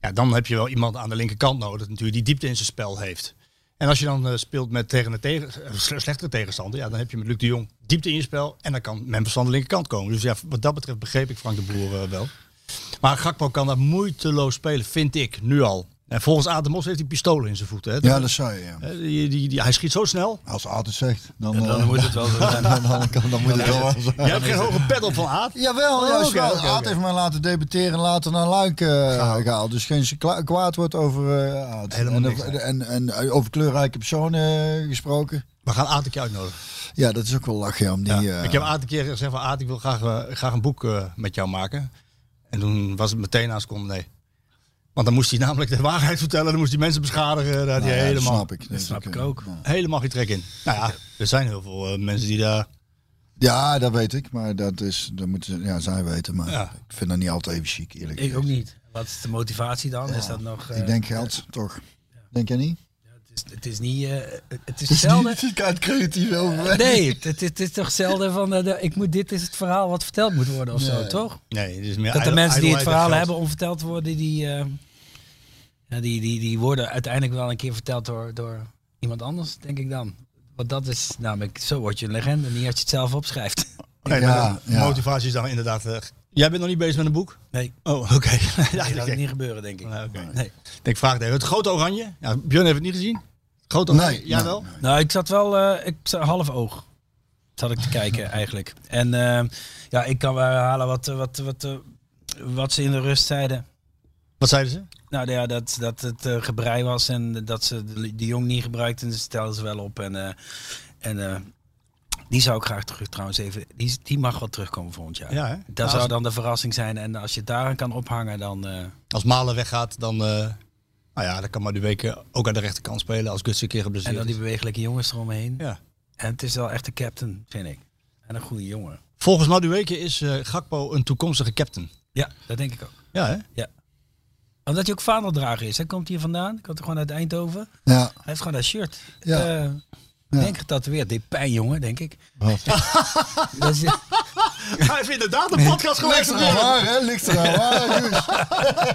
E: Ja, dan heb je wel iemand aan de linkerkant nodig natuurlijk die diepte in zijn spel heeft. En als je dan eh, speelt met tegen een tegen, eh, sle- slechtere tegenstander, ja, dan heb je met Luc de Jong diepte in je spel. En dan kan Memphis aan de linkerkant komen. Dus ja, wat dat betreft begreep ik Frank de Boer eh, wel. Maar Gakpo kan dat moeiteloos spelen, vind ik, nu al. En volgens Aad de Mos heeft hij pistolen in zijn voeten. Hè?
D: Ja, dat zei je. Ja.
E: Eh, die, die, die- hij schiet zo snel.
D: Als Aad het zegt, dan,
F: en dan
D: eh,
F: moet het wel zo zijn.
D: dan, dan, kan- dan moet het wel wel zijn.
E: Jij hebt geen hoge pet op van Aad.
D: Jawel,
E: Oh,
D: juist
E: oké,
D: wel.
E: oké, oké.
D: Aad heeft mij laten debatteren en later naar Luik eh, gehaald. Dus geen se- kla- kwaad wordt over eh Aad.
E: Helemaal
D: en,
E: niks,
D: over-
E: hè?
D: en, en, eh, over kleurrijke personen eh, gesproken.
E: We gaan Aad een keer uitnodigen.
D: Ja, dat is ook wel lachen ja, om die...
E: Ja.
D: eh,
E: Ik heb Aad een keer gezegd van Aad, ik wil graag, eh, graag een boek eh, met jou maken. En toen was het meteen aan seconde nee. Want dan moest hij namelijk de waarheid vertellen, dan moest hij mensen beschadigen. Daar had
D: nou
E: hij
D: ja, dat
E: helemaal,
D: snap ik. Dat
F: snap ik
D: eh,
F: ook.
D: ja.
E: helemaal geen trek in. Nou ja, er zijn heel veel eh, mensen die daar...
D: Ja, dat weet ik. Maar dat is... Dat moeten ja, zij weten. Maar
E: Ja.
D: ik vind dat niet altijd even chic, eerlijk
F: Ik ook
D: gezegd.
F: niet. Wat is de motivatie dan? Is dat nog... eh,
D: Ik denk geld, toch. Denk jij niet?
F: Het is, het is niet... eh, het is zelden...
D: Ik kan het creatief over.
F: Nee, het, het, het is toch zelden van... eh, de- ik moet, dit is het verhaal wat verteld moet worden of zo,
D: Nee.
F: toch?
E: Nee, het is meer
F: Dat de
E: ijdel-
F: mensen die
E: ijdelheid
F: het
E: en
F: verhaal
E: geld.
F: hebben om verteld te worden, die, eh, ja, die, die, die worden uiteindelijk wel een keer verteld door, door iemand anders, denk ik dan. Want dat is namelijk, zo word je een legende, niet als je het zelf opschrijft.
E: Nee, maar
D: Ja,
E: de
D: ja.
E: motivatie is dan inderdaad... eh, jij bent nog niet bezig met een boek?
F: Nee,
E: Oh, oké.
F: dat
E: ja,
F: gaat
E: ik denk,
F: niet gebeuren, denk ik.
E: Nee, oké.
F: Nee.
E: ik denk, vraag het even. Het grote oranje. Ja, Björn heeft het niet gezien. Het grote
D: Nee,
E: oranje.
D: nee,
E: Jawel.
D: nee.
F: Nou, ik zat wel, eh, ik zat half oog. Zat ik te kijken eigenlijk. En eh, ja, ik kan wel herhalen wat, eh, wat, wat, eh, wat ze in de rust zeiden.
E: Wat zeiden ze?
F: Nou ja, dat, dat het eh, gebrei was en dat ze de, de jong niet gebruikten, dus stelden ze wel op. En, eh, en eh, die zou ik graag terug trouwens even, die, is- die mag wel terugkomen volgend jaar.
E: Ja, hè?
F: Dat
E: Nou,
F: zou
E: als-
F: dan de verrassing zijn en als je het daaraan kan ophangen dan... eh,
E: Als Malen weggaat, dan, eh, nou ja, dan kan maar de weken ook aan de rechterkant spelen als Guts een keer
F: en
E: geblesseerd
F: dan die
E: is.
F: bewegelijke jongens eromheen.
E: Ja.
F: En het is wel echt de captain, vind ik. En een goede jongen.
E: Volgens Madueke is eh, Gakpo een toekomstige captain.
F: Ja, dat denk ik ook.
E: Ja, hè?
F: Omdat hij ook vaandeldrager is. Hij komt hier vandaan. Ik had er gewoon uit Eindhoven.
D: Ja.
F: Hij heeft gewoon dat shirt.
D: Ja.
F: Eh,
D: Ja.
F: Denk getatoeëerd. Dit pijn, jongen, denk ik.
D: Wat?
F: Dat is-
E: Hij heeft inderdaad een podcast
D: Ligt er aan waar, hè? Ligt er aan waar, Guus?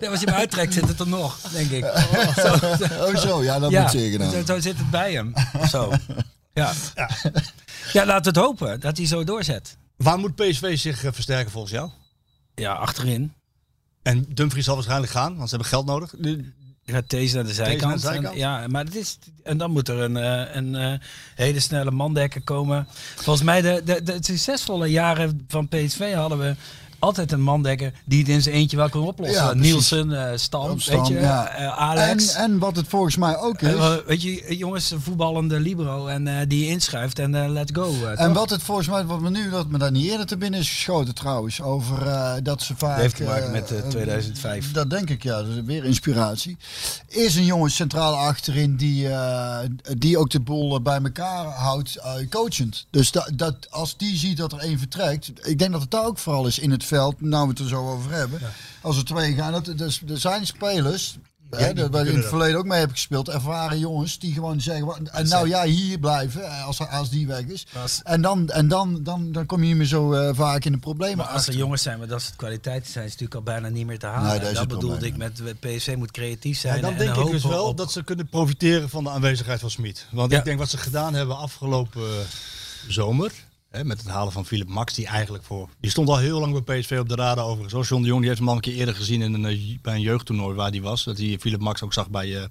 F: Ja, als je hem uittrekt, zit het er nog, denk ik.
D: Oh zo, ja, dat
F: ja,
D: moet zeker
F: zo,
D: dan.
F: zo zit het bij hem. of Zo. Ja. Ja. laten we het hopen dat hij zo doorzet.
E: Waar moet PSV zich eh, versterken volgens jou?
F: Ja, achterin.
E: En Dumfries zal waarschijnlijk gaan, want ze hebben geld nodig. Nu-
F: Je gaat deze naar de zijkant.
E: naar de zijkant.
F: En, ja, maar het is, en dan moet er een, eh, een eh, hele snelle mandekker komen. Volgens mij, de, de, de succesvolle jaren van PSV hadden we altijd een mandekker die het in zijn eentje wel kon oplossen.
D: Ja, precies.
F: Nielsen, eh, Stam,
D: Opstam,
F: weet je,
D: ja.
F: eh, Alex.
D: En, en wat het volgens mij ook is.
F: Eh, weet je, jongens, een voetballende libero en eh, die inschrijft en eh, let's go. eh,
D: En
F: toch?
D: wat het volgens mij, wat me nu, dat me daar niet eerder te binnen is geschoten trouwens, over eh, dat ze vaak...
F: heeft te maken
D: eh,
F: met, eh,
D: eh,
F: 2005.
D: dat denk ik, ja. Dus weer inspiratie. Is een jongen centraal achterin die, eh, die ook de boel eh, bij elkaar houdt, eh, coachend. Dus da- dat, als die ziet dat er één vertrekt, ik denk dat het daar ook vooral is in het veld, nou we het er zo over hebben. Als er twee gaan, dat, dus, er zijn spelers... hè, daar waar
E: die
D: ik in
E: kunnen
D: het
E: dat.
D: verleden ook mee heb gespeeld. Ervaren jongens die gewoon zeggen. "Wa- En nou ja, hier blijven eh, als, als die weg is.
F: Als-
D: En, dan, en dan, dan, dan kom je niet meer zo eh, vaak in de problemen.
F: Maar als er
D: achter.
F: jongens zijn, maar dat soort kwaliteiten zijn, is natuurlijk al bijna niet meer te halen.
D: Nee, dat
F: En
D: is
F: dat
D: het
F: bedoelde ik
D: probleem,
F: met eh, PSV moet creatief zijn.
E: Ja, dan
F: en
E: denk ik
F: hopen
E: dus wel
F: op-
E: dat ze kunnen profiteren van de aanwezigheid van Smit. Want
F: Ja.
E: ik denk wat ze gedaan hebben afgelopen eh, zomer. Hè, met het halen van Philip Max, die eigenlijk voor. Die stond al heel lang bij PSV op de radar overigens. Zoals John de Jong, die heeft hem al een keer eerder gezien in een, eh, j- bij een jeugdtoernooi waar hij was. Dat hij Philip Max ook zag bij eh,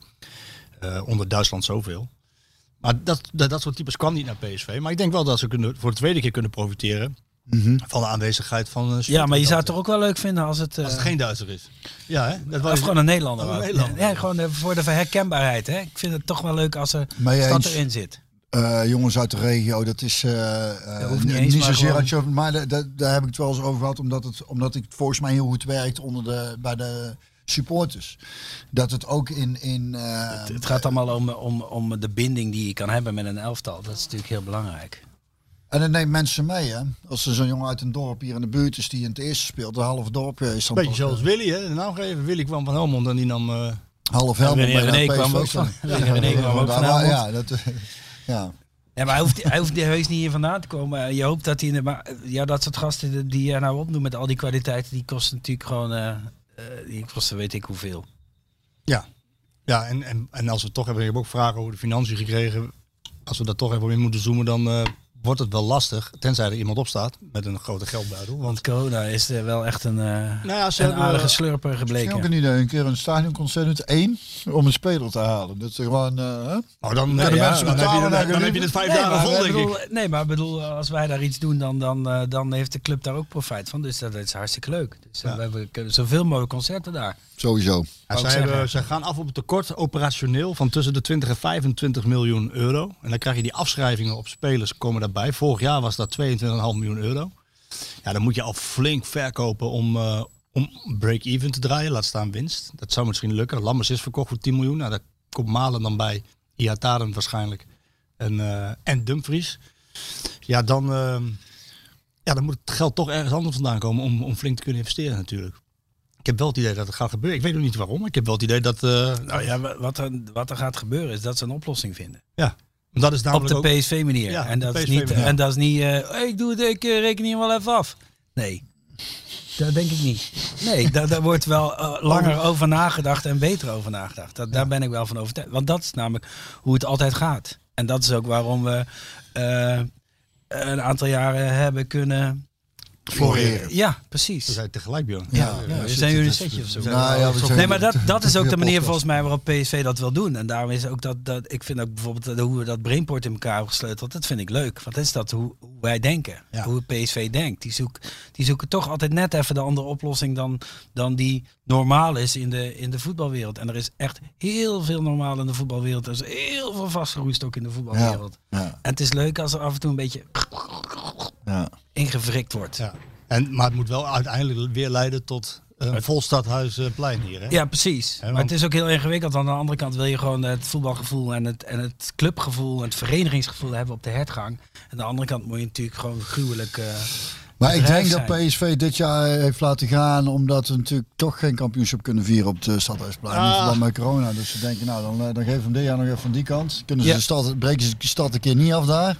E: eh, onder Duitsland zoveel. Maar dat, dat, dat soort types kwam niet naar PSV. Maar ik denk wel dat ze kunnen, voor de tweede keer kunnen profiteren van de aanwezigheid van eh, Smit.
F: Mhm. Ja, maar je zou het toch ook wel leuk vinden als het... eh,
E: Als het geen Duitser is. Ja, hè? Dat
F: of
E: was
F: gewoon een Nederlander.
E: Een
F: ook.
E: Nederlander.
F: Ja, gewoon eh, voor de herkenbaarheid. Hè? Ik vind het toch wel leuk als er
D: Mee
F: stad
D: eens.
F: erin zit.
D: eh, jongens uit de regio, dat is eh, eh,
F: Dat hoeft niet
D: niet,
F: eens, maar
D: zozeer
F: gewoon-
D: uit chauvi- Maar da- da- daar heb ik het wel eens over gehad, omdat het, omdat het volgens mij heel goed werkt onder de, bij de supporters. Dat het ook in... in eh,
F: Het, het gaat allemaal om, om, om de binding die je kan hebben met een elftal. Dat is natuurlijk heel belangrijk.
D: En dan neemt mensen mee, hè. Als er zo'n jongen uit een dorp hier in de buurt is die in het eerste speelt, een half dorp eh, is dan
E: Beetje
D: toch,
E: zoals Willy, hè? De naam geven. Willy kwam van Helmond en die nam... eh,
D: eh, half helemaal
F: René-
D: mee naar
F: René
D: PSV
F: kwam ook
D: staan.
F: van- René- René kwam ook van
D: Ja,
F: Helmond.
D: Ja, dat... eh, Ja.
F: Ja, maar hij hoeft, hij hoeft heus niet hier vandaan te komen. Eh, Je hoopt dat hij... in de ma- Ja, dat soort gasten die- die je nou opnoemt met al die kwaliteiten... die kosten natuurlijk gewoon... eh, eh, die kosten weet ik hoeveel.
E: Ja, ja en, en, en als we het toch hebben, ik heb ook vragen over de financiën gekregen. Als we daar toch even in moeten zoomen, dan eh, wordt het wel lastig. Tenzij er iemand op staat met een grote geldbuidel. Want
F: Want corona is eh, wel echt een, eh,
E: nou ja, ze
F: een
E: hebben,
F: aardige slurper
D: Misschien ook
F: gebleken.
D: een idee, een keer een stadionconcert met één om een speler te halen. Dat ze gewoon... eh, hè?
E: oh, dan,
D: de
E: ja,
D: mensen
E: dan, heb
D: betalen
E: je,
D: naar
E: dan, dan heb
D: geliefde?
E: je het vijf
F: Nee,
E: dagen
F: maar,
E: vol,
F: ik
E: denk ik.
F: bedoel, nee, maar ik bedoel, eh, als wij daar iets doen, dan, dan, eh, dan heeft de club daar ook profijt van. Dus dat is hartstikke leuk. Dus eh,
E: Ja.
F: we hebben kunnen zoveel mogelijk concerten daar.
D: Sowieso.
E: Ja,
F: Wou
E: zij,
F: ik
E: hebben-
F: zeggen.
E: zij gaan af op het tekort operationeel van tussen de 20 en 25 miljoen euro. En dan krijg je die afschrijvingen op spelers komen daarbij. Vorig jaar was dat 22,5 miljoen euro. Ja, dan moet je al flink verkopen om, eh, om break-even te draaien. Laat staan winst. Dat zou misschien lukken. Lammers is verkocht voor 10 miljoen. Nou, daar komt Malen dan bij. Iataren waarschijnlijk. En, eh, en Dumfries. Ja, dan, eh, ja, dan moet het geld toch ergens anders vandaan komen om, om flink te kunnen investeren natuurlijk. Ik heb wel het idee dat het gaat gebeuren. Ik weet nog niet waarom. maar Ik heb wel het idee dat... eh, nou,
F: Nou ja, wa- wat er, wat er gaat gebeuren is dat ze een oplossing vinden.
E: ja, dat is
F: Op
E: namelijk
F: de
E: ook-
F: PSV-manier.
E: Ja,
F: en,
E: op de
F: dat is
E: PSV
F: niet,
E: manier.
F: en dat is niet, eh, hey, ik doe het, ik eh, reken hier wel even af. Nee, dat denk ik niet. Nee, daar, daar wordt wel eh, langer over nagedacht en beter over nagedacht. Dat, Daar ben ik wel van overtuigd. Want dat is namelijk hoe het altijd gaat. En dat is ook waarom we eh, een aantal jaren hebben kunnen...
D: Floreren.
F: Ja, precies.
E: We zijn tegelijk, Bjorn.
D: Ja,
F: Ja, we
D: zit-
F: zijn jullie een
D: dat-
F: setje of zo.
D: Nou ja, we zijn-
F: Nee, maar dat, dat is ook de manier
D: podcast.
F: volgens mij waarop PSV dat wil doen. En daarom is ook dat, dat ik vind ook bijvoorbeeld dat- hoe we dat brainport in elkaar hebben gesleuteld, dat vind ik leuk. Want dat is dat hoe, hoe wij denken,
E: Ja.
F: hoe het PSV denkt. Die, zoek, die zoeken toch altijd net even de andere oplossing dan, dan die normaal is in de, in de voetbalwereld. En er is echt heel veel normaal in de voetbalwereld. Er is heel veel vastgeroest ook in de voetbalwereld.
D: Ja,
F: En het is leuk als er af en toe een beetje
D: ja.
F: ingevrikt wordt.
E: Ja. En, maar het moet wel uiteindelijk weer leiden tot een vol stadhuisplein hier. Hè?
F: Ja, precies.
E: want-
F: Maar het is ook heel ingewikkeld. want Aan de andere kant wil je gewoon het voetbalgevoel en het, en het clubgevoel en het verenigingsgevoel hebben op de hertgang. En aan de andere kant moet je natuurlijk gewoon gruwelijk. eh,
D: Maar ik denk
F: bedrijf
D: dat
F: zijn.
D: PSV dit jaar eh, heeft laten gaan omdat we natuurlijk toch geen kampioenschap kunnen vieren op de Stadhuisplein in
E: Ah.
D: verband met corona. Dus ze denken, nou dan, eh, dan geven we hem dit jaar nog even van die kant. Kunnen ze
F: Ja.
D: de stad, breken ze de stad een keer niet af daar.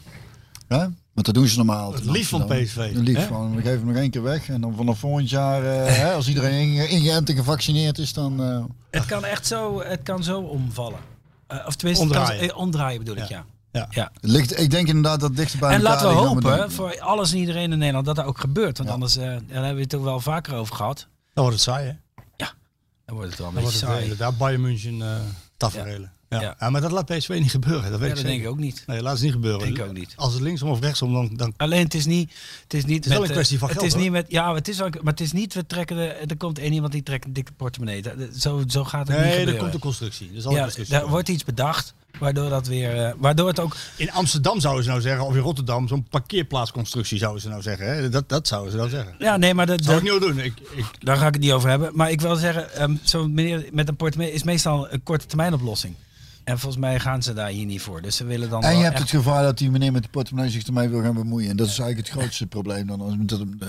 D: Hè? Want dat doen ze normaal.
E: Het liefst van PSV,
D: Het liefst
E: hè?
D: van, we geven hem nog één keer weg. En dan vanaf volgend jaar, eh, hè, als iedereen inge- ingeënt en gevaccineerd is, dan... eh,
F: het kan echt zo, het kan zo omvallen. Eh, of tenminste, Het kan,
E: Omdraaien.
F: eh, omdraaien bedoel ik,
E: Ja.
F: ja.
E: Ja.
F: ja.
D: het ligt, ik denk inderdaad dat het dichter bij
F: en
D: elkaar
F: laten we
D: ligt dan we
F: hopen
D: denken.
F: voor alles en iedereen in Nederland dat dat ook gebeurt. Want
D: Ja.
F: anders eh, daar hebben we het ook wel vaker over gehad.
E: Dan wordt het saai, hè?
F: Dan wordt het wel een
E: Dan
F: beetje
E: wordt het, eh,
F: saai.
E: inderdaad Bayern München eh tafereelen. Ja.
F: Ja.
E: Ja, maar dat laat PSV niet gebeuren. Dat weet
F: Ja,
E: ik
F: dat
E: zeker.
F: denk ik ook niet.
E: Nee, laat het niet gebeuren.
F: Denk ik ook niet.
E: Als het linksom of rechtsom, dan, dan
F: Alleen het is niet, het is niet.
E: is wel
F: met,
E: een kwestie
F: eh,
E: van
F: het
E: geld,
F: is niet
E: hoor.
F: met, ja, het is wel, maar het is niet. We trekken de, er komt één iemand die trekt een dikke portemonnee. Dat- dat- zo, zo gaat het niet
E: Nee, er
F: gebeuren.
E: komt een constructie. Er zal een
F: ja,
E: constructie
F: daar
E: komen.
F: wordt iets bedacht, waardoor dat weer, eh, waardoor het ook.
E: In Amsterdam zouden ze nou zeggen, of in Rotterdam, zo'n parkeerplaatsconstructie zouden ze nou zeggen. Hè? Dat, dat zouden ze nou zeggen.
F: Ja, nee, maar dat,
E: Dat zou
F: dat-
E: ik niet wel doen. Ik, ik,
F: daar ga ik het niet over hebben. Maar ik wil zeggen, ehm, zo'n meneer met een portemonnee is meestal een korte termijn oplossing. En volgens mij gaan ze daar hier niet voor. Dus ze willen dan.
D: En
F: wel
D: je hebt
F: echt-
D: het gevaar dat die meneer met de portemonnee zich ermee wil gaan bemoeien. En dat is eigenlijk het grootste probleem dan. Als dat, hem, eh,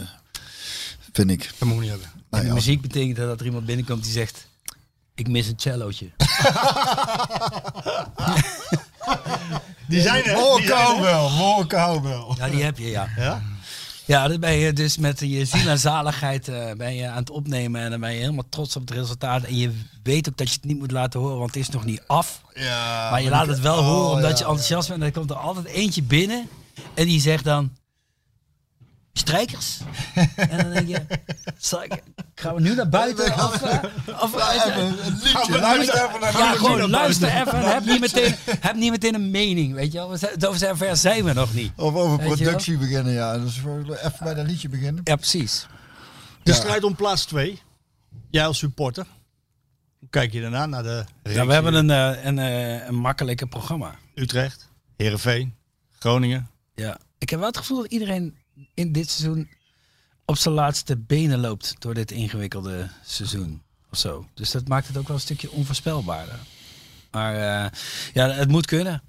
D: vind ik.
E: dat moet ik niet hebben.
D: Nou
F: de
D: ja.
F: muziek betekent dat er iemand binnenkomt die zegt: Ik mis een cellootje.
E: Die zijn er.
F: oh,
E: die zijn er.
D: wel, mooi wel.
F: Ja, die heb je, ja.
E: Ja?
F: Ja, dan ben je dus met je ziel en zaligheid eh, ben je aan het opnemen. En dan ben je helemaal trots op het resultaat. En je weet ook dat je het niet moet laten horen, want het is nog niet af.
D: Ja,
F: maar je laat het wel horen omdat
D: ja,
F: je enthousiast bent. En dan komt er altijd eentje binnen en die zegt dan... Strijkers? en dan denk je... zal ik- Gaan we nu naar buiten? Of, eh, of,
D: liedje. Luister even naar
F: ja, gewoon luister even. en Heb niet, meteen, heb niet meteen een mening, weet je wel. We zijn- Zo ver zijn we nog niet.
D: Of over
F: Weet je wel?
D: productie beginnen, ja. Dus we- even bij dat liedje beginnen.
F: Ja, precies.
E: De
D: Ja.
E: strijd om plaats 2. Jij als supporter. Hoe kijk je daarna naar de
F: Ja,
E: reeks
F: we hebben
E: hier?
F: een, eh, een, eh, een makkelijker programma.
E: Utrecht, Heerenveen, Groningen.
F: Ja. Ik heb wel het gevoel dat iedereen in dit seizoen op zijn laatste benen loopt door dit ingewikkelde seizoen. Of zo. Dus dat maakt het ook wel een stukje onvoorspelbaarder. Maar eh, ja, het moet kunnen.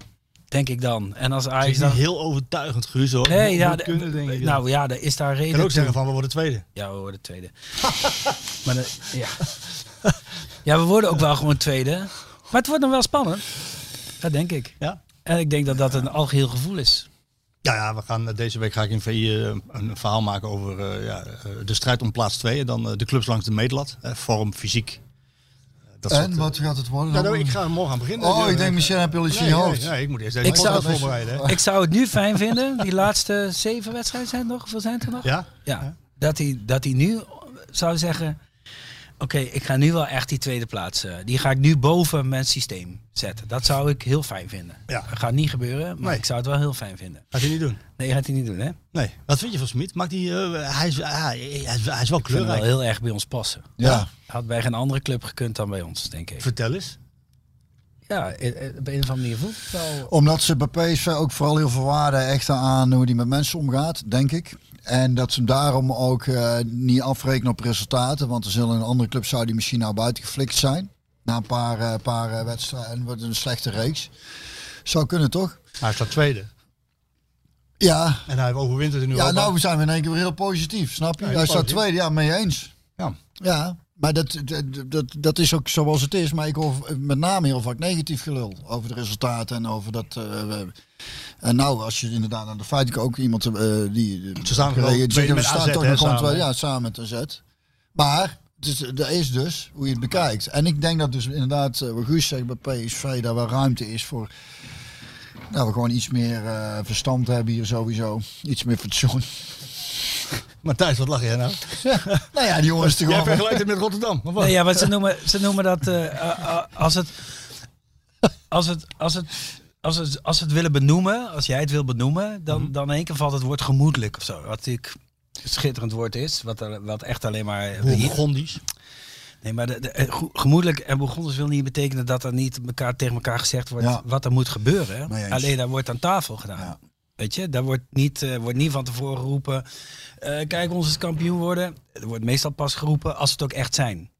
F: Denk ik dan. En als
E: Het is
F: Ajax
E: niet
F: dan...
E: heel overtuigend, Guus, hoor.
F: Nee,
E: Moet
F: ja, de-
E: kunnen, denk ik.
F: nou ja, daar is daar
E: ik
F: reden
E: kan ook
F: toe.
E: zeggen van, we worden tweede.
F: Ja, we worden tweede. maar dan- ja. ja, we worden ook wel gewoon tweede. Maar het wordt nog wel spannend. Dat denk ik.
E: Ja?
F: En ik denk dat dat een algeheel gevoel is.
E: Ja, ja we gaan, eh, deze week ga ik in VI eh, een verhaal maken over eh, ja, eh, de strijd om plaats 2. En dan eh, de clubs langs de meetlat. eh, vorm, fysiek. Eh, dat soort,
D: En
E: eh,
D: wat gaat het worden?
E: Ja,
D: dan?
E: nou, ik ga er morgen aan beginnen.
D: Oh,
E: Ja,
D: ik
E: eh,
D: denk, Michel, heb je al iets in
E: nee,
D: je
E: nee,
D: hoofd?
E: Nee, ik moet eerst
D: Ik
E: deze podcast
D: zou-
E: voorbereiden. hè.
F: Ik zou het nu fijn vinden, die laatste zeven wedstrijden zijn er nog, hoeveel zijn het er nog?
E: Ja?
F: Ja, dat hij, dat hij nu zou zeggen: Oké, ik ga nu wel echt die tweede plaats. eh, die ga ik nu boven mijn systeem zetten. Dat zou ik heel fijn vinden.
E: Ja.
F: Dat gaat niet gebeuren, maar
E: Nee.
F: ik zou het wel heel fijn vinden.
E: Gaat hij niet doen?
F: Nee, gaat hij niet doen, hè?
E: Nee. Wat vind je van Smit? Maakt hij, eh, hij, is, ah, hij, is, hij is wel
F: Ik vind hem
E: kleurrijk.
F: wel heel erg bij ons passen.
D: Ja.
F: Had bij geen andere club gekund dan bij ons, denk ik.
E: Vertel eens.
F: Ja, eh, eh, op een of andere manier voelt het wel.
D: Omdat ze bij PSV ook vooral heel veel waarde hechten aan hoe die met mensen omgaat, denk ik. En dat ze hem daarom ook eh, niet afrekenen op resultaten. Want er zullen in een andere club zou die misschien nou buiten geflikt zijn. Na een paar, eh, paar eh, wedstrijden en wordt het een slechte reeks. Zou kunnen toch?
E: Hij staat tweede.
D: Ja,
E: En hij overwint het in Europa.
D: ja nou zijn we in één keer weer heel positief, snap je?
E: Ja,
D: Hij
E: positief.
D: staat tweede, ja, mee eens.
E: Ja.
D: Ja, maar dat, dat, dat, dat is ook zoals het is. Maar ik hoor met name heel vaak negatief gelul over de resultaten en over dat. eh, we- en nou, als je inderdaad aan de feiten kijkt, ook iemand eh, die.
E: Ze staan
D: die-
E: wel
D: die-
E: tweede
D: die-
E: met
D: we
E: AZ,
D: staan toch
E: hè,
D: nog gewoon
E: samen.
D: twee- ja, samen met AZ. Maar het is, er is dus hoe je het bekijkt. En ik denk dat dus inderdaad, eh, wat Guus zegt bij PSV, daar wel ruimte is voor. Nou, we gewoon iets meer eh, verstand hebben hier sowieso. Iets meer fatsoen.
E: Maar Thijs, wat lach jij nou?
D: Nou ja, die jongens te
E: Jij
D: gewoon.
E: vergelijkt het met Rotterdam. Of wat?
F: Nee, ja, want ze noemen, ze noemen dat eh, eh, eh, als het. Als het, als het als het, als het willen benoemen, als jij het wil benoemen, dan, dan in één keer valt het woord gemoedelijk of zo. Wat natuurlijk een schitterend woord is, wat, er- wat echt alleen maar...
E: Hoe begon die?
F: Nee, maar de, de- eh, go- gemoedelijk en begonnen wil niet betekenen dat er niet elkaar, tegen elkaar gezegd wordt
D: Ja.
F: wat er moet gebeuren.
D: Mee eens.
F: Alleen daar wordt aan tafel gedaan.
D: Ja.
F: Weet je, daar wordt niet, eh, wordt niet van tevoren geroepen, eh, kijk ons eens kampioen worden. Er wordt meestal pas geroepen als het ook echt zijn.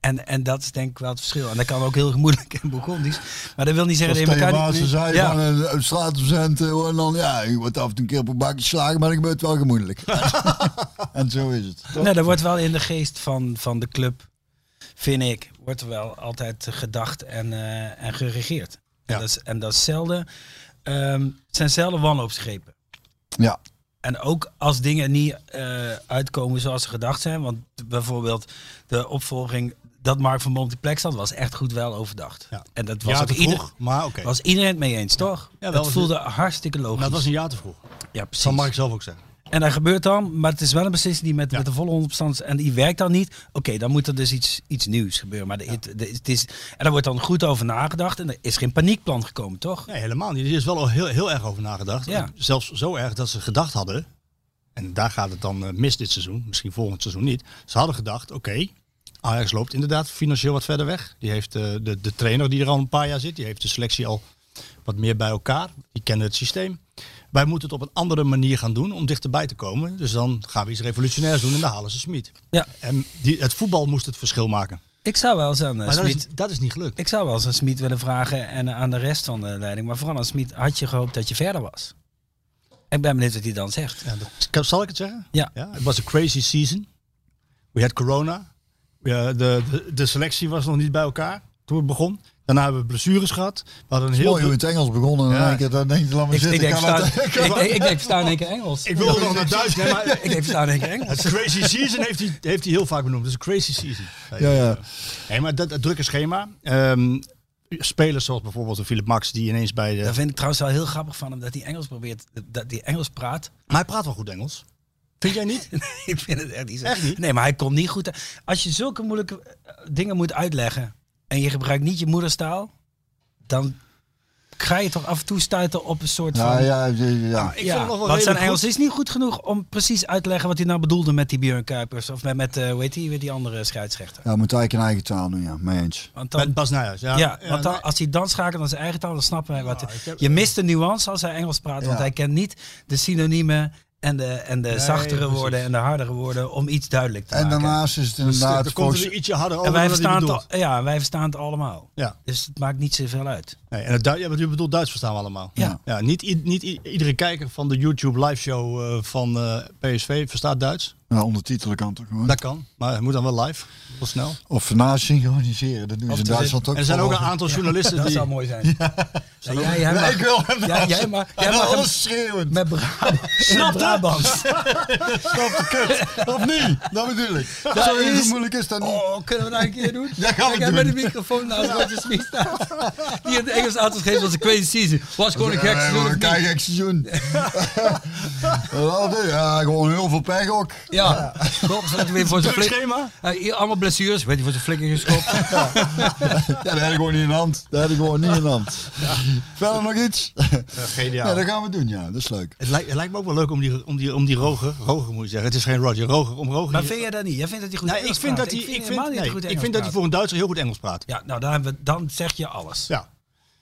F: En, en dat is denk ik wel het verschil. En dat kan ook heel gemoedelijk en begondisch. Maar dat wil niet zeggen
D: Als
F: dat je
D: Theo
F: elkaar niet...
D: Maassen zei
F: Ja.
D: van een, een straatverzend eh, en dan ja, je wordt af en toe een keer op een bakje geslagen, maar dan gebeurt het wel gemoedelijk. en zo is het.
F: Nee, er wordt wel in de geest van, van de club, vind ik, wordt er wel altijd gedacht en, eh, en geregeerd.
E: Ja.
F: En, dat is, en dat is zelden, ehm, het zijn zelden wanhoopsgrepen.
D: Ja.
F: En ook als dingen niet eh, uitkomen zoals ze gedacht zijn. Want bijvoorbeeld de opvolging dat Mark van Boom die plek zat, was echt goed wel overdacht.
E: Ja.
F: En dat was,
E: Ja,
F: ook
E: te
F: ieder-
E: vroeg, maar oké.
F: was iedereen het mee eens, toch?
E: wel,
F: dat
E: was-
F: voelde hartstikke
E: Maar
F: logisch.
E: Nou, dat was een jaar te vroeg.
F: ja,
E: Dat
F: precies.
E: zal Mark zelf ook zeggen.
F: En dat gebeurt dan, maar het is wel een beslissing die met,
E: Ja.
F: met de volle 100% en die werkt dan niet. Oké, dan moet er dus iets, iets nieuws gebeuren. Maar de, het, de- het is, en daar wordt dan goed over nagedacht en er is geen paniekplan gekomen, toch?
E: Nee, helemaal niet. Er is wel al heel, heel erg over nagedacht.
F: Ja.
E: Zelfs zo erg dat ze gedacht hadden, en daar gaat het dan eh, mis dit seizoen, misschien volgend seizoen niet. Ze hadden gedacht, oké, Ajax loopt inderdaad financieel wat verder weg. Die heeft eh, de, de trainer die er al een paar jaar zit, die heeft de selectie al wat meer bij elkaar. Die kennen het systeem. Wij moeten het op een andere manier gaan doen om dichterbij te komen. Dus dan gaan we iets revolutionairs doen en dan halen ze Smit.
F: Ja.
E: En die, het voetbal moest het verschil maken.
F: Ik zou wel eens aan eh,
E: Maar dat
F: Smit-
E: is, dat is niet gelukt.
F: ik zou wel eens aan Smit willen vragen en eh, aan de rest van de leiding. Maar vooral aan Smit, had je gehoopt dat je verder was? Ik ben benieuwd wat hij dan zegt.
E: Ja, dat, zal ik het zeggen?
F: Ja.
E: Het was een crazy season. We had corona. Ja, de, de, de selectie was nog niet bij elkaar toen het begon. Daarna hebben we blessures gehad. We hadden een heel
D: Mooi hoe
E: druk-
D: het Engels begon en dan
E: Ja.
D: denk je, dan denk je, laat maar
F: Ik,
E: Dus
D: zitten.
F: ik denk,
D: kan
F: verstaan-
D: dat-
F: ik, ik, ik denk, verstaan in één keer Engels.
E: Ik wilde nog naar Duits, nee, maar
F: Ik denk, verstaan in één keer Engels.
E: het crazy season heeft hij, heeft hij heel vaak benoemd. Het is een crazy season.
D: Ja, ja.
E: Nee, maar dat, dat drukke schema. Ehm, spelers zoals bijvoorbeeld een Philip Max die ineens bij de...
F: Dat vind ik trouwens wel heel grappig van hem, dat hij Engels probeert, dat hij Engels praat.
E: Maar hij praat wel goed Engels. Vind jij niet?
F: ik vind het echt niet zo.
E: Echt niet?
F: Nee, maar hij komt niet goed. uit. Als je zulke moeilijke eh, dingen moet uitleggen en je gebruikt niet je moederstaal, dan ga je toch af en toe stuiten op een soort
D: Ja,
F: van...
D: ja, ja, ja.
E: Ik vond het nog wel
F: want zijn
E: redelijk
F: Engels
E: goed.
F: is niet goed genoeg om precies uit te leggen wat hij nou bedoelde met die Björn Kuipers. Of met, met eh, hoe heet die, weer die andere scheidsrechter.
D: Ja, moet eigenlijk een eigen taal doen, ja. Mee eens.
F: Want
E: Met
F: dan,
E: Bas Nijhuis, ja.
F: ja,
E: Ja,
F: want dan,
E: nee.
F: als hij dan schakelt naar zijn eigen taal, dan snappen wij wat.
E: ik heb-
F: je mist de nuance als hij Engels praat, want
D: Ja.
F: hij kent niet de synoniemen en de, en de zachtere
E: precies.
F: woorden en de hardere woorden om iets duidelijk te
D: En
F: maken.
D: daarnaast is het
E: Dus, eh,
D: inderdaad
E: dan komt
D: volgens-
E: er ietsje harder over
F: en wij
E: dan dat hij
F: verstaan, het,
E: bedoelt.
F: al- ja, wij verstaan het allemaal.
E: Ja.
F: Dus het maakt niet zoveel uit.
E: Nee, en het Duits, ja, wat u bedoelt, Duits verstaan we allemaal.
F: Ja.
E: niet i- niet i- iedere kijker van de YouTube live show van eh, PSV verstaat Duits.
D: ja, Nou, ondertitelen kan toch gewoon.
E: Dat kan, maar het moet dan wel live, heel snel.
D: Of naast synchroniseren, dat doen ze in Duitsland ook.
E: En er zijn
D: wel
E: ook een
D: over.
E: aantal journalisten
F: Dat
E: die...
F: zou mooi zijn. Ja. jij, jij mag,
D: Ik wil hem
F: Ja,
D: naast-
F: jij mag- jij
D: en
F: mag hem-
D: alles schreeuwen.
F: met Brabant. Snap Brabant.
D: Snap de kut. Of niet? Dat bedoel ik. Sorry,
F: is-
D: hoe moeilijk is dat niet?
F: Oh, kunnen we dat een keer doen?
D: Dat gaan we
F: ik heb met de
D: doen.
F: microfoon naast Roger Smit staan. Die in het Engels antwoord geeft als een crazy season. Was gewoon een gek
D: Ja,
F: seizoen
D: gewoon
F: of
D: een kei
F: niet?
D: gek seizoen. Ja, ja, gewoon heel veel pech ook.
F: Ja, klopt. Zat hij weer voor zijn flik.
E: schema?
F: Hij- hier allemaal blessures. Weet je, voor zijn flikker geschopt.
D: Ja, dat heb ik gewoon niet in de hand. Dat heb ik gewoon niet in de hand. Verder nog iets?
E: geniaal.
D: Ja, dat gaan we doen, ja. Dat is leuk.
E: Het, lijkt, het lijkt me ook wel leuk om die, om die, om die Roger, Roger moet je zeggen, het is geen Roger, Roger, om Roger...
F: Maar vind jij dat niet? Jij vindt dat hij goed
E: Nee, ik
F: Engels
E: vind
F: praat.
E: dat hij, ik vind,
F: helemaal niet
E: nee,
F: goed
E: ik
F: Engels
E: vind dat hij
F: praat.
E: voor een Duitser heel goed Engels praat.
F: Ja, nou, dan, hebben we- dan zeg je alles.
E: Ja.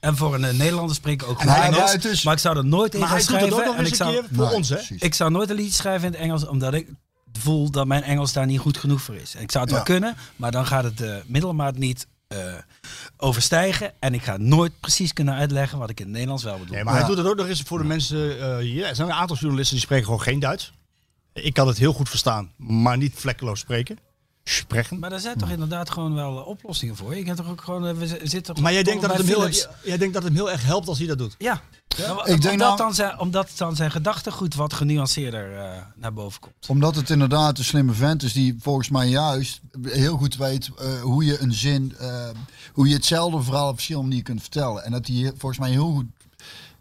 F: En voor een eh, Nederlander spreek ik ook goed
D: hij
F: Engels.
D: draait dus-
F: Maar ik zou er nooit in
E: Maar
F: gaan
E: hij doet het ook
F: schrijven.
E: nog
F: en ik
E: eens een
F: zou,
E: keer voor
D: Nee,
E: ons, hè?
D: precies.
F: ik zou nooit een liedje schrijven in het Engels, omdat ik voel dat mijn Engels daar niet goed genoeg voor is. En ik zou het
D: Ja.
F: wel kunnen, maar dan gaat het de middelmaat niet eh, overstijgen. En ik ga nooit precies kunnen uitleggen wat ik in het Nederlands wel bedoel.
E: Nee, maar hij doet het ook nog eens voor de mensen eh hier. Er zijn een aantal journalisten die spreken gewoon geen Duits. Ik kan het heel goed verstaan, maar niet vlekkeloos spreken. Spreken.
F: Maar daar zijn
E: Hmm.
F: toch inderdaad gewoon wel eh, oplossingen voor. Je kan toch ook gewoon. eh, we z- zitten toch
E: Maar jij denkt, dat
F: bij
E: het hem heel,
F: Philips.
E: jij denkt dat het hem heel erg helpt als hij dat doet.
F: Ja. Nou,
D: Ik denk
F: omdat,
D: nou-
F: dan zijn, omdat dan zijn gedachtegoed wat genuanceerder eh, naar boven komt.
D: Omdat het inderdaad een slimme vent is die volgens mij juist heel goed weet eh, hoe je een zin, eh, hoe je hetzelfde verhaal op verschillende manieren kunt vertellen. En dat hij volgens mij heel goed,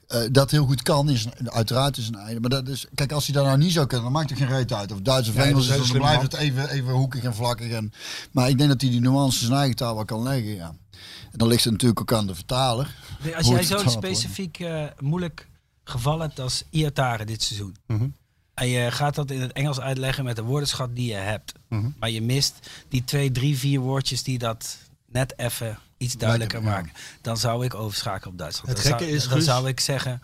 D: eh, dat heel goed kan, is uiteraard is een einde. Maar dat is, kijk, als hij dat nou niet zou kunnen, dan maakt het geen reet uit. Of Duits of
E: Nee,
D: Engels,
E: dat is
D: is,
E: een
D: dan
E: slimme
D: blijft het even, even hoekig en vlakkig. En, maar ik denk dat hij die nuances in zijn eigen taal wel kan leggen, ja. En dan ligt het natuurlijk ook aan de vertaler.
F: Als
D: Hoe
F: jij
D: het
F: zo'n
D: vertaald wordt.
F: specifiek eh, moeilijk geval hebt als Iatare dit seizoen.
D: Mhm.
F: En je gaat dat in het Engels uitleggen met de woordenschat die je hebt.
D: Mhm.
F: Maar je mist die twee, drie, vier woordjes die dat net even iets duidelijker
D: Lekker, ja.
F: maken. Dan zou ik overschakelen op Duitsland.
E: Het
F: dan
E: gekke
F: zou,
E: is,
F: dan
E: Guus-
F: zou ik zeggen,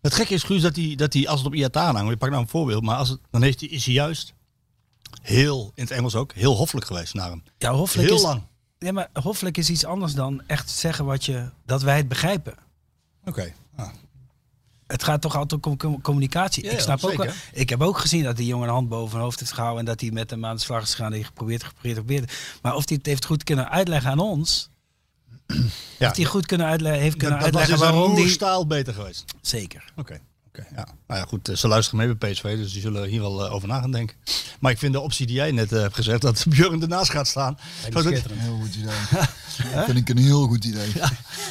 E: Het gekke is, Guus, dat hij, dat hij als het op IATA hangt, ik pak nou een voorbeeld, maar als het, dan heeft hij, is hij juist heel, in het Engels ook, heel hoffelijk geweest naar hem.
F: ja, hoffelijk
E: heel
F: is,
E: lang.
F: Ja, maar hoffelijk is iets anders dan echt zeggen wat je, dat wij het begrijpen.
E: Oké.
F: Nou,
E: Ah.
F: Het gaat toch altijd om com- communicatie.
E: Ja,
F: ik snap
E: zeker.
F: ook wel. Ik heb ook gezien dat die jongen een hand boven hun hoofd heeft gehouden en dat hij met hem aan de slag is gegaan. en geprobeerd, geprobeerd, geprobeerd. Maar of hij het heeft goed kunnen uitleggen aan ons.
E: Ja.
F: Of hij goed kunnen uitleggen, heeft kunnen
E: Dat, dat was dus in
F: uitleggen
E: zijn
F: waarom die.
E: roerstaal beter geweest.
F: Zeker.
E: Oké. oké, Ja. Nou ja, goed, eh, ze luisteren mee bij PSV, dus die zullen hier wel eh, over na gaan denken. Maar ik vind de optie die jij net eh, hebt gezegd, dat Björn ernaast gaat staan. Zodat-
D: Een heel goed idee. Dat vind ik een heel goed idee.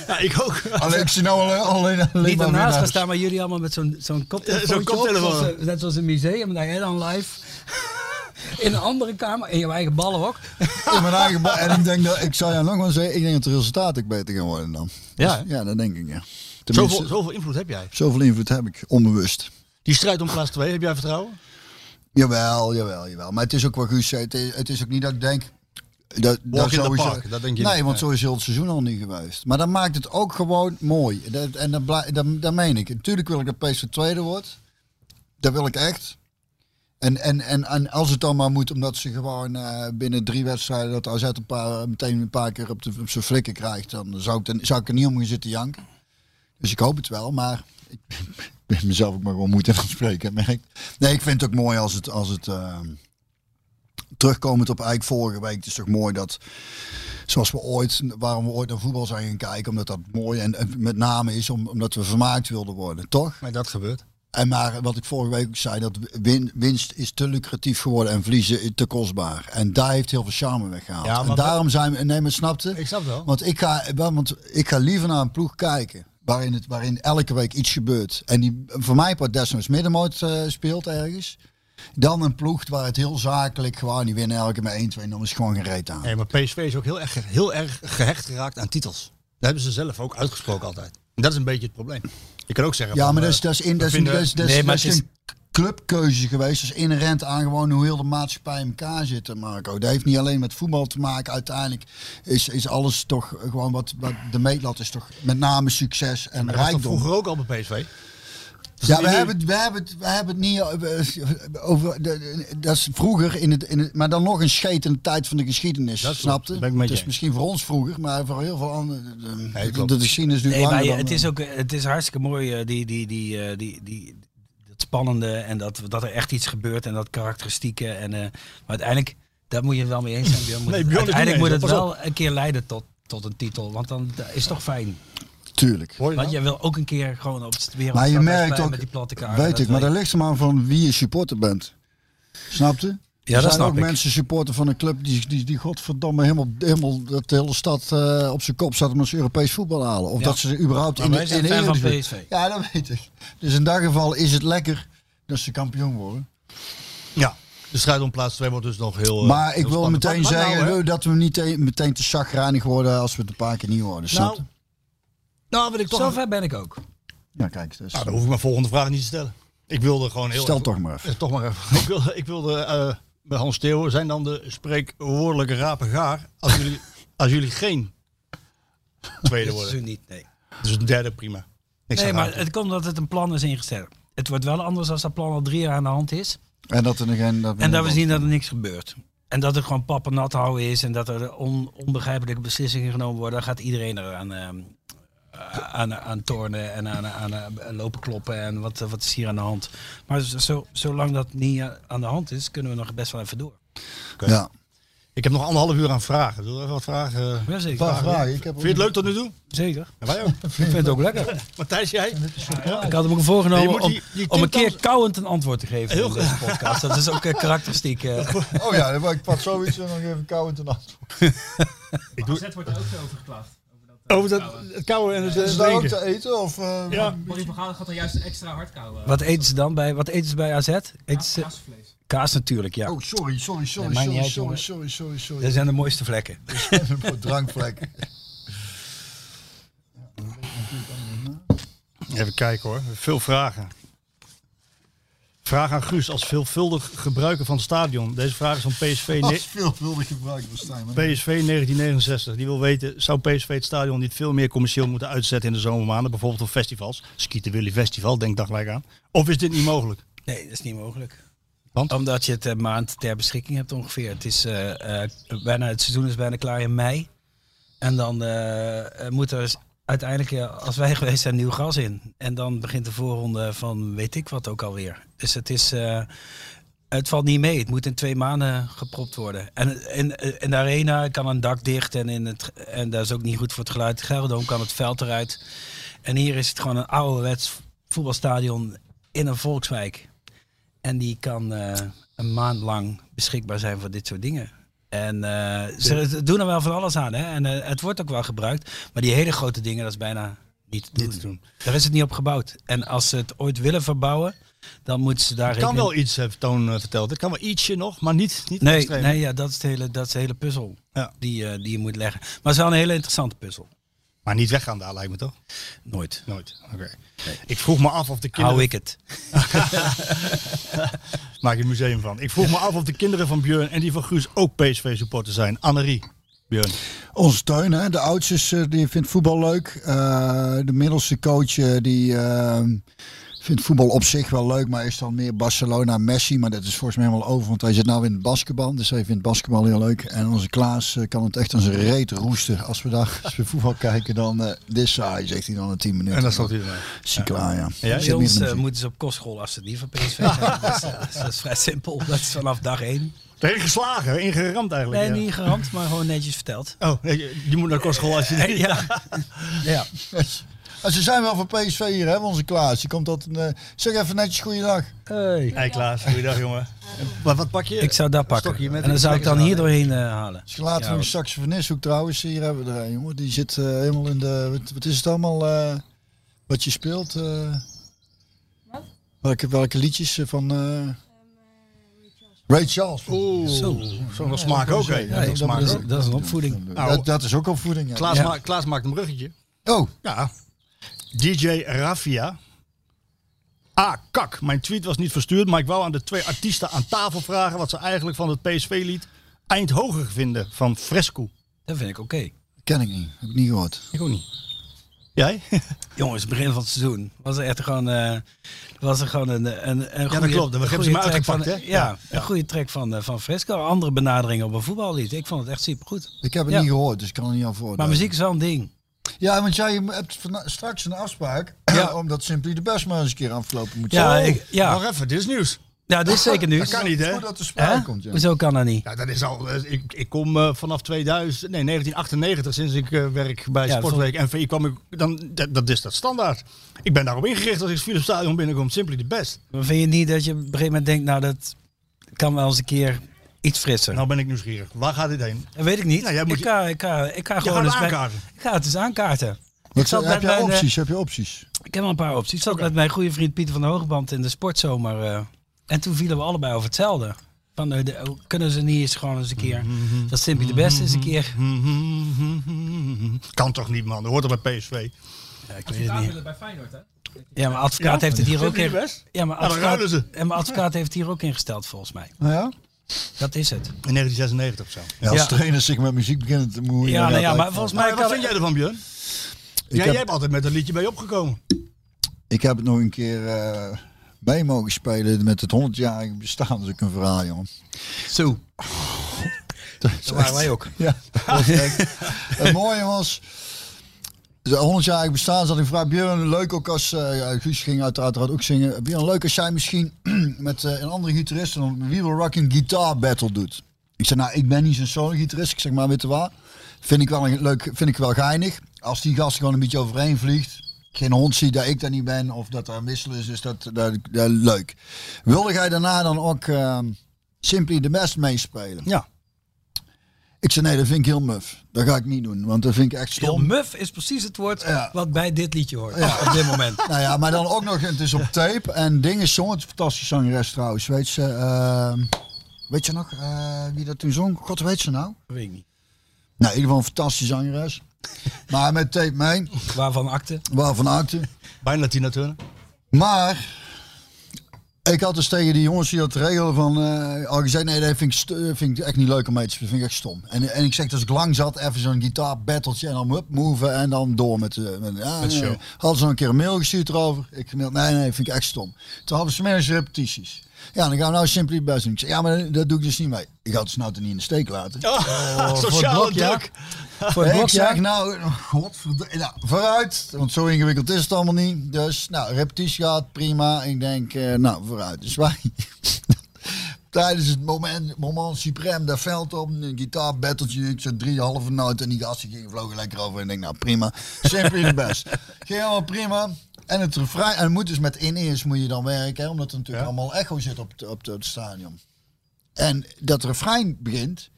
E: ja, ik ook.
D: Alleen ik zie nou alleen, alleen, alleen
F: Niet
D: maar
F: ernaast gaan
D: winnaars.
F: staan, maar jullie allemaal met zo'n zo'n koptelefoon.
E: zo'n koptelefoon.
F: Net zoals een museum, daar jij dan live. In een andere kamer, in je eigen ballenhok.
D: in mijn eigen ba- En ik denk dat, ik zou jou nog wel zeggen, ik denk dat het resultaat ook beter gaan worden dan. Dus,
E: Ja,
D: ja, dat denk ik, ja. Tenminste,
E: Zoveel,
D: zoveel,
E: zoveel invloed heb jij.
D: invloed heb ik, onbewust.
E: Die strijd om plaats 2, heb jij vertrouwen?
D: Jawel, jawel, jawel. Maar het is ook wat Guus zei, het is, het is ook niet dat ik denk... Dat,
E: in the
D: sowieso-
E: park, dat denk je
D: Nee,
E: niet,
D: want zo
E: nee.
D: is heel het seizoen al niet geweest. Maar dat maakt het ook gewoon mooi. Dat, en dat, blij- dat, dat meen ik. Natuurlijk wil ik dat PSV tweede wordt. Dat wil ik echt. En, en, en, en als het dan maar moet, omdat ze gewoon eh, binnen drie wedstrijden dat AZ een paar, meteen een paar keer op, de, op zijn flikken krijgt, dan zou ik, er- zou ik er niet om gaan zitten janken. Dus ik hoop het wel, maar ik ben mezelf ook maar gewoon moeite aan het spreken. merk ik. Nee, ik vind het ook mooi als het, als het eh, terugkomend op eigenlijk vorige week. Het is toch mooi dat, zoals we ooit, waarom we ooit naar voetbal zijn gaan kijken, omdat dat mooi en en met name is om, omdat we vermaakt wilden worden, toch?
E: Maar dat gebeurt.
D: En maar wat ik vorige week ook zei, dat win- winst is te lucratief geworden en verliezen is te kostbaar. En daar heeft heel veel charme weggehaald.
E: Ja, maar
D: en
E: wat-
D: daarom zijn we, nee, maar snapte?
E: Ik snap wel.
D: Want ik ga, wel, want ik ga liever naar een ploeg kijken. Waarin, het, waarin elke week iets gebeurt. En die voor mij part desnoods middenmoot eh, speelt ergens. Dan een ploeg waar het heel zakelijk gewoon. Die winnen elke met 1-2. Dan is gewoon geen reet aan.
E: Nee, maar PSV is ook heel erg, heel erg gehecht geraakt aan titels. Dat hebben ze zelf ook uitgesproken altijd. Dat is een beetje het probleem. Je kan ook zeggen.
D: Ja,
E: van,
D: maar dat
E: eh,
D: is, dat is, in, dat is,
E: vinden-
D: dat is, dat is-
F: Nee, maar
D: dat is
F: het is-
D: een clubkeuze geweest. Dat is inherent aan gewoon hoe heel de maatschappij in elkaar zit, eh, Marco. Dat heeft niet alleen met voetbal te maken. Uiteindelijk is, is alles toch gewoon wat, wat de meetlat is toch met name succes en
E: dat was toch
D: rijkdom.
E: vroeger ook al bij PSV.
D: Ja, we hebben, het- we, hebben het, we hebben het niet eh, over. de- Dat is vroeger, in het, in het, maar dan nog een scheet in de tijd van de geschiedenis.
E: Dat klopt,
D: snapte?
E: dat ben ik met
D: het
E: je
D: is
E: eens.
D: misschien voor ons vroeger, maar voor heel veel anderen. de-
E: Nee,
D: de,
E: klopt.
D: de geschiedenis duurt
F: Nee, maar
D: langer.
F: je-
D: dan,
F: het
D: eh,
F: is ook eh, het is hartstikke mooi, eh, die, die, die, eh, die, die, dat spannende en dat, dat er echt iets gebeurt en dat karakteristieke. En, eh, maar uiteindelijk, daar moet je het wel mee eens zijn. Björn. Moet
E: Nee,
F: het-
E: Björn is
F: uiteindelijk
E: niet
F: moet
E: mee
F: het
E: eens,
F: wel een keer leiden tot, tot een titel, want dan dat is toch fijn.
D: Tuurlijk.
E: Hoor je nou?
F: Want
E: dat?
F: jij wil ook een keer gewoon op het wereld
D: Maar je merkt ook,
F: met die platte kaart.
D: weet ik, maar dat ligt er maar aan van wie je supporter bent. Snapte?
F: Ja,
D: er
F: dat
D: zijn
F: snap
D: ook
F: ik.
D: mensen supporter van een club die, die, die godverdomme helemaal, helemaal dat de hele stad eh, op zijn kop zat omdat ze Europees voetbal halen. Of
F: Ja.
D: dat ze er überhaupt
F: Maar
D: in de
F: wij zijn
D: in de
F: fan van
D: Eredivisie-
F: PSV.
D: Ja, dat weet ik. Dus in dat geval is het lekker dat ze kampioen worden.
E: Ja. De strijd om plaats 2 wordt dus nog heel. eh,
D: maar ik
E: heel
D: wil
E: spannend.
D: meteen
E: Wat- wat nou,
D: zeggen
E: hè?
D: eh, dat we niet te- meteen te chagrijnig worden als we het een paar keer niet worden.
E: Nou,
D: Snap je?
E: nou, wil ik toch.
F: Zover ben ik ook.
D: ja, kijk. Dus,
E: Nou, dan hoef ik mijn volgende vraag niet te stellen. Ik wilde gewoon heel.
D: stel toch maar even.
E: Eh, Toch maar even. Ik wilde, ik wilde eh, bij Hans Theo zijn dan de spreekwoordelijke rapen gaar als jullie, als jullie geen tweede
F: Dit
E: worden.
F: seizoen niet, nee.
E: Dus een derde prima. Niks
F: Nee,
E: aan
F: maar
E: raar.
F: het komt omdat het een plan is ingesteld. Het wordt wel anders als dat plan al drie jaar aan de hand is.
D: En dat er nog een. Dat
F: En dat we zien dat er niks gebeurt. En dat het gewoon pappernat houden is en dat er on- onbegrijpelijke beslissingen genomen worden, daar gaat iedereen eraan ehm, eh, aan, aan tornen en aan, aan, eh, lopen kloppen en wat, wat is hier aan de hand. Maar zo- zo, zolang dat niet eh, aan de hand is, kunnen we nog best wel even door.
D: Ja.
E: Ik heb nog anderhalf uur aan vragen. Zullen we even wat vragen? eh,
F: Ja, zeker.
D: Paar
E: vragen?
D: vragen. Ik heb
E: Vind je het leuk tot nu toe?
F: Zeker.
E: En wij ook.
F: Ik vind het ook lekker.
E: Matthijs, jij?
F: Ik had hem ook
E: Je
F: voorgenomen
E: moet
F: om,
E: die- die
F: om een keer
E: tientallen-
F: kauwend een antwoord te geven
E: Heel
F: in deze podcast. Dat is ook eh, karakteristiek. eh.
D: Oh ja, dan wou ik pas zoiets en nog even kou in de nacht.
H: AZ wordt er ook zo over geklaagd. Over dat, eh,
E: Over dat,
H: kouwen.
E: het kouwen en het eh,
D: Is dat ook
E: drinken.
D: te eten? Of, eh,
E: Ja.
H: Corrie van Gaal gaat er juist extra hard kouwen.
F: Wat eten ze dan bij, wat eten ze bij AZ? Eten ze,
H: Kaasvlees.
F: kaas natuurlijk, ja.
D: Oh, sorry, sorry, sorry,
F: Nee, maakt
D: sorry,
F: niet uit,
D: sorry,
F: jongen.
D: sorry, sorry, sorry,
F: Dat zijn de mooiste vlekken.
D: Voor drankvlek.
E: Even kijken hoor. Veel vragen. Vraag aan Guus. Als veelvuldig gebruiker van het stadion. Deze vraag is van PSV.
D: Dat
E: ne-
D: is veelvuldig gebruikt voor Stijn. maar-
E: PSV 1969, die wil weten, zou PSV het stadion niet veel meer commercieel moeten uitzetten in de zomermaanden? Bijvoorbeeld op festivals, Skieten Willy Festival, denk daar gelijk aan. Of is dit niet mogelijk?
F: Nee, dat is niet mogelijk.
E: Want?
F: Omdat je het een maand ter beschikking hebt ongeveer. Het, is, eh, eh, bijna, het seizoen is bijna klaar in mei. En dan eh, eh, moet er s- uiteindelijk, eh, als wij geweest zijn, nieuw gas in. En dan begint de voorronde van weet ik wat ook alweer. Dus het is... eh, het valt niet mee. Het moet in twee maanden gepropt worden. En in, in de arena kan een dak dicht en, in het, en dat is ook niet goed voor het geluid. Gelderdoom kan het veld eruit. En hier is het gewoon een ouderwets voetbalstadion in een volkswijk. En die kan eh, een maand lang beschikbaar zijn voor dit soort dingen. En eh, ze doen er wel van alles aan. Hè? En eh, het wordt ook wel gebruikt. Maar die hele grote dingen, dat is bijna niet te doen. Daar is het niet op gebouwd. En als ze het ooit willen verbouwen, dan moeten ze daar...
E: Het kan
F: rekening-
E: wel iets, heeft Toon eh, verteld. Het kan wel ietsje nog, maar niet, niet
F: Nee,
E: extreem.
F: nee ja, dat, is de hele, dat is de hele puzzel
E: Ja.
F: die, eh, die je moet leggen. Maar het is wel een hele interessante puzzel.
E: Maar niet weggaan daar lijkt me toch?
F: Nooit.
E: Nooit. Oké. Ik vroeg me af of de kinderen...
F: Hou ik het.
E: Maak je een museum van. Ik vroeg me af of de kinderen van Björn en die van Guus ook PSV supporter zijn. Annerie. Björn.
D: Onze Teun, hè, de oudste, is, eh, die vindt voetbal leuk. Eh, de middelste coach, eh, die eh, vindt voetbal op zich wel leuk, maar is dan meer Barcelona Messi. Maar dat is volgens mij helemaal over, want hij zit nou in het basketbal. Dus hij vindt basketbal heel leuk. En onze Klaas eh, kan het echt aan zijn reet roesten. Als we daar als we voetbal kijken, dan eh dit is saai, zegt hij dan na 10 minuten.
E: En dat stond hij erbij.
D: Zie klaar, ja.
E: jij?
D: Zit
F: Bij
D: meer in
F: ons
D: de
F: eh,
D: muziek.
F: moeten ze op kostschool als ze het niet van PSV zijn. dat, is, eh, dat is vrij simpel. Dat is vanaf dag één.
E: Tegen geslagen, ingeramd eigenlijk.
F: Nee,
E: ja.
F: niet gerand, maar gewoon netjes verteld.
E: Oh, nee, je, je moet naar kostschool als je...
F: Eh, Ja. ja.
D: En Ah, ze zijn wel van PSV hier, hè, onze Klaas. Die komt dat. zeg even netjes goeiedag.
E: Hey Klaas, goeiedag jongen. Maar wat pak je?
F: Ik zou dat pakken.
E: stokje met
F: En dan
E: die
F: zou ik dan
E: vlekken
F: hier doorheen eh, halen.
D: Als Dus je later
F: Ja,
D: nog een
F: hoor.
D: saxofonist zoekt trouwens, hier hebben we er een, jongen. Die zit eh, helemaal in de... Wat, wat is het allemaal eh, wat je speelt? eh?
I: Wat?
D: Welke, welke liedjes eh, van... eh Ray Charles.
E: Oeh, zo'n wel smaak ook. hè?
D: Ja,
E: Zo'n
F: dat,
E: smaak
F: is,
E: ook.
F: dat is een opvoeding.
D: dat, dat is ook opvoeding. ja.
E: Klaas,
F: Ja.
E: maakt- Klaas maakt een bruggetje.
D: Oh,
E: Ja. DJ Raffia. Ah, kak. Mijn tweet was niet verstuurd, maar ik wou aan de twee artiesten aan tafel vragen wat ze eigenlijk van het PSV-lied Eindhoven vinden van Fresco.
F: Dat vind ik oké.
D: Ken ik niet. Heb ik niet gehoord.
E: Ik ook niet. Jij?
F: Jongens, het begin van het seizoen was er echt gewoon, eh, was er gewoon een, een, een goede,
E: dat klopt. We
F: een
E: hebben ze
F: goede
E: maar
F: track van,
E: uitgepakt, hè?
F: Ja, een goede track van, eh, van Fresco. Andere benadering op een voetballied. Ik vond het echt supergoed.
D: Ik heb het
F: Ja.
D: niet gehoord, dus ik kan er niet aan voor.
F: Maar muziek is wel een ding.
D: Ja, want jij hebt vana- straks een afspraak. omdat Simply de Best maar eens een keer afgelopen moet
F: Ja,
D: zijn.
F: ik, ja.
E: Nog even, dit is nieuws.
F: ja dit is zeker nu.
D: Dat kan niet, hè? Voordat de
F: Hè?
D: sprake komt, ja.
F: Hoezo kan dat niet?
E: Ja, dat is al. eh, Ik, ik kom eh, vanaf 2000, nee 1998, sinds ik eh, werk bij
F: Ja,
E: Sportweek NVI, kwam ik. Dan, dat, dat is dat standaard. Ik ben daarop ingericht als ik het Philips Stadion binnenkom. Simply the best.
F: Maar Vind je niet dat je op een gegeven moment denkt, nou dat kan wel eens een keer iets frisser?
E: Nou ben ik nieuwsgierig. Waar gaat dit heen?
F: dat weet ik niet.
E: Nou, jij moet
F: ik,
E: je-
F: ga, ik, ga, ik ga gewoon
E: gaat
F: eens
E: het
F: bij-
E: aankaarten.
F: Ik ga het eens aankaarten.
D: Wat-
F: zat
D: heb
F: met
D: jij
F: mijn, eh,
D: opties? Heb je opties?
F: Ik heb wel een paar opties. Ik zat met mijn goede vriend Pieter van de Hoogband in de sportzomer. eh, en toen vielen we allebei over hetzelfde. Van, eh, de- oh, kunnen ze niet eens gewoon eens een keer... Dat Simply de Beste eens een keer...
E: Hmm, Kan toch niet, man? Dat hoort er bij PSV.
F: Ja, ik weet het niet.
H: willen bij Feyenoord, hè?
F: Ja, maar advocaat heeft het hier ook...
E: Simply
F: in-
E: the best?
F: Ja, maar
E: dan ruilen
F: advocaat,
E: ze.
F: ja, maar advocaat heeft het hier ook ingesteld volgens mij.
D: Nou ja?
F: Dat is het.
E: In 1996 of zo.
D: Ja, als
F: Oh Ja.
D: trainers zich met muziek beginnen te moeien.
F: Ja, nou ja,
D: inderdaad,
F: maar
D: ik-
F: volgens mij...
E: Maar
F: kan-
E: wat vind jij ervan, Björn?
D: ik,
E: Ja,
D: heb,
E: Jij hebt altijd met een liedje bij opgekomen.
D: ik heb het nog een keer eh, mee mogen spelen met het 100-jarige bestaan. Dat is ook een verhaal, jongen.
E: Zo.
F: Dat waren wij ook.
D: Ja, het mooie was. De 100-jarig bestaan zat eh, ik vraag Björn, leuk ook als, eh, ja, Guus ging uiteraard ook zingen. Björn, leuk als jij misschien met eh, een andere gitarist een We Will Rocking Guitar Battle doet. Ik zei, nou, ik ben niet zo'n solo-gitarist. Ik zeg, maar weet je waar? Vind ik wel een, leuk, vind ik wel geinig. Als die gast gewoon een beetje overheen vliegt. Geen hond ziet dat ik daar niet ben of dat er een wissel is. Dus dat, dat, dat- leuk. Wilde jij daarna dan ook eh, Simply the Best meespelen?
E: Ja.
D: Ik zei nee, dat vind ik heel muf. Dat ga ik niet doen, want dat vind ik echt
F: Heel
D: stom.
F: muf is precies het woord
D: Ja.
F: wat bij dit liedje hoort. Op dit moment.
D: Nou ja, maar dan ook nog, het is op tape. En dingen zong het, fantastische zangeres trouwens. Weet ze, ehm, weet je nog eh, wie dat toen zong? God, weet ze nou?
F: Weet ik niet.
D: Nou, in ieder geval een fantastische zangeres. Maar met tape mee,
F: Waarvan akte?
D: waarvan acte.
E: Bijna Tina Turner.
D: Maar ik had dus tegen die jongens die dat regelen van eh, al gezegd, nee, dat vind ik, st- eh, vind ik echt niet leuk om mee te spelen. vind ik echt stom. En, en ik zeg, als ik lang zat, even zo'n gitaarbattletje en dan hup, move en dan door met de... Met, ja,
E: Met de show.
D: nee. Hadden ze nog een keer een mail gestuurd erover. Ik gemaild, nee, nee, vind ik echt stom. Toen hadden ze middags repetities. Ja, dan gaan we nou simply best doen. Ik zeg, ja, maar dat doe ik dus niet mee. Ik had ze nou toch niet in de steek laten.
E: Oh, sociale
D: voor het blok, ja.
E: druk.
F: Voor het
D: ik
F: blok, ja?
D: zeg nou, godverdomme, nou, vooruit, want zo ingewikkeld is het allemaal niet. Dus, nou, repetitie gaat, prima. Ik denk, eh, nou, vooruit. Dus wij, tijdens het moment, moment supreme, daar veld op, een gitaarbattletje, ik zat drie halve noten en die gasten gingen vlogen lekker over. En ik denk, nou, prima, simply the best. Ging helemaal prima. En het refrein, en het moet dus met in-ears moet je dan werken, hè, omdat er natuurlijk allemaal echo zit op, het- op het- het stadion. En dat refrein begint.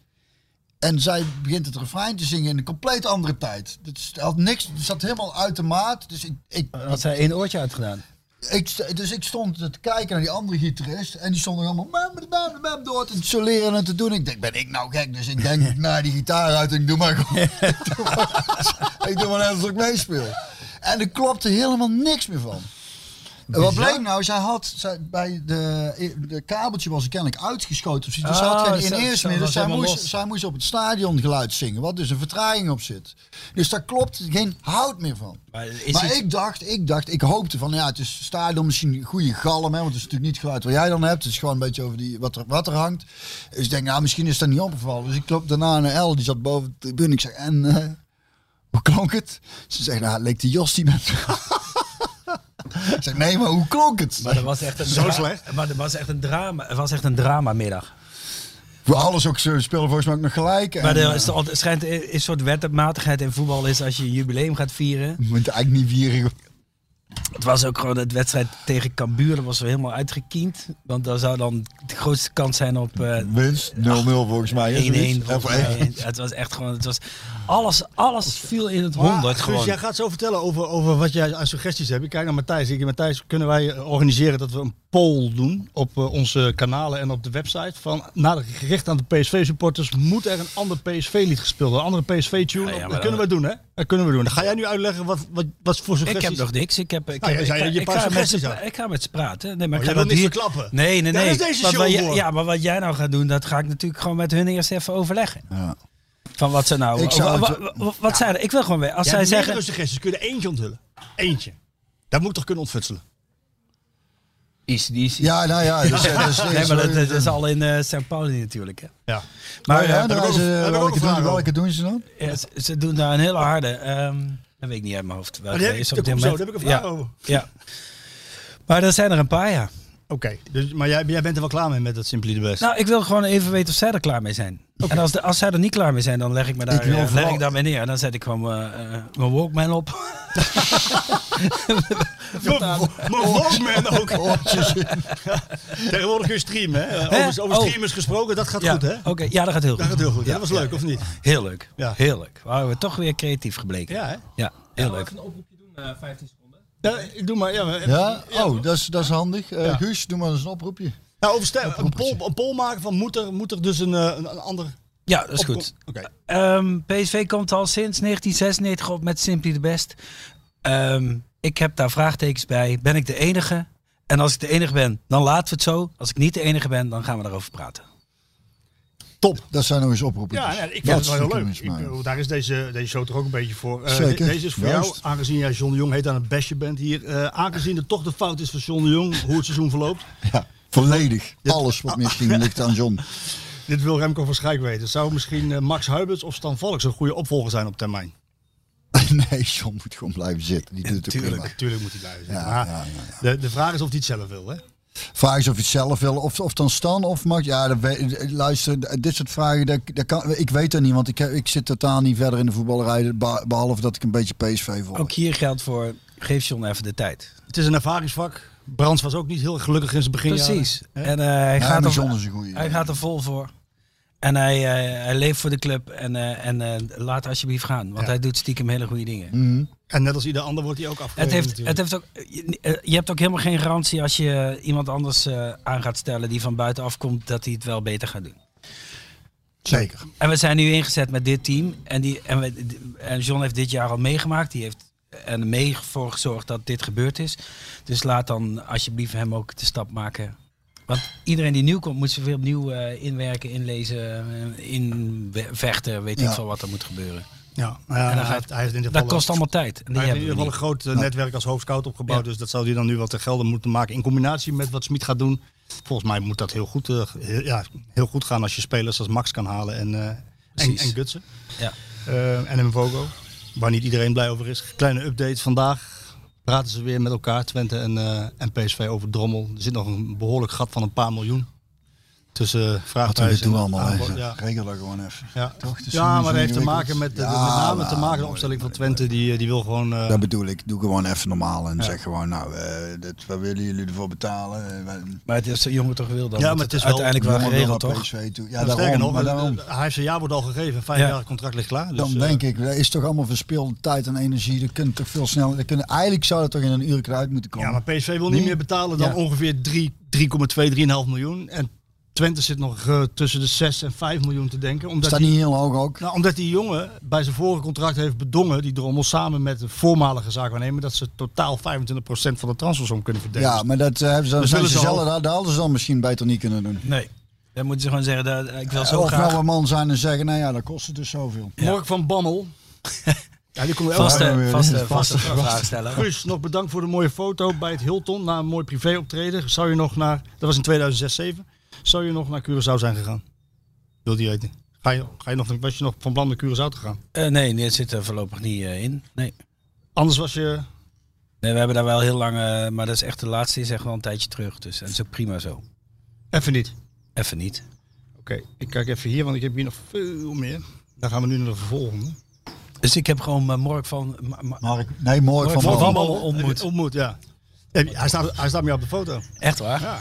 D: En zij begint het refrein te zingen in een compleet andere tijd. Het is- had niks, het zat helemaal uit de maat. Dus ik, ik,
F: Had zij één oortje uitgedaan?
D: ik, st- dus ik stond te kijken naar die andere gitarist. En die stonden allemaal bam, bam, bam, bam, door te soleren en te doen. Ik denk, ben ik nou gek? Dus ik denk naar die gitaar uit en ik doe maar gewoon. ik doe maar- ik doe maar net alsof ik meespeel. En er klopte helemaal niks meer van. En wat bleek nou? Zij had zij, bij de, de kabeltje was er kennelijk uitgeschoten. of zoiets. Dus ze had
F: Ah,
D: geen
F: zo-
D: in eerst
F: zo
D: meer.
F: was
D: Dus zij
F: helemaal
D: moest,
F: los.
D: zij moest op het stadion geluid zingen. Wat dus een vertraging op zit. Dus daar klopt geen hout meer van
F: Maar is
D: maar
F: het-
D: ik dacht, ik dacht, ik hoopte van ja, het is stadion misschien een goede galm, hè, want het is natuurlijk niet geluid wat jij dan hebt. Het is gewoon een beetje over die, wat, er, wat er hangt. Dus ik denk, nou, misschien is dat niet opgevallen. Dus ik loop daarna naar El, die zat boven de tribune. Ik zeg, en eh, hoe klonk het? Ze zegt, nou, het leek de Jos die met. ik zeg, nee, maar hoe klonk het?
F: Maar dat was echt een
E: Zo
F: dra-
E: slecht.
F: Maar dat was echt een drama. Het was echt een dramamiddag.
D: Voor alles ook, ze spelen volgens mij ook nog gelijk. En,
F: Maar er
D: eh,
F: is, al- er schijnt een een soort wetmatigheid in voetbal is als je een jubileum gaat vieren.
D: je moet eigenlijk niet vieren.
F: Het was ook gewoon het wedstrijd tegen Cambuur. Dat was wel helemaal uitgekiend. Want daar zou dan de grootste kans zijn op eh, 1-1.
D: Winst 0-0 volgens mij. hè, zoiets.
F: volgens
D: Of
F: mij.
D: 1-1.
F: Het was echt gewoon... Het was, alles, alles viel in het
E: Maar,
F: honderd
E: Guus,
F: gewoon.
E: jij gaat zo vertellen over, over wat jij aan suggesties hebt. Ik kijk naar Matthijs. Ik, Matthijs, kunnen wij eh, organiseren dat we een poll doen op eh, onze kanalen en op de website? Van, nou, gericht aan de PSV-supporters, moet er een ander PSV-lied gespeeld worden? Een andere PSV-tune?
F: Ja, ja, maar
E: dat kunnen
F: dan-
E: we doen, hè? Dat kunnen we doen. Dan ga jij nu uitleggen wat, wat, wat voor
F: Ik
E: suggesties...
F: heb nog niks. Ik, heb, ik,
E: Nou, jij
F: heb-
E: zei
F: ik,
E: dat je
F: ik
E: een paar
F: ga met ze,
E: suggesties had.
F: pra- ik ga met ze praten. Nee, maar
E: Oh,
F: ik
E: jij
F: ga
E: wilt
F: dat
E: niks
F: hier...
E: verklappen?
F: Nee, nee,
E: Daar
F: nee.
E: is deze
F: Wat
E: show
F: wij-
E: voor.
F: Ja, maar wat jij nou gaat doen, dat ga ik natuurlijk gewoon met hun eerst even overleggen.
D: Ja.
F: Van wat ze nou...
D: Ik zou
F: wa-
D: het-
F: wa- wa- wat zijn er? Ik wil gewoon weer... Als
E: Jij
F: zij
E: hebt
F: zeggen...
E: meerdere suggesties. Kun je er eentje onthullen? Eentje. Dat moet ik toch kunnen ontfutselen?
F: Easy, easy.
D: Ja, nou ja. Dus, eh, dus,
F: Nee, maar dat, dat is al in eh St. Pauli natuurlijk. Hè.
E: Oh Ja.
F: Maar
D: ja,
F: eh,
D: daar
E: ik ook
D: is,
E: een-
D: eh,
E: heb ik ook
D: welke,
E: een vraag
D: doen,
E: over.
D: welke doen ze dan?
F: ja, ze, ze doen daar een hele harde... ehm dat weet ik niet uit mijn hoofd.
E: Maar
F: Welke
E: Oh, die heb ik-
F: is op
E: dat
F: dit
E: komt zo,
F: moment.
E: daar heb ik een vraag
F: ja,
E: over.
F: Ja. Maar er zijn er een paar, ja.
E: Oké. Dus, maar jij, jij bent er wel klaar mee met dat Simply the Best?
F: Nou, ik wil gewoon even weten of zij er klaar mee zijn. En als, de, als zij er niet klaar mee zijn, dan leg ik me daar,
D: Ik wil
F: eh, leg
D: vooral-
F: ik daar mee neer. En dan zet ik gewoon eh, eh, mijn Walkman op.
E: Maar Walkman ook.
D: Oh,
E: Tegenwoordig kun je streamen, hè? Eh, Over, over
F: Oh.
E: streamers gesproken, dat gaat
F: ja.
E: goed, hè?
F: Oké, ja, dat gaat heel goed.
E: Dat gaat heel goed. hè?
F: Ja,
E: dat was leuk, of niet?
F: Heel leuk.
E: Ja.
F: Heel leuk. Waren we toch weer creatief gebleken.
E: Ja, hè?
F: Ja, heel
H: Zal ik
F: leuk.
H: even een oproepje doen, eh 15 seconden?
E: Ja, ik doe maar. Ja, maar-
D: Ja? Oh, dat is, dat is handig. Eh,
E: Ja.
D: Guus, doe maar eens een oproepje.
E: Nou, over stem- een, poll, een poll maken van moet er, moet er dus een, eh, een, een ander...
F: Ja, dat is
E: opkom-
F: goed.
E: Oké.
F: Ehm, PSV komt al sinds 1996 op met Simply the Best. Ehm, ik heb daar vraagtekens bij. Ben ik de enige? En als ik de enige ben, dan laten we het zo. Als ik niet de enige ben, dan gaan we daarover praten.
D: Top. Dat zijn nog eens oproepen.
E: Ja, ja, ik vind het wel heel leuk. Ik
D: Maar.
E: bedoel, daar is deze, deze show toch ook een beetje voor. Eh,
D: Zeker,
E: de- deze is voor jou,
D: juist.
E: aangezien jij John de Jong heet aan het bestje bent hier. eh, aangezien het toch de fout is van John de Jong, hoe het seizoen verloopt.
D: Ja, volledig. Alles wat misschien ligt aan John.
E: Dit wil Remco van Schijk weten. Zou misschien eh, Max Huibers of Stan Valks een goede opvolger zijn op termijn?
D: Nee, John moet gewoon blijven zitten. Die doet het ook prima.
E: Natuurlijk moet hij blijven.
D: Ja,
E: maar
D: ja, ja,
E: De, de vraag is of hij het zelf wil. Hè?
D: Vraag is of je het zelf wil. Of, of dan Stan of Max. Ja, dat we- luister, d- dit soort vragen. Dat, dat kan, ik weet dat niet, want ik, heb- ik zit totaal niet verder in de voetballerij. be- Behalve dat ik een beetje PSV volg.
F: Ook hier geldt voor, geef John even de tijd.
E: Het is een ervaringsvak. Brands was ook niet heel gelukkig in zijn begin.
F: Precies. En eh, hij,
D: Ja,
F: gaat
D: maar
F: er,
D: John is een goeie.
F: hij gaat er vol voor. En hij, eh, hij leeft voor de club. En, eh, en eh, laat alsjeblieft gaan. Want
E: Ja.
F: hij doet stiekem hele goede dingen.
E: En net als ieder ander wordt hij ook
F: Het
E: afgewezen.
F: heeft, het heeft ook, je eh, je hebt ook helemaal geen garantie als je iemand anders eh, aan gaat stellen die van buitenaf komt, dat hij het wel beter gaat doen.
D: Zeker.
F: En we zijn nu ingezet met dit team. En, die, en, we, en John heeft dit jaar al meegemaakt. Die heeft er mee voor gezorgd dat dit gebeurd is. Dus laat dan alsjeblieft hem ook de stap maken. Want iedereen die nieuw komt, moet zoveel opnieuw eh, inwerken, inlezen, eh, invechten. Weet
D: Ja.
F: ik veel wat er moet gebeuren.
E: Ja, nou ja,
F: En
E: hij,
F: dan gaat-
E: heeft, hij heeft in ieder
F: Dat
E: geval...
F: kost allemaal tijd. En die
E: Hij heeft in
F: hebben
E: ieder
F: we
E: geval een
F: niet. Nou.
E: groot eh, netwerk als hoofdscout opgebouwd.
F: Ja.
E: Dus dat zou hij dan nu wat te gelden moeten maken. In combinatie met wat Smit gaat doen. Volgens mij moet dat heel goed, eh, heel, ja, heel goed gaan als je spelers als Max kan halen en, eh en,
F: Precies.
E: en Gutsen.
F: Ja.
E: Eh, en Mvogo. Waar niet iedereen blij over is. Kleine update vandaag. Praten ze weer met elkaar, Twente en, eh, en PSV over Drommel. Er zit nog een behoorlijk gat van een paar miljoen. Tussen uh,
D: Wat we dit
E: vraagprijzen.
D: doen allemaal.
E: aanbod,
D: even.
E: ja.
D: Regel dat gewoon even.
E: Ja,
D: Toch? Het is
E: ja
D: niet
E: maar
D: zo
E: dat heeft te
D: ingewikkeld.
E: maken met,
D: Ja,
E: met name
D: nou,
E: te maken de
D: mooi,
E: opstelling van
D: mooi,
E: Twente. Die, eh, die wil gewoon... eh,
D: Dat bedoel ik. Doe gewoon even normaal en zeg gewoon, nou, eh dit, wat willen jullie ervoor betalen? Eh, wij-
F: Maar het is de jongen toch wil dan.
E: Ja,
F: want
E: maar het is wel-
F: uiteindelijk wel
D: jongen wil
F: geregeld,
D: naar
F: toch?
D: PSV toe. Ja,
E: Nou, Sterker
D: daarom.
E: nog,
D: maar
E: eh,
D: daarom.
E: eh, hij heeft zijn jaarwoord al gegeven. Vijf
F: Ja.
E: jaar contract ligt klaar. Dus,
D: Dan
E: eh,
D: denk ik, dat is toch allemaal verspilde tijd en energie. Dat kunnen toch veel sneller. Dat kunnen, eigenlijk zou dat toch in een uur eruit moeten komen.
E: Ja, maar PSV wil niet meer betalen dan
D: Ja.
E: ongeveer drie- 3,2, 3,5 miljoen. En Twente zit nog eh, tussen de 6 en 5 miljoen te denken. Omdat
D: Staat
E: die,
D: niet heel hoog ook.
E: nou, omdat die jongen bij zijn vorige contract heeft bedongen, die drommel samen met de voormalige zaakwaarnemer, dat ze totaal 25% van de transfersom kunnen Dus verdelen.
D: Ja, maar dat eh, hebben ze, dan zijn
E: zullen
D: ze
E: ze
D: zelf,
E: al-
D: dat, dat hadden ze dan misschien beter niet kunnen doen.
F: Nee. Dan moeten ze gewoon zeggen, dat, eh, ik wil zo
D: of
F: graag.
D: nou een man zijn en zeggen, nou ja, dat kost het dus zoveel.
E: Mark van Bammel. ja, die komt
F: Vaste,
D: Ja,
F: vaste,
D: weer. Vaste-
F: vaste, vraag stellen.
E: Guus, nog bedankt voor de mooie foto bij het Hilton. Na een mooi privéoptreden. Zou je nog naar, dat was in 2006 7 zou je nog naar Curaçao zijn gegaan? Wil die weten. Ga je, ga je nog, was je nog van plan naar Curaçao te gaan?
F: Eh, nee, dit zit er voorlopig niet eh, in. Nee.
E: Anders was je...
F: nee, we hebben daar wel heel lang, eh, maar dat is echt de laatste, is echt wel een tijdje terug. Dus en dat is ook prima zo.
E: Even niet.
F: Even niet.
E: Oké, ik kijk even hier, want ik heb hier nog veel meer. Dan gaan we nu naar de volgende.
F: Dus ik heb gewoon eh, Mork van. Ma- ma-
D: Mark, nee, mooi van,
F: Van
D: Bammel.
F: Bammel ontmoet.
E: Ontmoet, ja. Heb je- Hij staat, hij staat meer op de foto.
F: Echt waar?
E: Ja.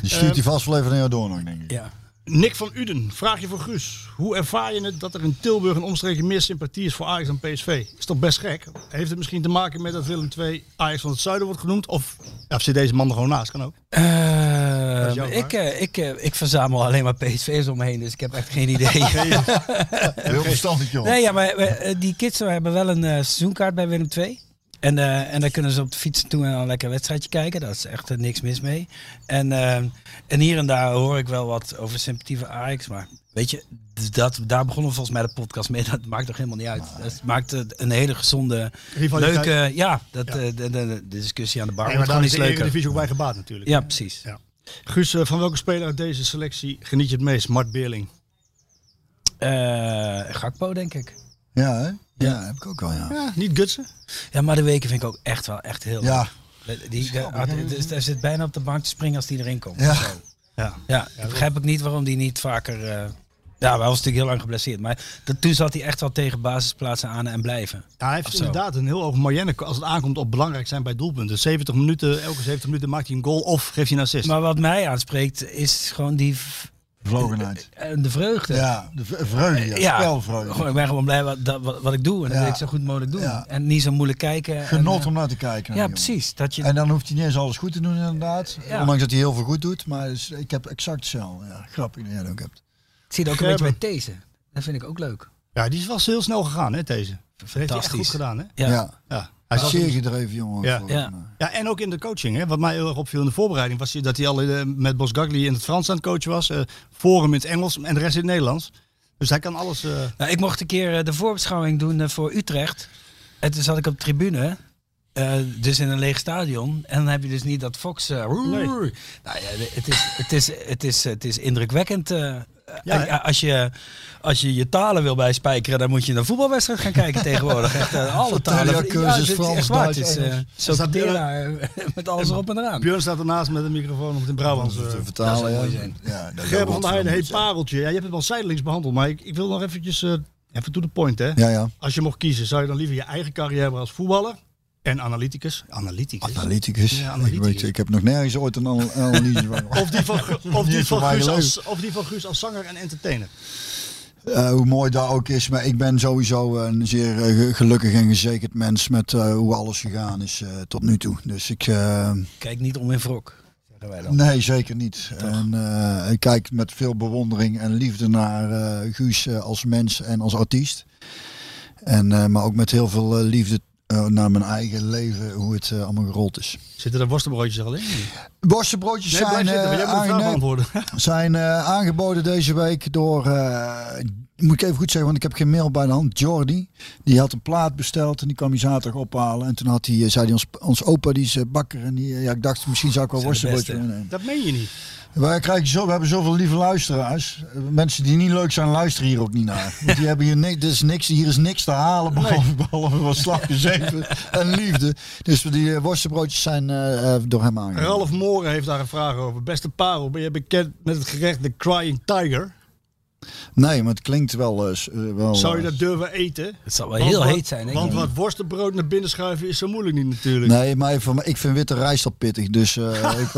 D: Die stuurt
F: Eh,
D: hij vast wel even naar jou door nog, denk ik.
F: Ja.
E: Nick van Uden, vraag je voor Guus. Hoe ervaar je het dat er in Tilburg en omstreken meer sympathie is voor Ajax dan PSV? Is toch best gek? Heeft het misschien te maken met dat Willem II Ajax van het Zuiden wordt genoemd? Of ja, of zit deze man er gewoon naast? Kan ook.
F: Eh,
E: was
F: Ehm,
E: jouw
F: ik,
E: vraag.
F: eh, ik, eh, ik verzamel alleen maar PSV's om me heen, dus ik heb echt geen idee.
D: Heel verstandig,
I: Oh.
D: joh.
F: nee, ja, maar eh, eh, die kids eh, hebben wel een eh, seizoenkaart bij Willem II. En, eh, en daar kunnen ze op de fiets toe en dan lekker een wedstrijdje kijken. Daar is echt eh, niks mis mee. En, eh, en hier en daar hoor ik wel wat over sympathieve Ajax. Maar weet je, d- dat, daar begonnen we volgens mij de podcast mee. Dat maakt toch helemaal niet uit. Dat maakt eh, een hele gezonde,
I: Rivaliteit.
F: leuke... Ja, dat, eh, de, de- de discussie aan de bar
I: Nee, maar
F: wordt
I: daar
F: gewoon
I: is
F: iets
I: de
F: leuker.
I: Eredivisie ook bij gebaat natuurlijk.
F: Ja, precies.
E: Guus, eh, van welke speler uit deze selectie geniet je het meest? Mart Beerling.
F: Eh, Gakpo, denk ik.
D: Ja, hè? Ja, heb ik ook al, ja.
E: Ja, niet Gutsen?
F: Ja, maar de weken vind ik ook echt wel echt heel
D: Ja,
F: Die, die, had- dus daar zit bijna op de bank te springen als die erin komt.
D: Ja.
F: of zo.
E: Ja.
F: ja ik begrijp ook niet waarom die niet vaker... eh, ja, hij was natuurlijk heel lang geblesseerd. Maar dat, toen zat hij echt wel tegen basisplaatsen aan en blijven.
E: Ja, hij heeft
F: Of zo.
E: inderdaad een heel hoog margine als het aankomt op belangrijk zijn bij doelpunten. 70 minuten, elke 70 minuten maakt hij een goal of geeft hij een assist.
F: Maar wat mij aanspreekt is gewoon die... v-
D: vlogenheid.
F: eh, de vreugde.
D: Ja, de v- vreugde, ja.
F: gewoon,
D: Spelvreugde.
F: ik ben gewoon blij wat, dat- wat, wat ik doe. En dat
D: Ja.
F: wil ik zo goed mogelijk doen.
D: Ja.
F: En niet zo moeilijk kijken. en,
D: Genot
F: eh,
D: om naar te kijken.
F: ja,
D: joh.
F: precies. Dat je,
D: En dan hoeft hij niet eens alles goed te doen, inderdaad.
F: Ja.
D: Ondanks dat hij heel veel goed doet. Maar dus, ik heb exact hetzelfde. Ja, grappig dat jij dat ook hebt.
F: ik zie het ook een beetje bij deze. Dat vind ik ook leuk.
E: Ja, die is wel heel snel gegaan, hè, deze. Dat heeft hij echt goed
F: Fantastisch.
E: gedaan, hè?
F: Ja.
D: Ja.
E: Ja.
D: Hij
E: Hij
D: is
E: zat
D: zeer
E: in-
D: gedreven jongen. eh,
E: Ja.
D: volgens
F: Ja.
D: mij.
E: ja, en ook in de coaching. Hè. Wat mij heel erg opviel in de voorbereiding was hij- dat hij al eh, met Bos Gagli in het Frans aan het coachen was. eh Forum in het Engels en de rest in het Nederlands. Dus hij kan alles... eh,
F: Nou, ik mocht een keer eh, de voorbeschouwing doen eh, voor Utrecht. En toen zat ik op de tribune. eh, dus in een leeg stadion. En dan heb je dus niet dat Fox. eh, roer.
E: Nee.
F: Nou ja, het is, het is, het is, het is indrukwekkend. eh,
E: Ja,
F: eh, als, je, als je je talen wil bijspijkeren, dan moet je naar een voetbalwedstrijd gaan kijken tegenwoordig. Echt, eh, alle talen.
D: Talia, cursus,
F: dit is
D: Frans,
F: echt waar.
D: Duits,
F: Het is, eh,
D: Engels.
F: zo'n
E: Is dat die-
F: teraar, met alles erop en eraan.
E: Björn staat ernaast met een microfoon om het in Brabants. eh,
D: Te vertalen,
F: mooi
D: ja.
F: zijn.
D: ja dat-
E: Gerben
D: dat
E: van der Heijden,
D: wordt
E: heet pareltje. Ja, je hebt het wel zijdelings behandeld, maar ik, ik wil nog eventjes... eh, even to the point, hè.
D: Ja, ja.
E: Als je mocht kiezen, zou je dan liever je eigen carrière hebben als voetballer en analyticus? Analyticus?
D: Analyticus.
E: Ja,
D: Ik,
E: analyticus.
D: weet, ik heb nog nergens ooit een anal- analyse van gehad.
E: Of die van, Gu- of die
D: Niet
E: van,
D: van mij
E: Guus,
D: leuk.
E: als, of die van Guus als zanger en entertainer?
D: Eh, hoe mooi dat ook is. Maar ik ben sowieso een zeer eh, ge- gelukkig en gezekerd mens met eh, hoe alles gegaan is eh, tot nu toe. Dus ik... eh,
F: Kijk niet om in wrok. Zeggen wij dan.
D: Nee, zeker niet. En, eh, ik kijk met veel bewondering en liefde naar eh, Guus eh, als mens en als artiest. En, eh, maar ook met heel veel eh, liefde eh, naar mijn eigen leven, hoe het eh, allemaal gerold is.
E: Zitten er worstenbroodjes al in?
D: Borstenbroodjes
E: Nee, blijf
D: zijn,
E: zitten,
D: eh,
E: want jij moet de vraag
D: aange-
E: beantwoorden.
D: zijn eh, aangeboden deze week door, eh, moet ik even goed zeggen, want ik heb geen mail bij de hand, Jordi. Die had een plaat besteld en die kwam hij zaterdag ophalen. En toen had hij, eh, zei hij, ons, ons opa die is eh, bakker. En die, eh, ja, ik dacht, misschien zou ik wel
F: Zijn de
D: worstenbroodjes
F: beste.
D: meenemen.
E: Dat meen je niet.
D: Wij krijgen zo, we hebben zoveel lieve luisteraars. Eh, Mensen die niet leuk zijn, luisteren hier ook niet naar. Want die hebben hier, ni- dit is niks, hier is niks te halen, behalve, behalve wat slapjes even en liefde. Dus die eh, worstenbroodjes zijn eh, eh, door hem aangeboden.
E: Ralf Moren heeft daar een vraag over. Beste parel, ben je bekend met het gerecht The Crying Tiger?
D: Nee, maar het klinkt wel... eh, s- eh, wel
E: Zou je
D: eh,
E: dat durven eten?
F: Het zal wel heel
E: Want-
F: heet zijn. denk
E: Want
F: ik.
E: wat worstenbrood naar binnen schuiven is zo moeilijk niet natuurlijk.
D: Nee, maar voor mij- ik vind witte rijst al pittig, dus eh ik,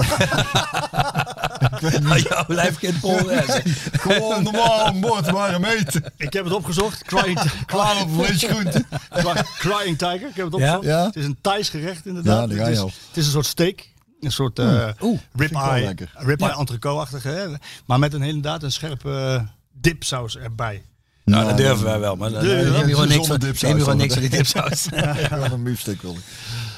F: Jouw lijfkind Paul Rens.
D: gewoon normaal een bord maar hem eten.
E: Ik heb het opgezocht. Crying,
D: Klaar op vleesgroenten.
E: Cry- Crying Tiger, ik heb het
F: Ja?
E: opgezocht.
D: Ja?
E: Het is een Thais gerecht inderdaad.
D: Ja, daar ga
E: het,
D: je
E: is,
D: al.
E: het is een soort steak. Een soort eh
D: oeh, vind ik wel
E: ribeye,
D: lekker.
E: ribeye entrecote-achtige. hè. Maar met een hele- inderdaad een scherpe eh, dipsaus erbij.
F: Nou, dat durven wij wel, maar dan
E: Durven
F: neem
E: we
F: je
E: wel?
F: gewoon niks
D: Zonder
F: van-
D: dipsaus
F: neem je gewoon
D: dan.
F: niks van die dipsaus.
D: een biefstuk wil ik.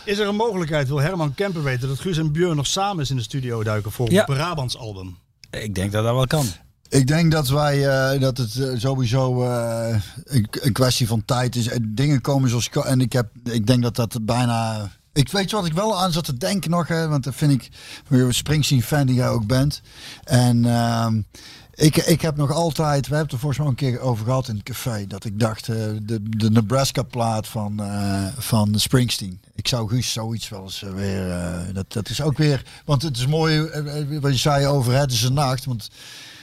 E: Is er een mogelijkheid, wil Herman Kemper weten, dat Guus en Björn nog samen eens in de studio duiken voor
F: Ja.
E: een Brabants album?
F: Ik denk dat dat wel kan.
D: Ik denk dat wij eh, dat het eh, sowieso eh, een, een kwestie van tijd is. Eh, Dingen komen zoals ko- en ik heb, ik denk dat dat bijna. Ik weet wat ik wel aan zat te denken nog, hè, want dat vind ik weer een Springsteen fan die jij ook bent. En ehm, ik, ik heb nog altijd, we hebben het er volgens mij een keer over gehad in het café, dat ik dacht eh, de, de Nebraska plaat van, eh, van Springsteen. Ik zou Guus zoiets wel eens eh, weer, eh, dat, dat is ook weer, want het is mooi eh, eh, wat je zei over het is een nacht, want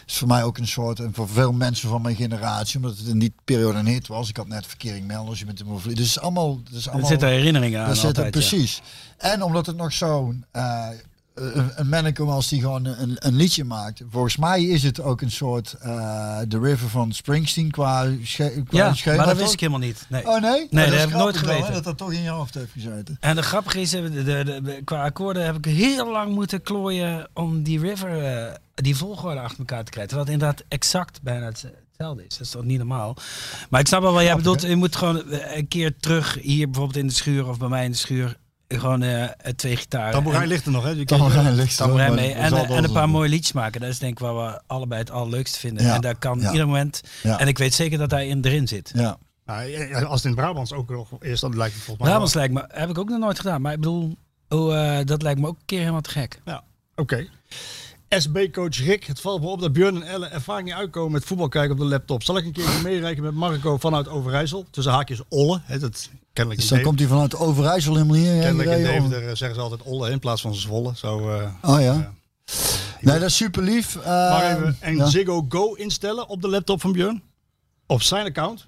D: is voor mij ook een soort, en voor veel mensen van mijn generatie, omdat het in die periode een hit was. Ik had net verkering melders, je bent hem overleden. Dus het is allemaal, het is
F: Er
D: allemaal
F: zitten herinneringen aan.
D: daar zitten
F: altijd, ja.
D: precies. En omdat het nog zo'n eh, eh, een Mennekom als die gewoon een, een liedje maakt. Volgens mij is het ook een soort eh The River van Springsteen qua, sche qua
F: Ja,
D: schema,
F: maar dat
D: toch?
F: wist ik helemaal niet. Nee.
D: Oh nee? Nou,
F: dat
D: is
F: heb ik nooit
D: grappig dan, hè,
F: geweten.
D: dat dat toch in je hoofd heeft gezeten.
F: En de grappige is, eh, de, de, de- qua akkoorden heb ik heel lang moeten klooien om die river, eh, die volgorde achter elkaar te krijgen. Terwijl het inderdaad exact bijna het- hetzelfde is. Dat is toch niet normaal. Maar ik snap wel wat jij bedoelt. Je moet gewoon eh, een keer terug hier bijvoorbeeld in de schuur of bij mij in de schuur. Gewoon eh, eh, twee gitaren.
J: Tamboerijn
F: en-
J: ligt er nog, hè? Die ken je.
D: Tamarijn ligt er ook,
F: Tamboerijn
D: maar
F: mee.
D: dat
F: En,
D: zal
F: eh,
D: wel
F: en een
D: zo
F: paar
D: zijn.
F: mooie liedjes maken. Dat is denk ik waar we allebei het allerleukste vinden.
D: Ja,
F: En daar kan
D: ja.
F: ieder moment.
D: Ja.
F: En ik weet zeker dat hij in erin zit.
D: Ja.
E: Nou, ja, ja, als het in het Brabants ook nog is, dan lijkt het volgens mij. wel.
F: Brabants lijkt me, heb ik ook nog nooit gedaan. Maar ik bedoel, oh, eh, dat lijkt me ook een keer helemaal te gek.
E: Oké. SB-coach Rick, het valt me op dat Björn en Ellen er vaak niet uitkomen met voetbal kijken op de laptop. Zal ik een keer meereiken met Marco vanuit Overijssel? Tussen haakjes Olle. Hè, dat kennelijk
D: Dus
E: in
D: dan
E: Deventer-
D: komt hij vanuit Overijssel helemaal hier. heen
E: Kennelijk in
D: gereden, of-
E: Deventer eh, zeggen ze altijd Olle in plaats van Zwolle. Zo, eh.
D: Oh ja. Nee, dat is super lief. eh,
E: Maar
F: Ehm,
E: even, en
D: ja.
E: Ziggo Go instellen op de laptop van Björn. Op zijn account.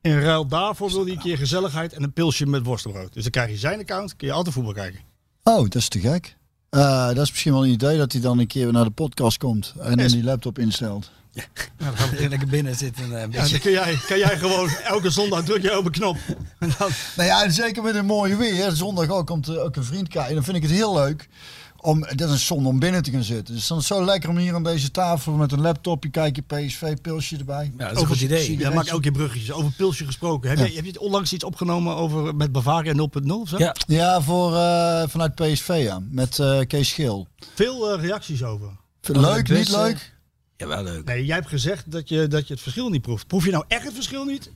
E: In ruil daarvoor wil hij een keer gezelligheid en een pilsje met worstenbrood. Dus dan krijg je zijn account, kun je altijd voetbal kijken.
D: Oh, dat is te gek. Eh, dat is misschien wel een idee dat hij dan een keer naar de podcast komt en dan
E: Yes.
D: die laptop instelt.
F: Nou, dan gaan we lekker binnen zitten. eh, Een
E: Ja,
F: beetje.
E: dan Dus kun jij, kan jij gewoon elke zondag druk je op een knop. En dan,
D: Nou ja, en zeker met een mooie weer. Zondag ook komt eh, ook een vriend kijken. Dan vind ik het heel leuk. Om, dat is een zonde om binnen te gaan zitten. Dus dan is het zo lekker om hier aan deze tafel met een laptopje kijk je PSV, pilsje erbij.
F: Ja, dat is een goed idee.
E: Jij maakt elke keer bruggetjes. Over Pilsje gesproken. Heb, je, heb je onlangs iets opgenomen over, met Bavaria 0.0 of zo?
F: Ja.
D: Ja, voor, eh, vanuit PSV ja. Met eh, Kees Schil.
E: Veel eh, reacties over.
D: Leuk,
F: het
D: niet
F: beste.
D: leuk?
F: Ja, wel leuk.
E: Nee, jij hebt gezegd dat je, dat je het verschil niet proeft. Proef je nou echt het verschil niet?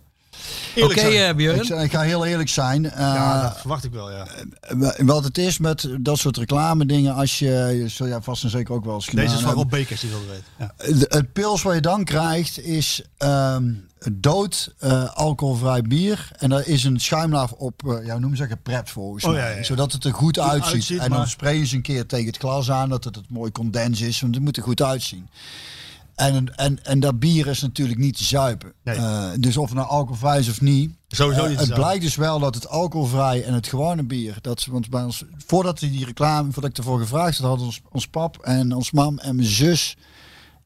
F: Oké,
E: Eerlijk zijn.
F: eh,
D: Ik,
F: Björn.
D: zeg- ik ga heel eerlijk zijn. Eh,
E: ja, dat verwacht ik wel, ja.
D: wa- Wat Eh, het is met dat soort reclame dingen. Als je, zul jij vast en zeker ook wel eens gedaan
E: Deze is van
D: hebben.
E: Rob Bekers, die wil het weten. Ja.
D: De- het pils wat je dan krijgt is ehm, dood eh, alcoholvrij bier. En daar is een schuimlaag op, eh, ja, hoe noem ze dat, pret volgens
E: Oh,
D: mij.
E: ja, ja, ja.
D: Zodat het er goed uitziet.
E: uitziet,
D: en
E: maar-
D: dan sprayen ze een keer tegen het glas aan dat het, het mooi condens is. Want het moet er goed uitzien. En, en, en dat bier is natuurlijk niet te zuipen.
E: Nee.
D: Eh, dus of het nou alcoholvrij is of niet.
E: Sowieso
D: eh,
E: niet te
D: het
E: zuipen.
D: blijkt dus wel dat het alcoholvrij en het gewone bier. Dat ze, want bij ons, voordat die reclame, voordat ik ervoor gevraagd had, hadden ons, ons pap en ons mam en mijn zus.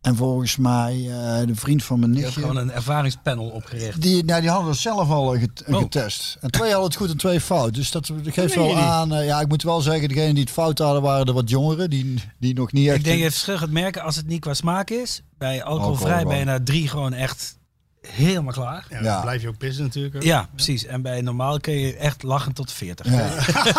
D: En volgens mij eh, de vriend van mijn
F: Je hebt
D: nichtje.
F: gewoon een ervaringspanel opgericht.
D: Die, nou, die hadden dat zelf al eh, get- eh,
F: Oh.
D: getest. En twee hadden het goed en twee fout. Dus dat geeft wel aan. eh, ja, ik moet wel zeggen, degenen die het fout hadden, waren er wat jongeren. Die, die nog niet echt...
F: Ik denk je het verschil gaat merken als het niet qua smaak is. Bij alcoholvrij
D: Alcohol
F: ben je
D: wel.
F: na drie gewoon echt helemaal klaar.
E: Ja,
D: Ja.
E: Dan blijf je ook pissen natuurlijk. hè.
F: Ja, precies. En bij normaal kun je echt lachen tot 40.
D: Ja,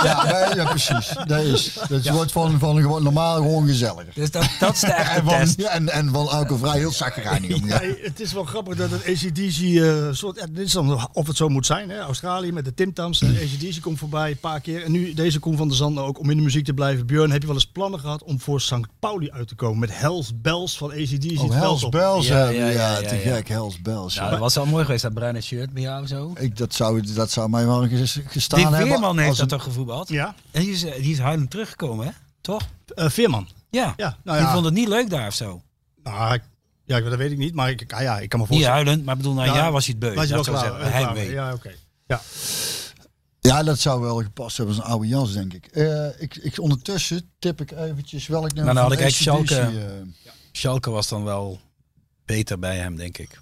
D: ja, nee, ja, precies. Dat is. Dat wordt van, van gewoon normaal gewoon gezelliger.
F: Dus dat, dat is de echte
D: En van,
F: test.
D: ja, en, en van alcoholvrij heel zakkerijnig.
E: Ja, het is wel grappig dat het ACDC, eh soort, ja, dit is dan of het zo moet zijn, hè? Australië met de Timtams, en ACDC komt voorbij een paar keer. En nu deze Koen van der Zanden ook, om in de muziek te blijven. Björn, heb je wel eens plannen gehad om voor St. Pauli uit te komen met Hells Bells van ACDC?
D: Oh, Hells Bells.
F: Ja,
D: Ja,
F: ja, ja, ja,
D: te
F: ja.
D: gek. Hells Bells.
F: Nou,
D: ja.
F: dat was wel mooi geweest, dat bruine shirt bij jou zo.
D: Ik, dat, zou, dat zou mij wel ges- gestaan
F: Die
D: hebben.
F: Veerman heeft
D: als
F: dat
D: een-
F: toch gevoetbald?
E: Ja,
F: En die is, eh, die is huilend teruggekomen, hè? Toch?
E: Eh, Veerman.
F: Ja.
E: Ja, nou
F: Die
E: ja,
F: vond het niet leuk daar of zo.
E: nou, ik- ja, ik- dat weet ik niet, maar ik, ah, ja, ik kan me
F: Niet
E: voorstellen.
F: huilend, maar ik bedoel, na een
E: Ja,
F: jaar was hij het beu.
E: Was je wel
F: Dat zou ik
E: klaar?
F: zeggen,
E: eh,
F: hij
E: klaar mee.
F: mee.
E: Ja, oké.
D: Ja, dat zou wel gepast hebben als een oude jas, denk ik. Eh, ik, ik. Ondertussen tip ik eventjes welk nummer
F: Nou, nou
D: van
F: had ik eigenlijk
D: AC/DC,
F: Schalke.
D: eh,
F: Schalke was dan wel beter bij hem, denk ik.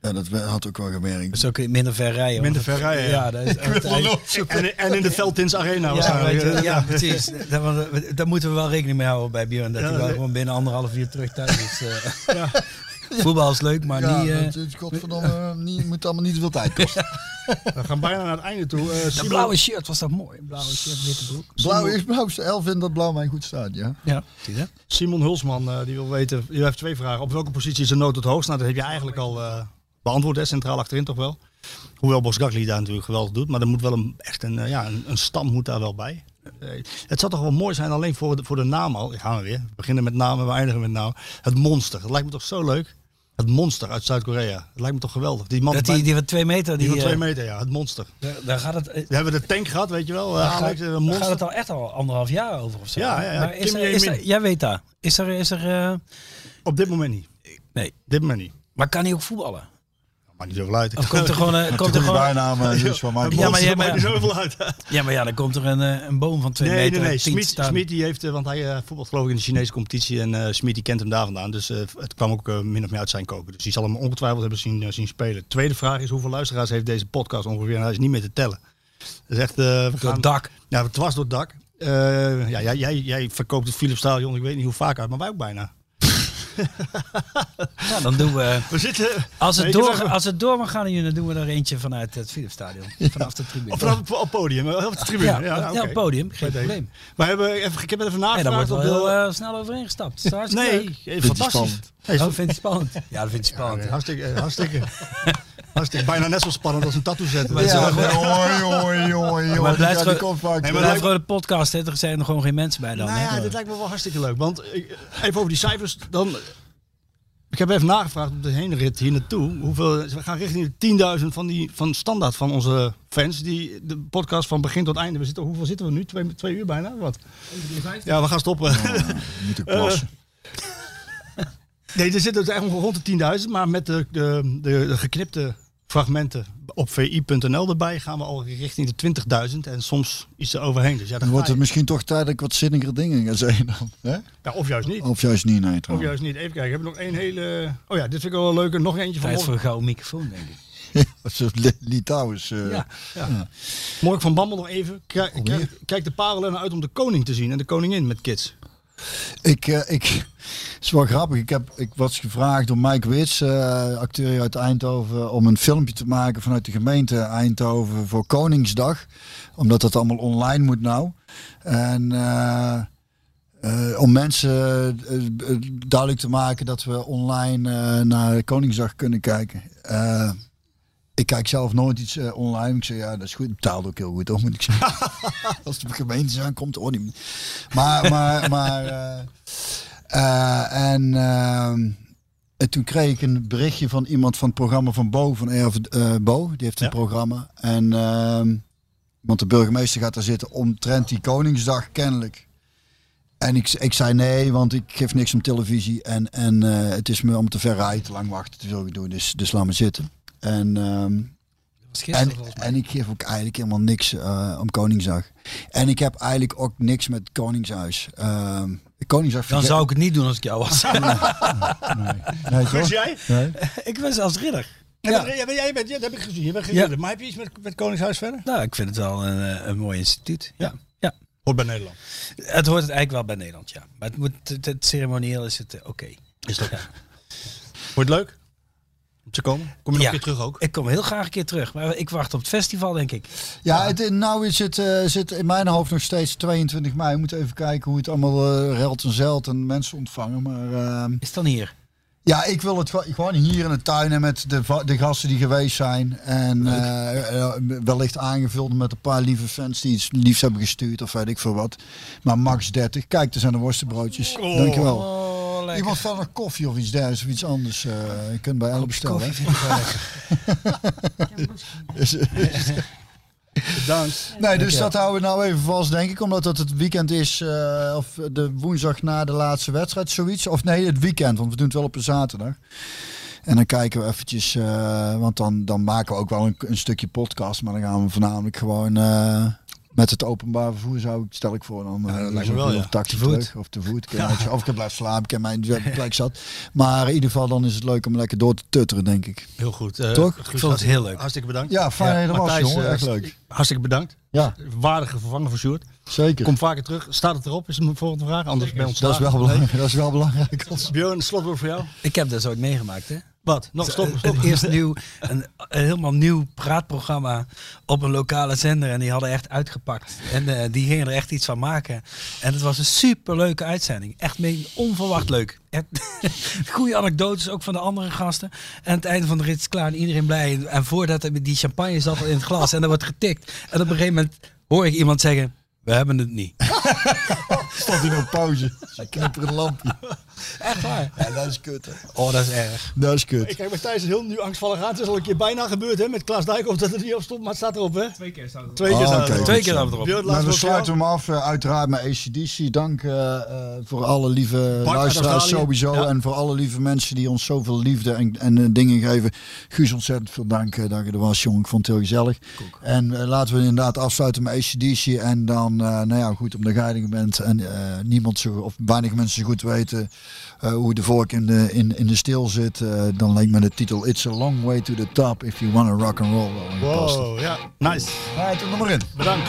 D: ja, dat had ook wel gemerkt.
F: Dus ook minder ver rijden. want
E: Minder
F: dat-
E: ver rijden, ja.
F: Ja, dat is
E: En, en in de Veltins Arena
F: Ja,
E: waarschijnlijk.
F: weet je, ja, precies. Daar, want, eh, daar moeten we wel rekening mee houden bij Björn. Dat
E: Ja,
F: hij wel
E: nee.
F: gewoon binnen anderhalf uur terug thuis is. eh. Voetbal is leuk, maar
D: ja,
F: niet... eh,
D: dat, dat- godverdomme, niet, moet allemaal niet te veel tijd kosten.
E: We gaan bijna naar het einde toe. Eh,
F: dat
E: Simon-
F: blauwe shirt was dat mooi. Blauwe shirt, witte broek.
D: Blauw is blauw. Elf in dat blauw mij goed staat, ja.
F: Ja, zie je?
E: Simon Hulsman eh, die wil weten, u heeft twee vragen. Op welke positie is de nood het hoogst? Nou, dat heb je eigenlijk al eh, beantwoord, hè? centraal achterin toch wel. Hoewel Bosgakli daar natuurlijk geweldig doet, maar er moet wel een, echt een, eh, ja, een, een stam moet daar wel bij. Eh, het zou toch wel mooi zijn alleen voor de, voor de naam al. Ik gaan we weer. We beginnen met namen, we eindigen met naam. Het monster, dat lijkt me toch zo leuk. Het monster uit Zuid-Korea. Dat lijkt me toch geweldig. Die man
F: Dat
E: bij-
F: die, die van twee
E: die
F: meter, die,
E: van
F: eh,
E: twee meter, ja. Het monster.
F: daar- daar gaat het... eh,
E: We hebben de tank gehad, weet je wel. eh,
F: Daar
E: Alex, eh,
F: gaat, daar gaat
E: monster.
F: het al echt al anderhalf jaar over of zo.
E: Ja, ja, ja.
F: Maar is
E: Kim
F: er, is
E: Jae-min.
F: er- jij weet dat. Is er... Is er eh,
E: Op dit moment niet.
F: nee.
E: Dit moment niet.
F: Maar kan hij ook voetballen?
E: Maakt niet zoveel uit.
F: Dan komt er gewoon, eh,
E: Maar
F: komt
E: toen
F: er gewoon-
D: bijnaam, eh, dus van mij.
F: Ja, maar jij-
E: dat maakt niet
F: maar-
E: zoveel uit.
F: Ja, maar ja, dan komt er een, eh, een boom van twee
E: Nee, nee,
F: meter.
E: nee.
F: en tien
E: Smit,
F: staan.
E: Smit die heeft, eh, want hij eh, voetbalt geloof ik in de Chinese competitie en eh Smit die kent hem daar vandaan. Dus eh, het kwam ook eh, min of meer uit zijn koken. Dus die zal hem ongetwijfeld hebben zien, eh, zien spelen. Tweede vraag is hoeveel luisteraars heeft deze podcast ongeveer? En hij is niet meer te tellen. Dat is echt... eh, we
F: Door
E: gaan-
F: het dak.
E: Ja, het was door het dak. Eh, ja, jij, jij, jij verkoopt het Philips Stadion, ik weet niet hoe vaak uit, maar wij ook bijna.
F: Ja, Nou, dan doen we... eh,
E: We zitten...
F: Als het,
E: Weet je
F: door,
E: nog-
F: als het door mag gaan, jullie, dan doen we er eentje vanuit het Philipsstadion. Vanaf de tribune.
E: Of vanaf het op podium, eh, op de tribune.
F: ja,
E: Ja,
F: ja,
E: oké.
F: op podium,
E: Bij
F: geen
E: deze.
F: probleem.
E: We hebben even, ik heb even
F: Nee, daar
E: nagevraagd
F: wordt
E: op
F: wel
E: de...
F: heel eh, snel overheen gestapt. Dat is hartstikke
E: nee,
F: leuk.
D: Vindt
E: eh,
D: hij
E: fantastisch.
D: spannend?
E: Hey,
F: Oh, vindt hij spannend? Ja, dat vindt hij spannend.
E: Ja, hartstikke, eh, hartstikke, hartstikke. Bijna net zo spannend als een tattoo zetten.
F: Maar zo-
D: Ja, Jongen, jongen, jongen, jongen.
F: het blijft
D: die- die
F: gewoon-
D: komt vaak
E: Nee,
F: We
E: maar
D: terug.
F: hebben gewoon een podcast, hè, er zijn er gewoon geen mensen bij dan.
E: nou ja,
F: hè?
E: dit lijkt me wel hartstikke leuk. Want eh, even over die cijfers. Dan, ik heb even nagevraagd op de heenrit hier naartoe. Hoeveel, we gaan richting de 10.000 van, die, van standaard van onze fans. Die de podcast van begin tot einde. We zitten, hoeveel zitten we nu? Twee, twee uur bijna? Wat? Ja, we gaan stoppen.
F: Oh.
D: Moet ik plassen.
E: Nee, er zitten dus eigenlijk rond de 10.000, maar met de, de, de, de geknipte fragmenten op vi.nl erbij gaan we al richting de 20.000 en soms iets eroverheen. Dus ja,
D: Dan
E: dan
D: wordt
E: ga
D: het
E: je-
D: misschien toch tijd dat ik wat zinnigere dingen ga zeggen dan. Hè?
E: ja, of juist niet.
D: Of juist niet, nee
E: Of
D: trouwens.
E: juist niet. Even kijken, hebben we nog één hele... Oh ja, dit vind ik wel leuk. Nog eentje van
F: Tijd voor
E: Mork.
F: een gouden microfoon, denk ik.
D: Of zo'n Li- Litouwers. eh,
F: Ja.
E: Mork van Bammel nog even. Kijk,
D: Alweer?
E: kijk, kijk de parelen uit om de koning te zien en de koningin met kids.
D: Ik, eh, ik, het is wel grappig. Ik, heb, ik was gevraagd door Mike Wits, eh, acteur hier uit Eindhoven, om een filmpje te maken vanuit de gemeente Eindhoven voor Koningsdag. Omdat dat allemaal online moet nou. En eh, eh, om mensen eh, eh, duidelijk te maken dat we online eh, naar Koningsdag kunnen kijken. Eh, ik kijk zelf nooit iets eh, online. Ik zeg ja, dat is goed. Betaalt ook heel goed, hoor, moet ik zeggen. Als het op gemeentes aankomt, hoor niet. Maar, maar, maar. eh, eh, en, ehm, en toen kreeg ik een berichtje van iemand van het programma van Bo, van Erf eh, Bo. Die heeft een programma. En, ehm, want de burgemeester gaat daar zitten omtrent die Koningsdag kennelijk. En ik, ik zei nee, want ik geef niks om televisie. En, en eh, het is me om te ver rijden, te lang wachten, te veel gedoe. Dus, dus laat me zitten. En ehm,
F: Dat was gisteren
D: en,
F: volgens mij.
D: en ik geef ook eigenlijk helemaal niks eh, om Koningsdag. En ik heb eigenlijk ook niks met Koningshuis. Ehm, Koningsdag
F: Dan
D: vergeet-
F: zou ik het niet doen als ik jou was.
D: Nee, toch?
E: jij?
D: Nee.
F: ik was als ridder.
E: Ja. Ja, ben- jij bent, ja, dat heb ik gezien. Je bent gezien.
F: Ja.
E: Maar heb je iets met, met Koningshuis verder?
F: Nou, ik vind het wel een, eh, een mooi instituut. Ja. ja.
E: Hoort bij Nederland.
F: Het hoort het eigenlijk wel bij Nederland, ja. Maar het, moet, het, het ceremonieel is het eh, oké.
E: Is dat? Wordt het leuk? Om te komen? Kom je nog
F: Ja.
E: een keer terug ook?
F: Ik kom heel graag een keer terug, maar ik wacht op het festival, denk ik.
D: Ja, het, nou is het, eh, zit in mijn hoofd nog steeds 22 mei. We moeten even kijken hoe het allemaal eh, relt en zeilt en mensen ontvangen. Maar ehm,
F: Is het dan hier?
D: ja, ik wil het gewoon- gewoon hier in de tuin en met de, va- de gasten die geweest zijn. En eh, eh, wellicht aangevuld met een paar lieve fans die iets liefs hebben gestuurd of weet ik veel wat. Maar max 30. Kijk, er zijn de worstenbroodjes. Dankjewel.
F: Oh, lekker.
D: Iemand van een koffie of iets dergelijks of iets anders. eh je kunt bij Elle bestellen.
F: koffie
D: vind ik Dus, eh, Nee, dus dat houden we nou even vast, denk ik. Omdat dat het weekend is, eh, of de woensdag na de laatste wedstrijd, zoiets. Of nee, het weekend, want we doen het wel op een zaterdag. En dan kijken we eventjes, eh, want dan, dan maken we ook wel een, een stukje podcast. Maar dan gaan we voornamelijk gewoon eh, met het openbaar vervoer, zou ik, stel ik voor. Dan, eh,
E: dat lijkt
D: zo
E: me wel,
D: op
E: ja.
D: een taxi
F: Te voet.
D: terug, of te voet. Ik weet niet, Of ik blijf slapen, ik heb mijn plek zat. Maar in ieder geval, dan is het leuk om lekker door te tutteren, denk ik.
E: Heel goed. eh,
D: Toch?
E: Guus,
F: Ik vond het heel leuk.
E: Hartstikke bedankt.
D: Ja, fijn dat je er was,
E: Matthijs,
D: jongen.
E: eh,
D: Echt leuk.
E: Hartstikke bedankt.
D: Ja,
E: Waardige vervanger voor Sjoerd.
D: zeker.
E: Kom vaker terug. Staat het erop? Is mijn volgende vraag. Anders bij ons.
D: Dat is wel belangrijk. Dat is wel belangrijk.
E: Björn, een slotwoord voor jou.
F: Ik heb dat ooit meegemaakt, hè?
E: Wat? Nog
D: eh,
E: stoppen.
F: Een,
E: stoppen.
F: een eerst nieuw, een, een helemaal nieuw praatprogramma op een lokale zender. En die hadden echt uitgepakt. En eh, die gingen er echt iets van maken. En het was een superleuke uitzending. Echt meen- onverwacht leuk. Echt Goede anekdotes ook van de andere gasten. En aan het einde van de rit is klaar en iedereen blij. En, en voordat er- die champagne zat al in het glas en er wordt getikt. En op een gegeven moment hoor ik iemand zeggen... We hebben het niet.
D: Stond in een pauze. Ze knipperen lampje.
E: Echt waar?
D: Ja, dat is kut. hè.
F: Oh, dat is erg.
D: Dat is kut.
E: Ik kijk, maar Thijs is heel nu angstvallig aan. Het is al een keer bijna gebeurd hè, met Klaas Dijkhoff dat het niet op stond, maar het staat erop hè?
K: Twee keer staat het.
E: Twee keer
D: Oh,
E: staat
D: oké.
E: het erop.
F: Twee keer hebben we erop.
E: Björn,
D: Nou,
E: laatste
D: we
E: woord voor jou.
D: sluiten hem af, eh, uiteraard met ACDC. Dank eh, eh, voor alle lieve
E: uit
D: luisteraars
E: Australië.
D: sowieso.
E: Ja.
D: En voor alle lieve mensen die ons zoveel liefde en, en eh, dingen geven. Guus, ontzettend veel dank eh, dat je er was, jong. Ik vond het heel gezellig. En eh, laten we inderdaad afsluiten met ACDC. En dan, eh, nou ja, goed, omdat jij er bent en eh, niemand zo, of weinig mensen zo goed weten eh, hoe de vork in de, in, in de steel zit. eh, dan lijkt me de titel It's a Long Way to the Top If You Wanna Rock and Roll. wel gepast.
E: Wow, Oh, ja. Nice.
D: Hij heeft het nummer in.
E: Bedankt.